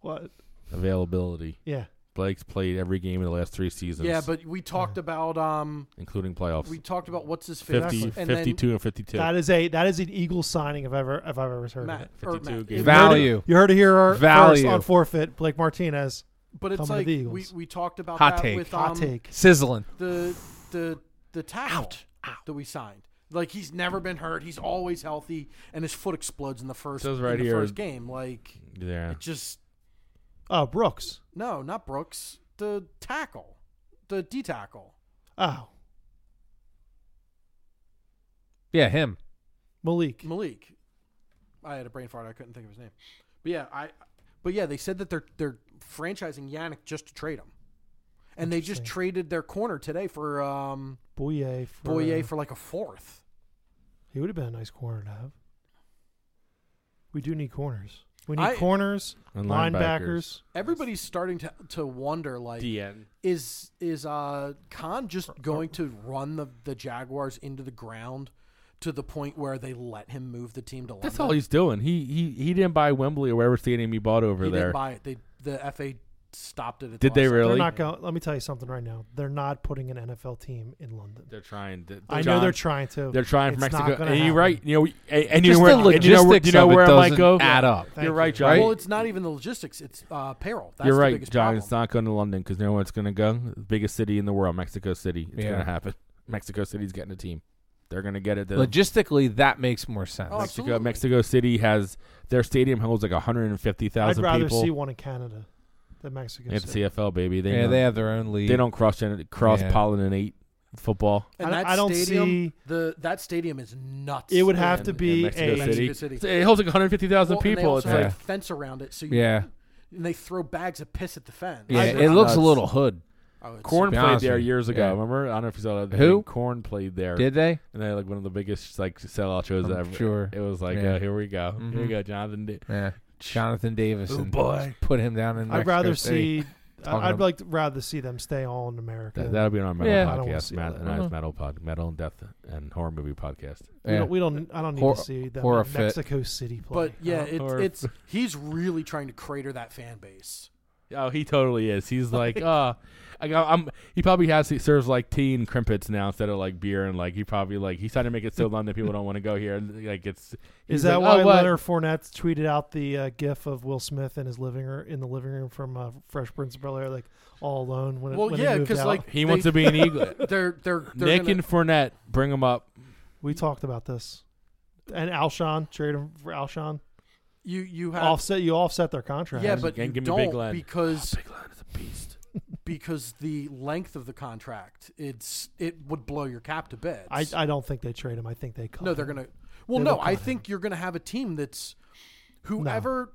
S2: What?
S3: availability?
S2: Yeah.
S3: Blake's played every game in the last three seasons.
S4: Yeah, but we talked about um,
S3: including playoffs.
S4: we talked about what's his face,
S3: 50,
S4: and
S3: 52 and 52.
S2: That is a that is an Eagle signing if ever if I've ever heard
S4: then
S2: of it.
S4: Matt, or
S3: 52
S4: Matt,
S3: games.
S4: it-
S1: Value.
S2: You heard it here first
S1: Value.
S2: on forfeit. Blake Martinez.
S4: But it's
S2: Coming to
S4: like
S2: the
S4: we,
S2: Eagles.
S4: we talked about
S1: Hot
S4: that
S1: take.
S4: with
S2: Hot
S4: um,
S2: take.
S1: Sizzling.
S4: the the the tackle that we signed. Like he's never been hurt. He's always healthy, and his foot explodes in the first
S3: Says right
S4: in the
S3: here-
S4: first game. Like
S3: yeah.
S4: it just
S2: Oh, Brooks.
S4: no, not Brooks. The tackle, the D tackle.
S2: Oh,
S1: Yeah, him.
S2: Malik.
S4: Malik. I had a brain fart. I couldn't think of his name. But yeah, I. But yeah, they said that they're they're franchising Yannick just to trade him, and they just
S2: Interesting.
S4: traded their corner today for um,
S2: Boye. For,
S4: Boyer for like a fourth.
S2: He would have been a nice corner to have. We do need corners. We need
S4: I-
S2: corners,
S3: And
S2: linebackers.
S4: Everybody's starting to to wonder like
S3: DN.
S4: is is uh Khan just going to run the the Jaguars into the ground to the point where they let him move the team to London?
S3: That's all he's doing. He he he didn't buy Wembley or wherever stadium he bought over
S4: he
S3: there.
S4: didn't buy it. They the FA stopped it. At
S3: Did
S4: the
S3: they
S4: last-
S3: really?
S2: They're not going. Let me tell you something right now. They're not putting an NFL team in London.
S3: They're trying. to-
S2: I know
S3: John-
S2: they're trying to.
S3: They're trying for
S2: It's not
S3: Mexico.
S2: gonna
S3: And you're
S2: happen.
S3: right. You know, we- and, and you
S1: Just
S3: know where
S1: the
S3: and you know where,
S1: logistics
S3: you know
S1: of it
S3: where I might
S1: doesn't
S3: go.
S1: add up.
S2: Thank
S3: you're
S2: you.
S3: right, John.
S4: Well, it's not even the logistics. It's uh, payroll. That's
S3: you're
S4: the
S3: right,
S4: biggest
S3: John.
S4: problem.
S3: It's not going to London because you know where it's going to go. The biggest city in the world, Mexico City. It's
S1: Yeah.
S3: going to happen. Mexico City's getting a team. They're going to get it. They'll-
S1: Logistically, that makes more sense.
S4: Oh,
S3: Mexico,
S4: absolutely.
S3: Mexico City has their stadium holds like
S2: I'd
S3: 150,000
S2: rather
S3: people.
S2: see one in Canada than Mexico.
S3: It's
S2: City.
S3: CFL, baby. They
S1: yeah,
S3: know-
S1: they have their own league.
S3: They don't cross gen- cross
S1: Yeah.
S3: pollinate football.
S4: And
S2: I-
S4: that
S2: I don't
S4: stadium,
S2: see-
S4: the that stadium is nuts.
S2: It would have
S4: in
S2: to
S3: in
S2: be
S3: Mexico
S2: a.
S4: Mexico
S3: City.
S4: City.
S3: It holds like 150,000
S4: Well, and they
S3: people. It's
S4: also
S1: Yeah.
S4: have
S3: like
S4: a fence around it, so you,
S1: Yeah,
S4: and they throw bags of piss at the fence.
S1: yeah.
S2: I-
S1: It looks a
S3: Nuts.
S1: little hood.
S4: I would
S3: Corn
S1: be
S3: played
S1: honest
S3: there
S1: with you,
S3: years ago.
S1: yeah.
S3: Remember? I don't know if you saw that.
S1: Who?
S3: Corn played there,
S1: Did they?
S3: and they had, like one of the biggest like sellout shows
S1: I'm
S3: ever.
S1: sure.
S3: It was like,
S1: Yeah.
S3: uh, here we go, here we
S1: Mhm.
S3: go, Jonathan. Did.
S1: Yeah. Jonathan Davis.
S4: Oh,
S1: and
S4: boy.
S1: Put him down in.
S2: I'd
S1: Mexico
S2: rather
S1: City.
S2: see.
S1: Talking
S2: I'd
S1: about-
S2: like to rather see them stay all in America.
S3: That, that'll be on our metal
S1: Yeah.
S2: I don't wanna
S3: podcast,
S2: see
S3: Matt
S2: that.
S3: and I's metal pod, metal and death and horror movie podcast.
S2: we,
S1: Yeah.
S2: don't, we don't. I don't need
S1: Hor-
S2: to see them
S1: horror
S2: in
S1: fit.
S2: Mexico City play. Uh-huh.
S4: But yeah,
S3: Uh,
S4: it's
S3: or-
S4: it's he's really trying to crater that fan base.
S3: Oh, he totally is. He's like, uh, I got, I'm. He probably has. He serves like tea and crimpets now instead of like beer and like he probably like he's trying to make it so long that people don't want to go here. Like it's. he's
S2: Is that
S3: like,
S2: why
S3: "Oh, what?"
S2: Leonard Fournette tweeted out the uh, GIF of Will Smith in his living room in the living room from uh, Fresh Prince of Bel Air, like all alone? When it,
S4: Well,
S2: when
S4: yeah,
S2: because
S4: because like
S3: He wants to be an eagle.
S4: They're they're, they're
S3: Nick
S4: gonna-
S3: and Fournette, bring him up.
S2: we talked about this, and Alshon traded him for Alshon.
S4: you you have
S2: Offset you offset their contract.
S4: yeah,
S3: Rams
S4: but you
S3: and give me
S4: don't
S3: Big Len.
S4: because
S3: Ah, Big Lion is a beast.
S4: because the length of the contract it's it would blow your cap to bits.
S2: I, I don't think they trade him. I think they cut
S4: no, they're
S2: him.
S4: gonna. Well,
S2: They
S4: no,
S2: will
S4: I
S2: cut
S4: think you're gonna have a team that's whoever.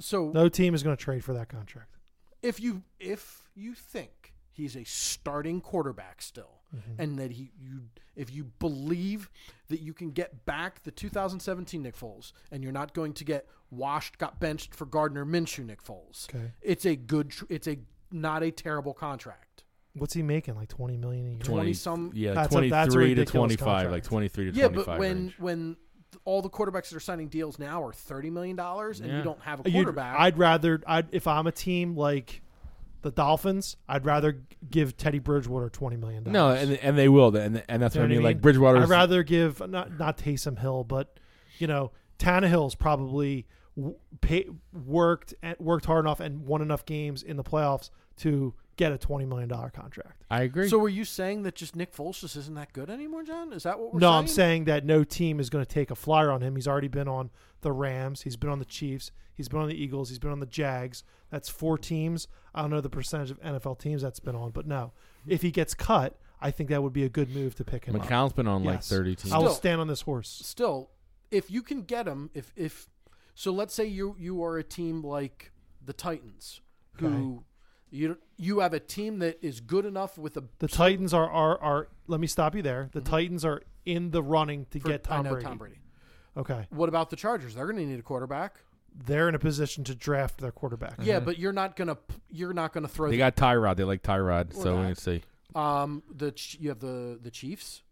S4: So
S2: No team is gonna trade for that contract.
S4: if you if you think he's a starting quarterback still and that he you if you believe that you can get back the 2017 Nick Foles and you're not going to get washed got benched for Gardner Minshew Nick Foles
S2: Okay,
S4: it's a good tr- it's a not a terrible contract
S2: what's he making? Like twenty million a year.
S4: 20 some-
S3: Yeah,
S2: That's a-
S3: twenty
S2: that's a
S3: three to
S2: ridiculous
S3: twenty five.
S2: contract.
S3: Like twenty three to
S4: yeah
S3: twenty
S4: but
S3: five.
S4: when when th- all the quarterbacks that are signing deals now are 30 million dollars and
S3: Yeah.
S4: you don't have a
S2: You'd-
S4: quarterback
S2: I'd rather I'd if I'm a team like the Dolphins, I'd rather give Teddy Bridgewater twenty million
S3: no,
S2: dollars.
S3: and and they will, and and that's
S2: You know
S3: what I
S2: what
S3: mean.
S2: I
S3: Like
S2: mean?
S3: Bridgewater's
S2: I'd rather give not not Taysom Hill, but you know Tannehill's probably w- pay, worked at, worked hard enough and won enough games in the playoffs to get a twenty million dollar contract.
S3: I agree.
S4: so are you saying that just Nick Foles just isn't that good anymore John is that what we're
S2: no,
S4: saying
S2: I'm saying that no team is going to take a flyer on him. He's already been on the Rams. He's been on the Chiefs. He's been on the Eagles. He's been on the Jags. That's four teams. I don't know the percentage of NFL teams that's been on, but no. If he gets cut, I think that would be a good move to pick him up.
S3: McCown's been on like
S2: Yes.
S3: thirty teams.
S2: I will
S4: Still-
S2: stand on this horse.
S4: still, if you can get them, if if so, let's say you you are a team like the Titans, who you you have a team that is good enough with a
S2: The Titans are are are. Let me stop you there. The Titans are in the running to
S4: Mm-hmm. for-
S2: get Tom
S4: I know
S2: Brady.
S4: Tom Brady.
S2: Okay,
S4: What about the Chargers? They're going to need a quarterback.
S2: they're in a position to draft their quarterback.
S4: Yeah, but you're not gonna p- you're not gonna throw.
S3: They
S4: the,
S3: got Tyrod. They like Tyrod.
S4: Or
S3: So we
S4: that.
S3: can see.
S4: um the Ch- you have the the Chiefs,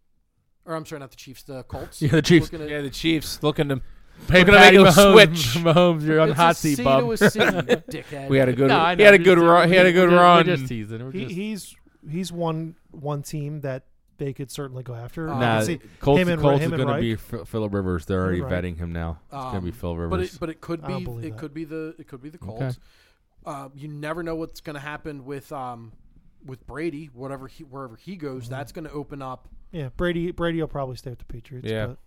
S4: or I'm sorry, not the Chiefs, the Colts.
S3: Yeah, the Chiefs.
S4: Looking at-
S1: Yeah, the Chiefs looking to.
S3: Hey,
S1: Look at
S3: Patty
S1: him
S3: Mahomes,
S1: switch.
S3: Mahomes, you're on
S4: It's
S3: hot
S4: a C
S3: seat,
S4: to
S3: bub.
S4: a C, dickhead.
S1: We had a good.
S3: No, I
S1: he
S3: know,
S1: had a
S3: just-
S1: good run. He had a
S3: we're
S1: good
S3: just- we're
S1: run.
S3: just teasing, we're
S2: he,
S3: just-
S2: he's he's one one team that they could certainly go after.
S4: Uh,
S2: I can
S3: Nah,
S2: see-
S3: Colts,
S2: him and-
S3: Colts
S2: him
S3: is
S2: and
S3: going to
S2: Reich.
S3: be Ph- Philip Rivers. They're already
S2: and Reich.
S3: vetting him now. It's going to be
S4: Um,
S3: Phil
S4: But
S3: Rivers.
S4: it, but it could
S2: I don't
S4: be
S2: believe
S4: it
S2: that.
S4: could be the it could be the
S3: Okay.
S4: Colts. Uh, you never know what's going to happen with um with Brady. Whatever he wherever he goes,
S2: Mm-hmm.
S4: that's going to open up.
S2: yeah, Brady Brady will probably stay with the Patriots.
S1: Yeah,
S2: but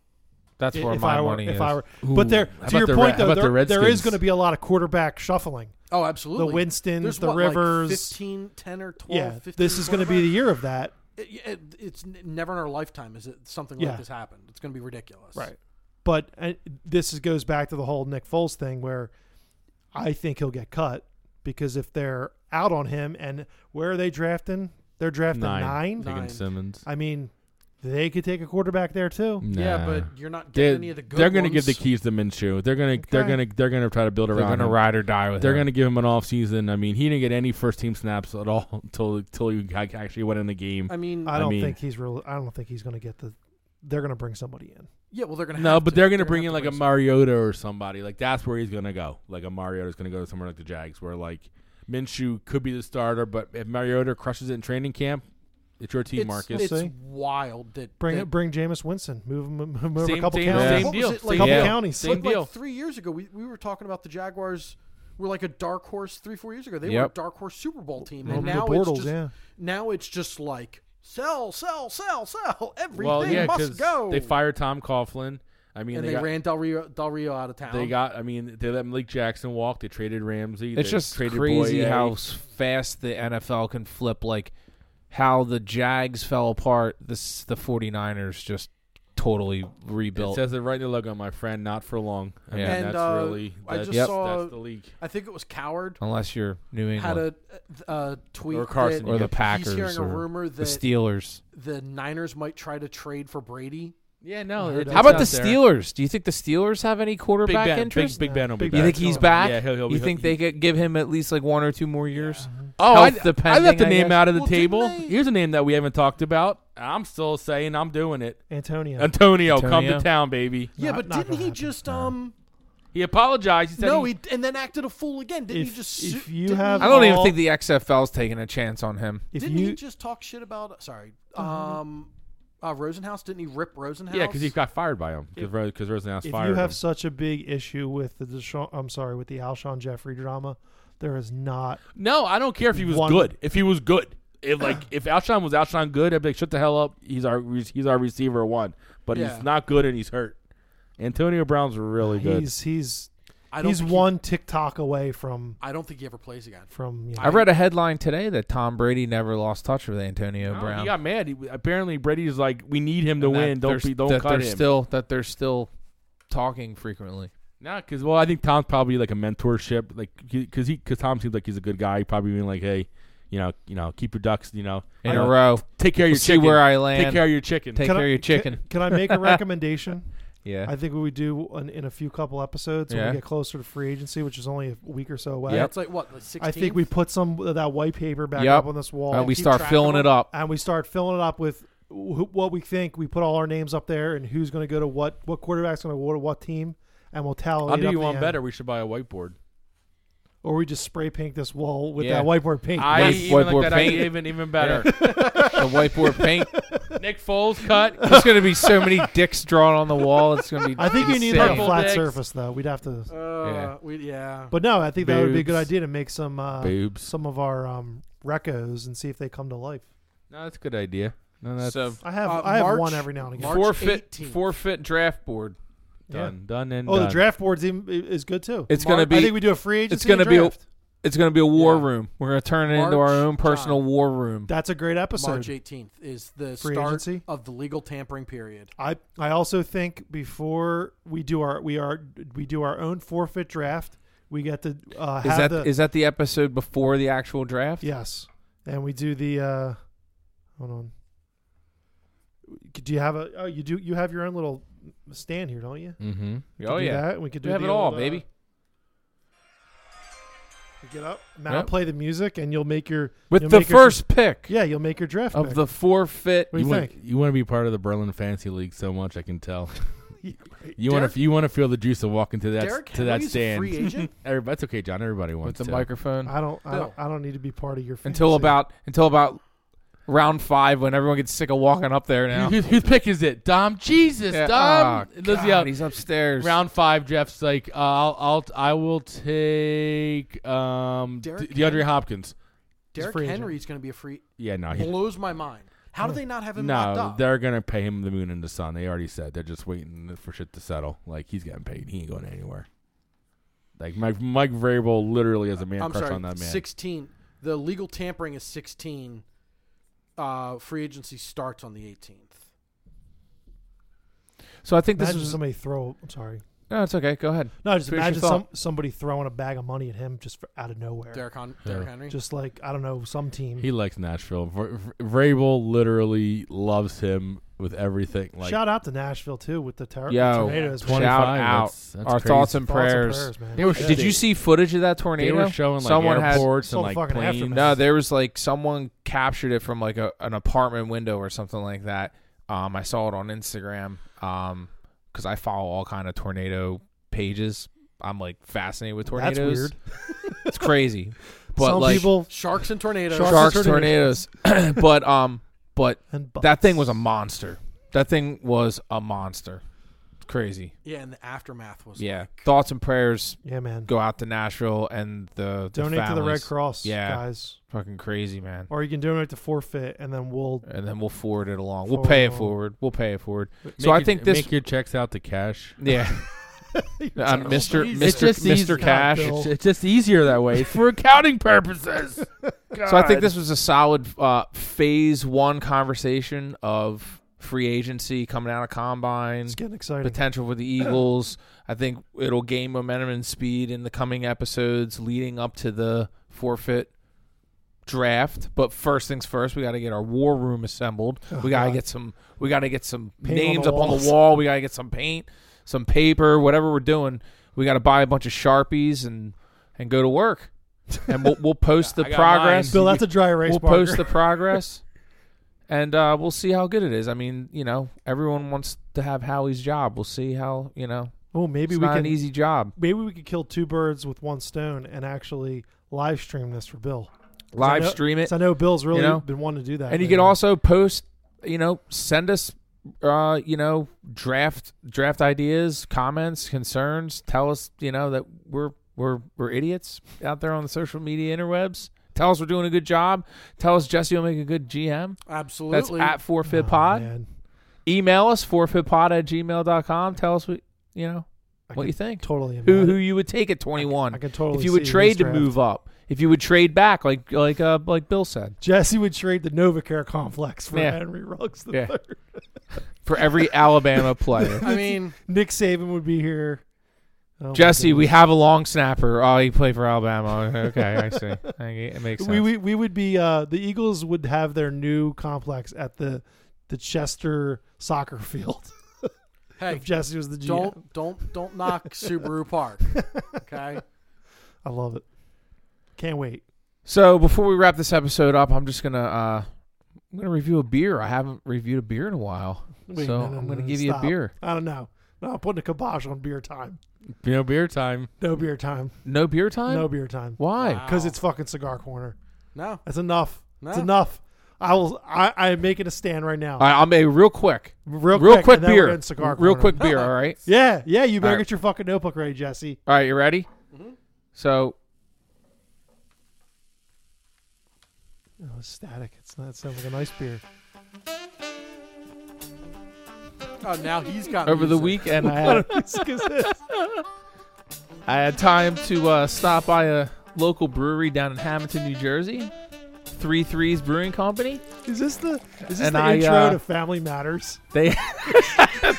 S1: That's
S2: i-
S1: where
S2: if
S1: my
S2: I were,
S1: money
S2: if
S1: is.
S2: I were,
S3: Ooh,
S2: but there
S3: how
S2: to
S3: about
S2: your
S3: the Re-
S2: point
S3: how
S2: though,
S3: about the
S2: there, there is
S3: Redskins?
S2: going to be a lot of quarterback shuffling.
S4: Oh, absolutely.
S2: Winstons,
S4: There's
S2: the
S4: what, like,
S2: Rivers.
S4: 15, 10 or 12,
S2: yeah, this is going to be the year of that.
S4: it's n- never in our lifetime is it something
S2: Yeah.
S4: like this happened. It's going to be ridiculous.
S2: Right. But uh, this is, goes back to the whole Nick Foles thing where I think he'll get cut because if they're out on him and where are they drafting? They're drafting nine.
S3: Taking
S4: Nine.
S3: Simmons.
S2: I mean, they could take a quarterback there too.
S4: Yeah,
S3: Nah.
S4: but you're not getting
S3: They,
S4: any of the good
S3: they're going to give
S4: ones.
S3: the keys to Minshew. They're going to they're
S2: Okay.
S3: going to they're going to try to build
S1: They're
S3: around.
S1: going to
S3: him.
S1: ride or die with.
S3: They're
S1: him.
S3: going to give him an off season. I mean, he didn't get any first team snaps at all until until you actually went in the game.
S4: I mean,
S2: I don't
S3: mean-
S2: think he's real. I don't think he's going to get the. They're going to bring somebody in.
S4: yeah, well, they're going to
S3: No,
S4: have
S3: but
S4: to.
S3: they're going to bring
S4: have
S3: in like a
S4: bring
S3: Mariota or somebody. Like that's where he's going to go. Like a Mariota's going to go to somewhere like the Jags, where like Minshew could be the starter, but if Mariota crushes it in training camp, it's your team,
S4: it's,
S3: Marcus.
S4: It's
S2: We'll see.
S4: wild that
S2: Bring
S4: that,
S2: bring Jameis Winston. Move him, move him over a
S3: Same
S2: couple
S3: team,
S2: counties.
S3: same
S4: What was
S3: deal,
S4: it,
S3: same
S4: like,
S2: couple
S3: deal.
S2: counties.
S3: Same
S4: But,
S3: deal.
S4: Like three years ago, we, we were talking about the Jaguars were like a dark horse three four years ago. They were a
S1: Yep.
S4: dark horse Super Bowl team,
S2: Well,
S4: and now
S2: Bortles,
S4: it's just
S2: yeah.
S4: now it's just like sell sell sell sell everything
S3: Well, yeah,
S4: must
S3: because
S4: go.
S3: they fired Tom Coughlin. I mean,
S4: and
S3: they,
S4: they,
S3: got,
S4: ran Del Rio, Del Rio out of town.
S3: they got. I mean, they let Malik Jackson walk. They traded Ramsey.
S1: It's
S3: they
S1: just
S3: traded
S1: crazy
S3: Boye.
S1: how s- fast the NFL can flip. Like how the Jags fell apart. This the 49ers just totally
S3: It
S1: rebuilt.
S3: says it right in the logo, my friend. Not for long. I
S1: Yeah.
S3: mean,
S4: And,
S3: that's
S4: uh,
S3: really.
S4: I
S3: That's,
S4: just
S1: Yep.
S4: saw-
S3: that's the leak.
S4: I think it was Coward
S1: Unless you're New
S4: had
S1: England,
S4: a uh, tweet
S3: Or Carson,
S4: that
S1: Or the
S4: he's hearing
S1: Packers
S4: a
S1: or
S4: rumor
S1: the
S4: that
S1: Steelers.
S4: the Niners might try to trade for Brady.
S3: Yeah, no.
S2: How
S3: it's
S1: How about
S3: out
S1: the
S3: there.
S1: Steelers? Do you think the Steelers have any
S3: Big
S1: quarterback
S3: Ben,
S1: interest?
S3: Big, Big Ben will be
S2: Big
S3: back.
S2: Ben.
S1: you think he's
S2: Yeah,
S1: back?
S3: Yeah, he'll, he'll be.
S1: you think they could give him at least like one or two more years?
S3: Oh,
S1: health
S3: I, I
S1: depending,
S3: left the
S1: I
S3: name
S1: guess?
S3: out of the
S4: Well, didn't
S3: table.
S4: they-
S3: Here's a name that we haven't talked about. I'm still saying I'm doing it.
S2: Antonio.
S3: Antonio, come to
S1: Antonio.
S3: town, baby.
S4: Yeah,
S2: Not-
S4: but
S2: not
S4: didn't
S2: gonna
S4: he
S2: happen.
S4: just um?
S3: He apologized. He said
S4: No,
S3: he,
S4: he and then acted a fool again. Didn't
S2: If-
S4: he just?
S2: if
S4: sue-
S2: you
S4: didn't
S2: have-
S4: he,
S1: I don't even
S2: Well-
S1: think the XFL's taking a chance on him.
S2: if
S4: didn't
S2: you Uh-huh.
S4: he just talk shit about? Sorry, um, uh, Rosenhaus. Didn't he rip Rosenhaus?
S3: yeah, because he got fired by him because
S2: If-
S3: Rosenhaus
S2: if
S3: fired
S2: you have
S3: him.
S2: such a big issue with the Deshaun, I'm sorry, with the Alshon Jeffrey drama, there is not.
S3: No, I don't care if he was
S2: One-
S3: good. If he was good, if like if Alshon was Alshon good, I'd be like, shut the hell up. He's our he's our receiver one, but
S4: Yeah.
S3: he's not good and he's hurt. Antonio Brown's really good.
S2: He's he's
S4: I don't
S2: he's
S4: think
S2: one TikTok away from
S4: He, I don't think he ever plays again.
S2: from. You know,
S1: I read a headline today that Tom Brady never lost touch with Antonio
S3: No,
S1: Brown.
S3: He got mad. He, apparently, Brady's like, we need him to
S1: And that
S3: win. Don't
S1: they're-
S3: be, don't
S1: that
S3: cut
S1: they're
S3: him.
S1: Still, that they're still talking frequently.
S3: Nah, because well, I think Tom's probably like a mentorship, like because he because Tom seems like he's a good guy. He probably being like, hey, you know, you know, keep your ducks, you know,
S1: In
S3: I
S1: a
S3: know,
S1: row.
S3: Take care
S1: We'll
S3: of your
S1: see
S3: chicken.
S1: where I land.
S3: take care of your chicken.
S1: Take
S2: Can I-
S1: care of your
S2: can-
S1: chicken.
S2: Can, I make a recommendation?
S1: yeah.
S2: I think we would do in, in a few couple episodes when
S1: Yeah.
S2: we get closer to free agency, which is only a week or so away.
S1: Yep.
S4: It's like what? Like 16th?
S2: I think we put some of that white paper back
S1: Yep.
S2: up on this wall,
S1: and we
S4: keep
S1: start
S4: track of
S1: filling
S4: them.
S1: it up.
S2: and we start filling it up with wh- what we think. We put all our names up there, and who's going to go to what? What quarterback's going to go to what team? And we'll tally.
S3: I'll
S2: it
S3: do
S2: up at the
S3: you one
S2: end.
S3: better. We should buy a whiteboard.
S2: or we just spray paint this wall with
S1: Yeah.
S2: that whiteboard paint.
S3: I
S1: White-
S3: even
S1: whiteboard
S3: like that idea
S1: paint.
S3: even even better.
S1: the whiteboard paint.
S3: Nick Foles cut.
S1: There's going to be so many dicks drawn on the wall. It's going to be.
S2: I think you need
S1: insane.
S2: like a flat
S3: dicks.
S2: surface though. We'd have to,
S4: Uh,
S1: Yeah.
S4: We, yeah.
S2: but no, I think that would be a good
S3: Boobs.
S2: idea to make some uh,
S3: Boobs.
S2: some of our um, recos and see if they come to life.
S3: No, that's a good idea. No, that's
S1: So
S2: I have
S4: Uh,
S2: I have
S4: March-
S2: one every now and again.
S4: March
S1: forfeit,
S4: 18th.
S1: forfeit draft board.
S2: Yeah.
S3: done, done, and
S2: Oh,
S3: done.
S2: the draft board's even, i- is good too.
S1: It's going to
S4: Mark-
S1: be.
S2: I think we do a free agency.
S1: it's gonna
S2: and
S1: be a-
S2: draft.
S1: it's going to be a war
S4: Yeah.
S1: room. We're going to turn it into our
S4: March,
S1: own personal
S4: John.
S1: war room.
S2: That's a great episode.
S4: March 18th is the
S2: Free
S4: start
S2: agency?
S4: of the legal tampering period.
S2: I I also think before we do our we are we do our own forfeit draft. We get to uh,
S1: Is
S2: have
S1: that
S2: the
S1: is that the episode before the actual draft?
S2: yes, and we do the. Uh, hold on. Do you have a? Oh, you do. You have your own little stand here, don't you?
S3: Mm-hmm.
S2: We
S1: Oh
S2: could do
S1: yeah.
S2: that. we could do
S1: We have
S2: the
S1: it all,
S2: old, uh,
S1: baby.
S2: Get up. Now
S1: Yep.
S2: play the music, and you'll make your
S1: With
S2: you'll
S1: the
S2: make your-
S1: first pick
S2: yeah, you'll make your draft
S1: of
S2: pick.
S1: the forfeit.
S2: What do you
S3: want,
S2: think?
S3: you want to be part of the Berlin Fantasy League so much, I can tell. You want to you want to feel the juice of walking to that
S4: Derek
S3: to that
S4: Henry's a free
S3: stand.
S4: agent.
S3: Everybody, that's okay, John. Everybody
S1: With
S3: wants
S1: the
S3: to.
S1: microphone.
S2: I don't. I don't.
S4: Bill.
S2: I don't need to be part of your
S1: until
S2: fantasy.
S1: about until about round five when everyone gets sick of walking up there now.
S3: Who- Whose, whose pick is it? Dom. Jesus,
S1: Yeah.
S3: Dom.
S1: Oh,
S3: Lizzie
S1: God,
S3: out.
S1: he's upstairs.
S3: Round five, Jeff's like, uh, I'll, I'll, I will take um, D-
S4: Derrick
S3: DeAndre
S4: Henry.
S3: Hopkins.
S4: Derek
S2: free agent.
S4: Henry's going to be a free.
S3: Yeah, no, he,
S4: Blows my mind. How do they not have him locked
S3: no,
S4: up?
S3: they're gonna pay him the moon and the sun. They already said they're just waiting for shit to settle. Like he's getting paid, he ain't going anywhere. Like Mike, Mike Vrabel literally has a man
S4: I'm
S3: crush
S4: sorry.
S3: on that man.
S4: 16. The legal tampering is 16. Uh, free agency starts on the 18th.
S1: So I think this
S2: imagine
S1: is
S2: somebody throw. I'm sorry.
S1: no, it's okay. Go ahead.
S2: No,
S1: Finish
S2: just
S1: your
S2: imagine
S1: thought.
S2: some, somebody throwing a bag of money at him just for, out of nowhere.
S4: Derek, Hon-
S3: Yeah.
S4: Derek Henry.
S2: Just like I don't know some team.
S3: He likes Nashville. Vr- Vr- Vrabel literally loves him with everything. Like
S2: Shout out to Nashville too with the tar-
S1: Yo,
S2: tornadoes.
S1: shout
S3: 25,
S1: out.
S3: that's- that's
S1: Our
S3: crazy.
S1: thoughts and
S2: Thoughts and
S1: prayers. Oh,
S2: man.
S3: They were
S2: Yeah.
S1: Did you see footage of that
S3: they
S1: tornado?
S3: were showing like
S1: Someone had-
S3: airports
S2: Still
S3: and like
S2: fucking after
S3: planes.
S2: me.
S1: no, there was like someone captured it from like a, an apartment window or something like that. Um, I saw it on Instagram. Um, because I follow all kind of tornado pages. I'm like fascinated with tornadoes.
S2: That's weird.
S1: It's crazy. But
S2: some
S1: like
S2: people
S4: Sharks and tornadoes.
S2: Sharks
S1: sharks,
S2: and
S1: tornadoes.
S2: tornadoes.
S1: but um, but
S2: and
S1: that thing was a
S2: butts.
S1: monster. That thing was a monster. Crazy.
S4: Yeah, and the aftermath was.
S1: Yeah. Thoughts and prayers
S2: yeah man.
S1: go out to Nashville and the, the
S2: donate to the Red
S1: families.
S2: Cross,
S1: Yeah.
S2: guys,
S1: Fucking crazy, man.
S2: or you can donate to forfeit, and then we'll
S1: And then uh, we'll forward it along. we'll
S2: Forward
S1: pay it
S2: it along.
S1: forward. We'll pay it forward.
S3: Make
S1: So I
S3: your-
S1: think this-
S3: make your checks out to cash.
S1: Yeah. Uh, Mr.
S4: It's
S1: Mr.
S3: just easy.
S1: Mr. Cash.
S2: Bill.
S3: It's, it's just easier that way. It's for accounting purposes.
S1: So I think this was a solid uh, phase one conversation of free agency coming out of combine,
S2: It's getting exciting.
S1: potential for the Eagles. I think it'll gain momentum and speed in the coming episodes leading up to the forfeit draft. But first things first, we got to get our war room assembled. we got to
S2: Oh, God.
S1: get some. We got to get some
S2: Paint on
S1: names
S2: the
S1: up on
S2: walls.
S1: the wall. We got to get some paint, some paper, whatever we're doing. We got to buy a bunch of sharpies and and go to work. And we'll we'll post the
S3: I got
S1: progress.
S2: Bill, that's a dry erase.
S1: We'll
S2: marker.
S1: post the progress, and uh, we'll see how good it is. I mean, you know, everyone wants to have Howie's job. We'll see how you know.
S2: Oh,
S1: Maybe
S2: maybe
S1: it's
S2: we
S1: not
S2: can
S1: an easy job.
S2: maybe we could kill two birds with one stone and actually live stream this for Bill. 'Cause I
S1: Live
S2: know-
S1: stream it,
S2: 'cause I know Bill's really
S1: know?
S2: been wanting to do that.
S1: and you
S2: lately.
S1: can also post. You know, send us. Uh, you know, draft draft ideas, comments, concerns. Tell us, you know, that we're we're we're idiots out there on the social media interwebs. Tell us we're doing a good job. Tell us Jesse will make a good GM. That's
S4: Absolutely.
S1: at forfeit
S2: Oh,
S1: pod.
S2: man.
S1: email us forfeitpod at gmail.com tell us what you know
S2: I
S1: what
S2: can
S1: you think
S2: totally
S1: who
S2: imagine-
S1: who you would take at 21
S2: I can totally
S1: if you
S2: see
S1: would
S2: this
S1: trade to
S2: draft.
S1: move up if you would trade back like like uh like bill said
S2: Jesse would trade the Novacare complex for
S1: Yeah.
S2: Henry Ruggs the
S1: Yeah.
S2: third.
S1: for every alabama player
S4: I mean,
S2: Nick Saban would be here. Oh, my
S1: jesse we
S2: goodness.
S1: have a long snapper oh he played for alabama okay i see I get- it makes sense
S2: we, we we would be uh, the Eagles would have their new complex at the the Chester soccer field.
S4: hey,
S2: if Jesse was the GM,
S4: don't don't don't knock Subaru Park. Okay.
S2: I love it. Can't wait.
S1: so before we wrap this episode up i'm just gonna uh i'm gonna review a beer i haven't reviewed a beer in a while
S2: Wait,
S1: so
S2: no, no,
S1: i'm
S2: no,
S1: gonna
S2: no,
S1: give
S2: stop.
S1: you a beer
S2: I don't know. No, I'm putting a kibosh on beer time.
S3: You know, beer time.
S2: No beer time.
S1: no beer time
S2: No beer time.
S1: why
S4: Wow.
S2: Because it's fucking cigar corner.
S4: No.
S2: That's enough. It's
S4: No.
S2: enough. I will. I, I am making a stand right now.
S1: All right, i'll make real quick
S2: real,
S1: real
S2: quick,
S1: quick,
S2: and then we're
S1: beer.
S2: in cigar
S1: real
S2: corner.
S1: quick beer. All right.
S2: Yeah, yeah. You better
S1: All right.
S2: get your fucking notebook ready, Jesse.
S1: All right. You ready? So
S2: Oh, it's static. It's not. It sounds like a nice beer.
S4: Oh, now he's got
S1: over the
S4: music.
S1: weekend, I had, I had time to uh, stop by a local brewery down in Hamilton, New Jersey, Three Threes Brewing Company.
S2: Is this the is this
S1: And
S2: the
S1: I,
S2: intro
S1: uh,
S2: to Family Matters?
S1: They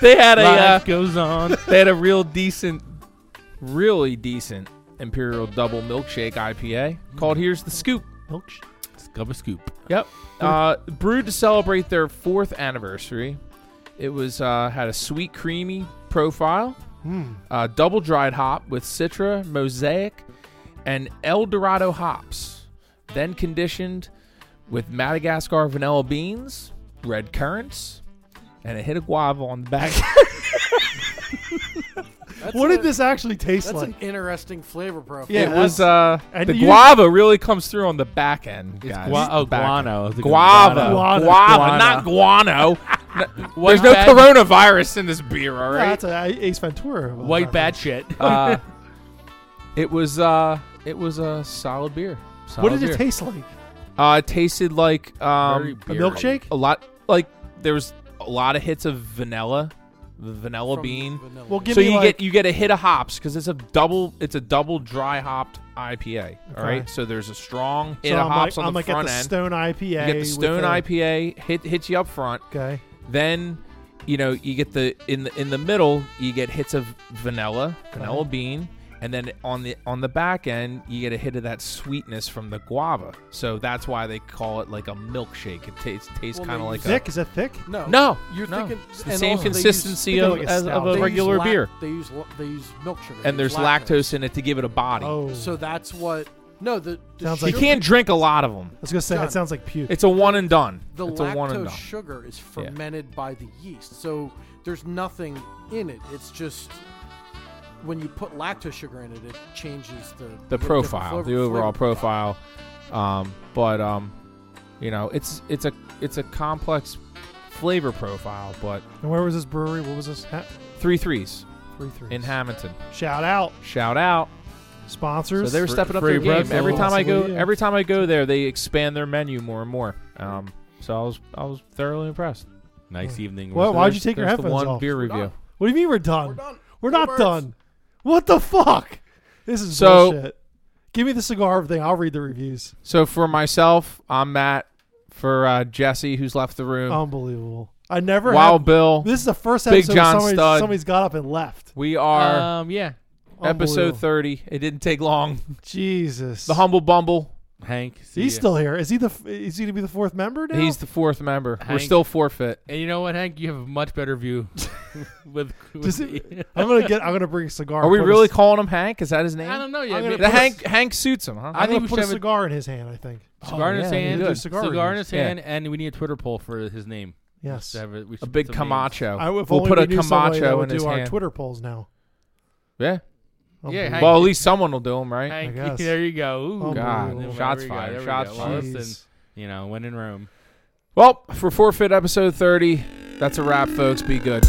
S1: they had a uh,
S3: Life goes on.
S1: they had a real decent, really decent imperial double milkshake IPA called Here's the Scoop.
S2: Milkshake.
S3: Scub a scoop.
S1: Yep. Uh, brewed to celebrate their fourth anniversary. It was uh, had a sweet, creamy profile, uh, double dried hop with Citra, Mosaic, and El Dorado hops. Then conditioned with Madagascar vanilla beans, red currants, and a hit of guava on the back.
S4: That's
S2: What
S4: a-
S2: did this actually taste
S4: That's
S2: like?
S4: an interesting flavor profile.
S2: Yeah,
S1: it was
S2: that's-
S1: uh,
S2: and
S1: the
S2: you-
S1: guava really comes through on the back end.
S3: It's
S1: guys.
S3: gua- oh,
S1: The back end.
S3: guano. It's like a
S1: Guava. Guava,
S2: Guano.
S3: Guano.
S1: not guano. No-
S3: White
S1: There's no
S3: bag-
S1: coronavirus in this beer, all
S2: No,
S1: right?
S2: that's a Ace Ventura.
S3: White bad shit.
S1: Uh, it was uh, it was a solid beer.
S2: What
S1: Solid
S2: did it
S1: beer.
S2: taste like?
S1: Uh, it tasted like
S3: Very
S1: um,
S2: A
S3: beery.
S2: milkshake?
S1: a lot. Like there was a lot of hits of vanilla, vanilla
S4: From
S1: bean.
S4: vanilla.
S2: Well, give
S1: so
S2: me
S1: you
S2: like
S1: get you get a hit of hops because it's a double it's a double dry hopped IPA. All
S2: Okay.
S1: right, so there's a strong hit
S2: so
S1: of
S2: I'm
S1: hops
S2: like,
S1: on
S2: I'm
S1: the
S2: like
S1: front
S2: at the
S1: end.
S2: Stone IPA.
S1: you get the
S2: with
S1: Stone
S2: a-
S1: IPA hit hits you up front.
S2: Okay.
S1: then you know you get the in the in the middle you get hits of vanilla vanilla
S2: Okay.
S1: bean and then on the on the back end you get a hit of that sweetness from the guava so that's why they call it like a milkshake it tastes tastes
S4: Well,
S1: kind of
S4: they
S1: like
S4: use
S2: Thick? Is that thick?
S4: no,
S1: a no
S4: You're
S1: no.
S4: thinking-
S1: it's the
S4: and
S1: same
S4: also they use-
S1: consistency
S2: Think of
S1: of,
S2: like a
S1: as, of
S2: stout.
S1: a
S4: They use
S1: regular
S4: lac-
S1: beer
S4: They use lo- they use milk sugar. They
S1: and
S4: use
S1: there's lactose in it to give it a body
S2: Oh,
S4: So that's what. No, the, the
S2: Sounds
S1: you
S2: like-
S4: sugar-
S1: can't drink a lot of them
S2: I was gonna say
S4: Done.
S2: that sounds like puke.
S1: it's a one and done
S4: the
S1: it's a one and
S4: lactose
S1: done
S4: sugar is fermented by the yeast. So there's nothing in it. It's just when you put lactose sugar in it, it changes the
S1: the
S4: different
S1: profile,
S4: flavor-
S1: the overall
S4: flavor
S1: profile. Um, but um, you know, it's it's a it's a complex flavor profile, but
S2: and where was this brewery? What was this? Ha-
S1: three threes
S2: three three.
S1: in Hamilton.
S2: Shout out
S1: Shout out! So
S2: sponsors.
S1: they were stepping up
S3: free
S1: their game
S3: breath,
S1: every
S3: little
S1: time I go.
S2: Sausalito.
S1: Every time I go there, they expand their menu more and more. Um, so I was I was thoroughly impressed.
S3: nice evening.
S2: Well,
S3: listeners.
S2: Oh, why'd you take your
S1: There's the
S2: headphones
S1: one
S2: off?
S1: beer
S4: We're
S1: review.
S4: done.
S2: What do you mean we're done?
S4: We're done.
S2: We're
S4: Go
S2: not
S4: Birds.
S2: done. What the fuck? This is
S1: So-
S2: bullshit. Give me the cigar thing. I'll read the reviews.
S1: So for myself, I'm Matt. For uh, Jesse, who's left the room,
S2: Unbelievable. I Oh, never.
S1: Wild
S2: have-
S1: Bill.
S2: this is the first
S1: Big
S2: episode where
S1: John
S2: somebody,
S1: Studd.
S2: somebody's got up and left.
S1: we
S2: Uh,
S1: are
S3: um, yeah,
S1: episode
S2: Unbelievable.
S1: 30. It didn't take long.
S2: Jesus.
S1: The Humble Bumble.
S3: Hank. see
S2: He's
S3: ya.
S2: still here. Is he the? f- Is he gonna be the fourth member now?
S1: He's the fourth member. We're
S3: Hank.
S1: still forfeit.
S3: And you know what, Hank? You have a much better view. with, with
S2: Does
S3: the-
S2: it- I'm gonna get. I'm gonna bring a cigar.
S1: Are
S2: and
S1: we
S2: put a
S1: really
S2: c-
S1: calling him Hank? Is that his name?
S3: I don't know
S2: I'm
S3: yet.
S2: gonna
S3: Maybe-
S1: The
S2: put a
S1: Hank Hank suits him, huh?
S3: I
S2: I'm
S3: think
S2: gonna
S3: we
S2: put
S3: should
S2: a
S3: have a-
S2: cigar in his hand. I think.
S3: cigar in his
S1: yeah, he
S3: hand,
S1: did.
S2: There's cigar in
S3: cigar in
S2: his-
S3: his hand, and we need a Twitter poll for his name.
S2: Yes.
S3: To have it- we
S1: a
S3: should
S1: big
S3: put some names.
S1: Camacho.
S2: I, if
S1: we'll
S2: only
S1: put
S2: we
S1: a
S2: knew somebody that
S1: Camacho
S2: would
S1: in his
S2: do our
S1: hand.
S2: Twitter polls now. Oh,
S1: Yeah.
S3: Yeah, Hank-
S1: Well, at least someone will do him, right?
S3: Hank,
S2: I guess.
S3: there you go. Ooh,
S2: Oh,
S1: God,
S2: Unbelievable.
S1: shots
S3: There we go, there
S1: fired.
S3: we
S1: Shots
S3: go.
S1: fired.
S3: Well,
S2: Jeez.
S3: listen, you know, when in Rome.
S1: Well, for forfeit episode 30, that's a wrap, folks. Be good.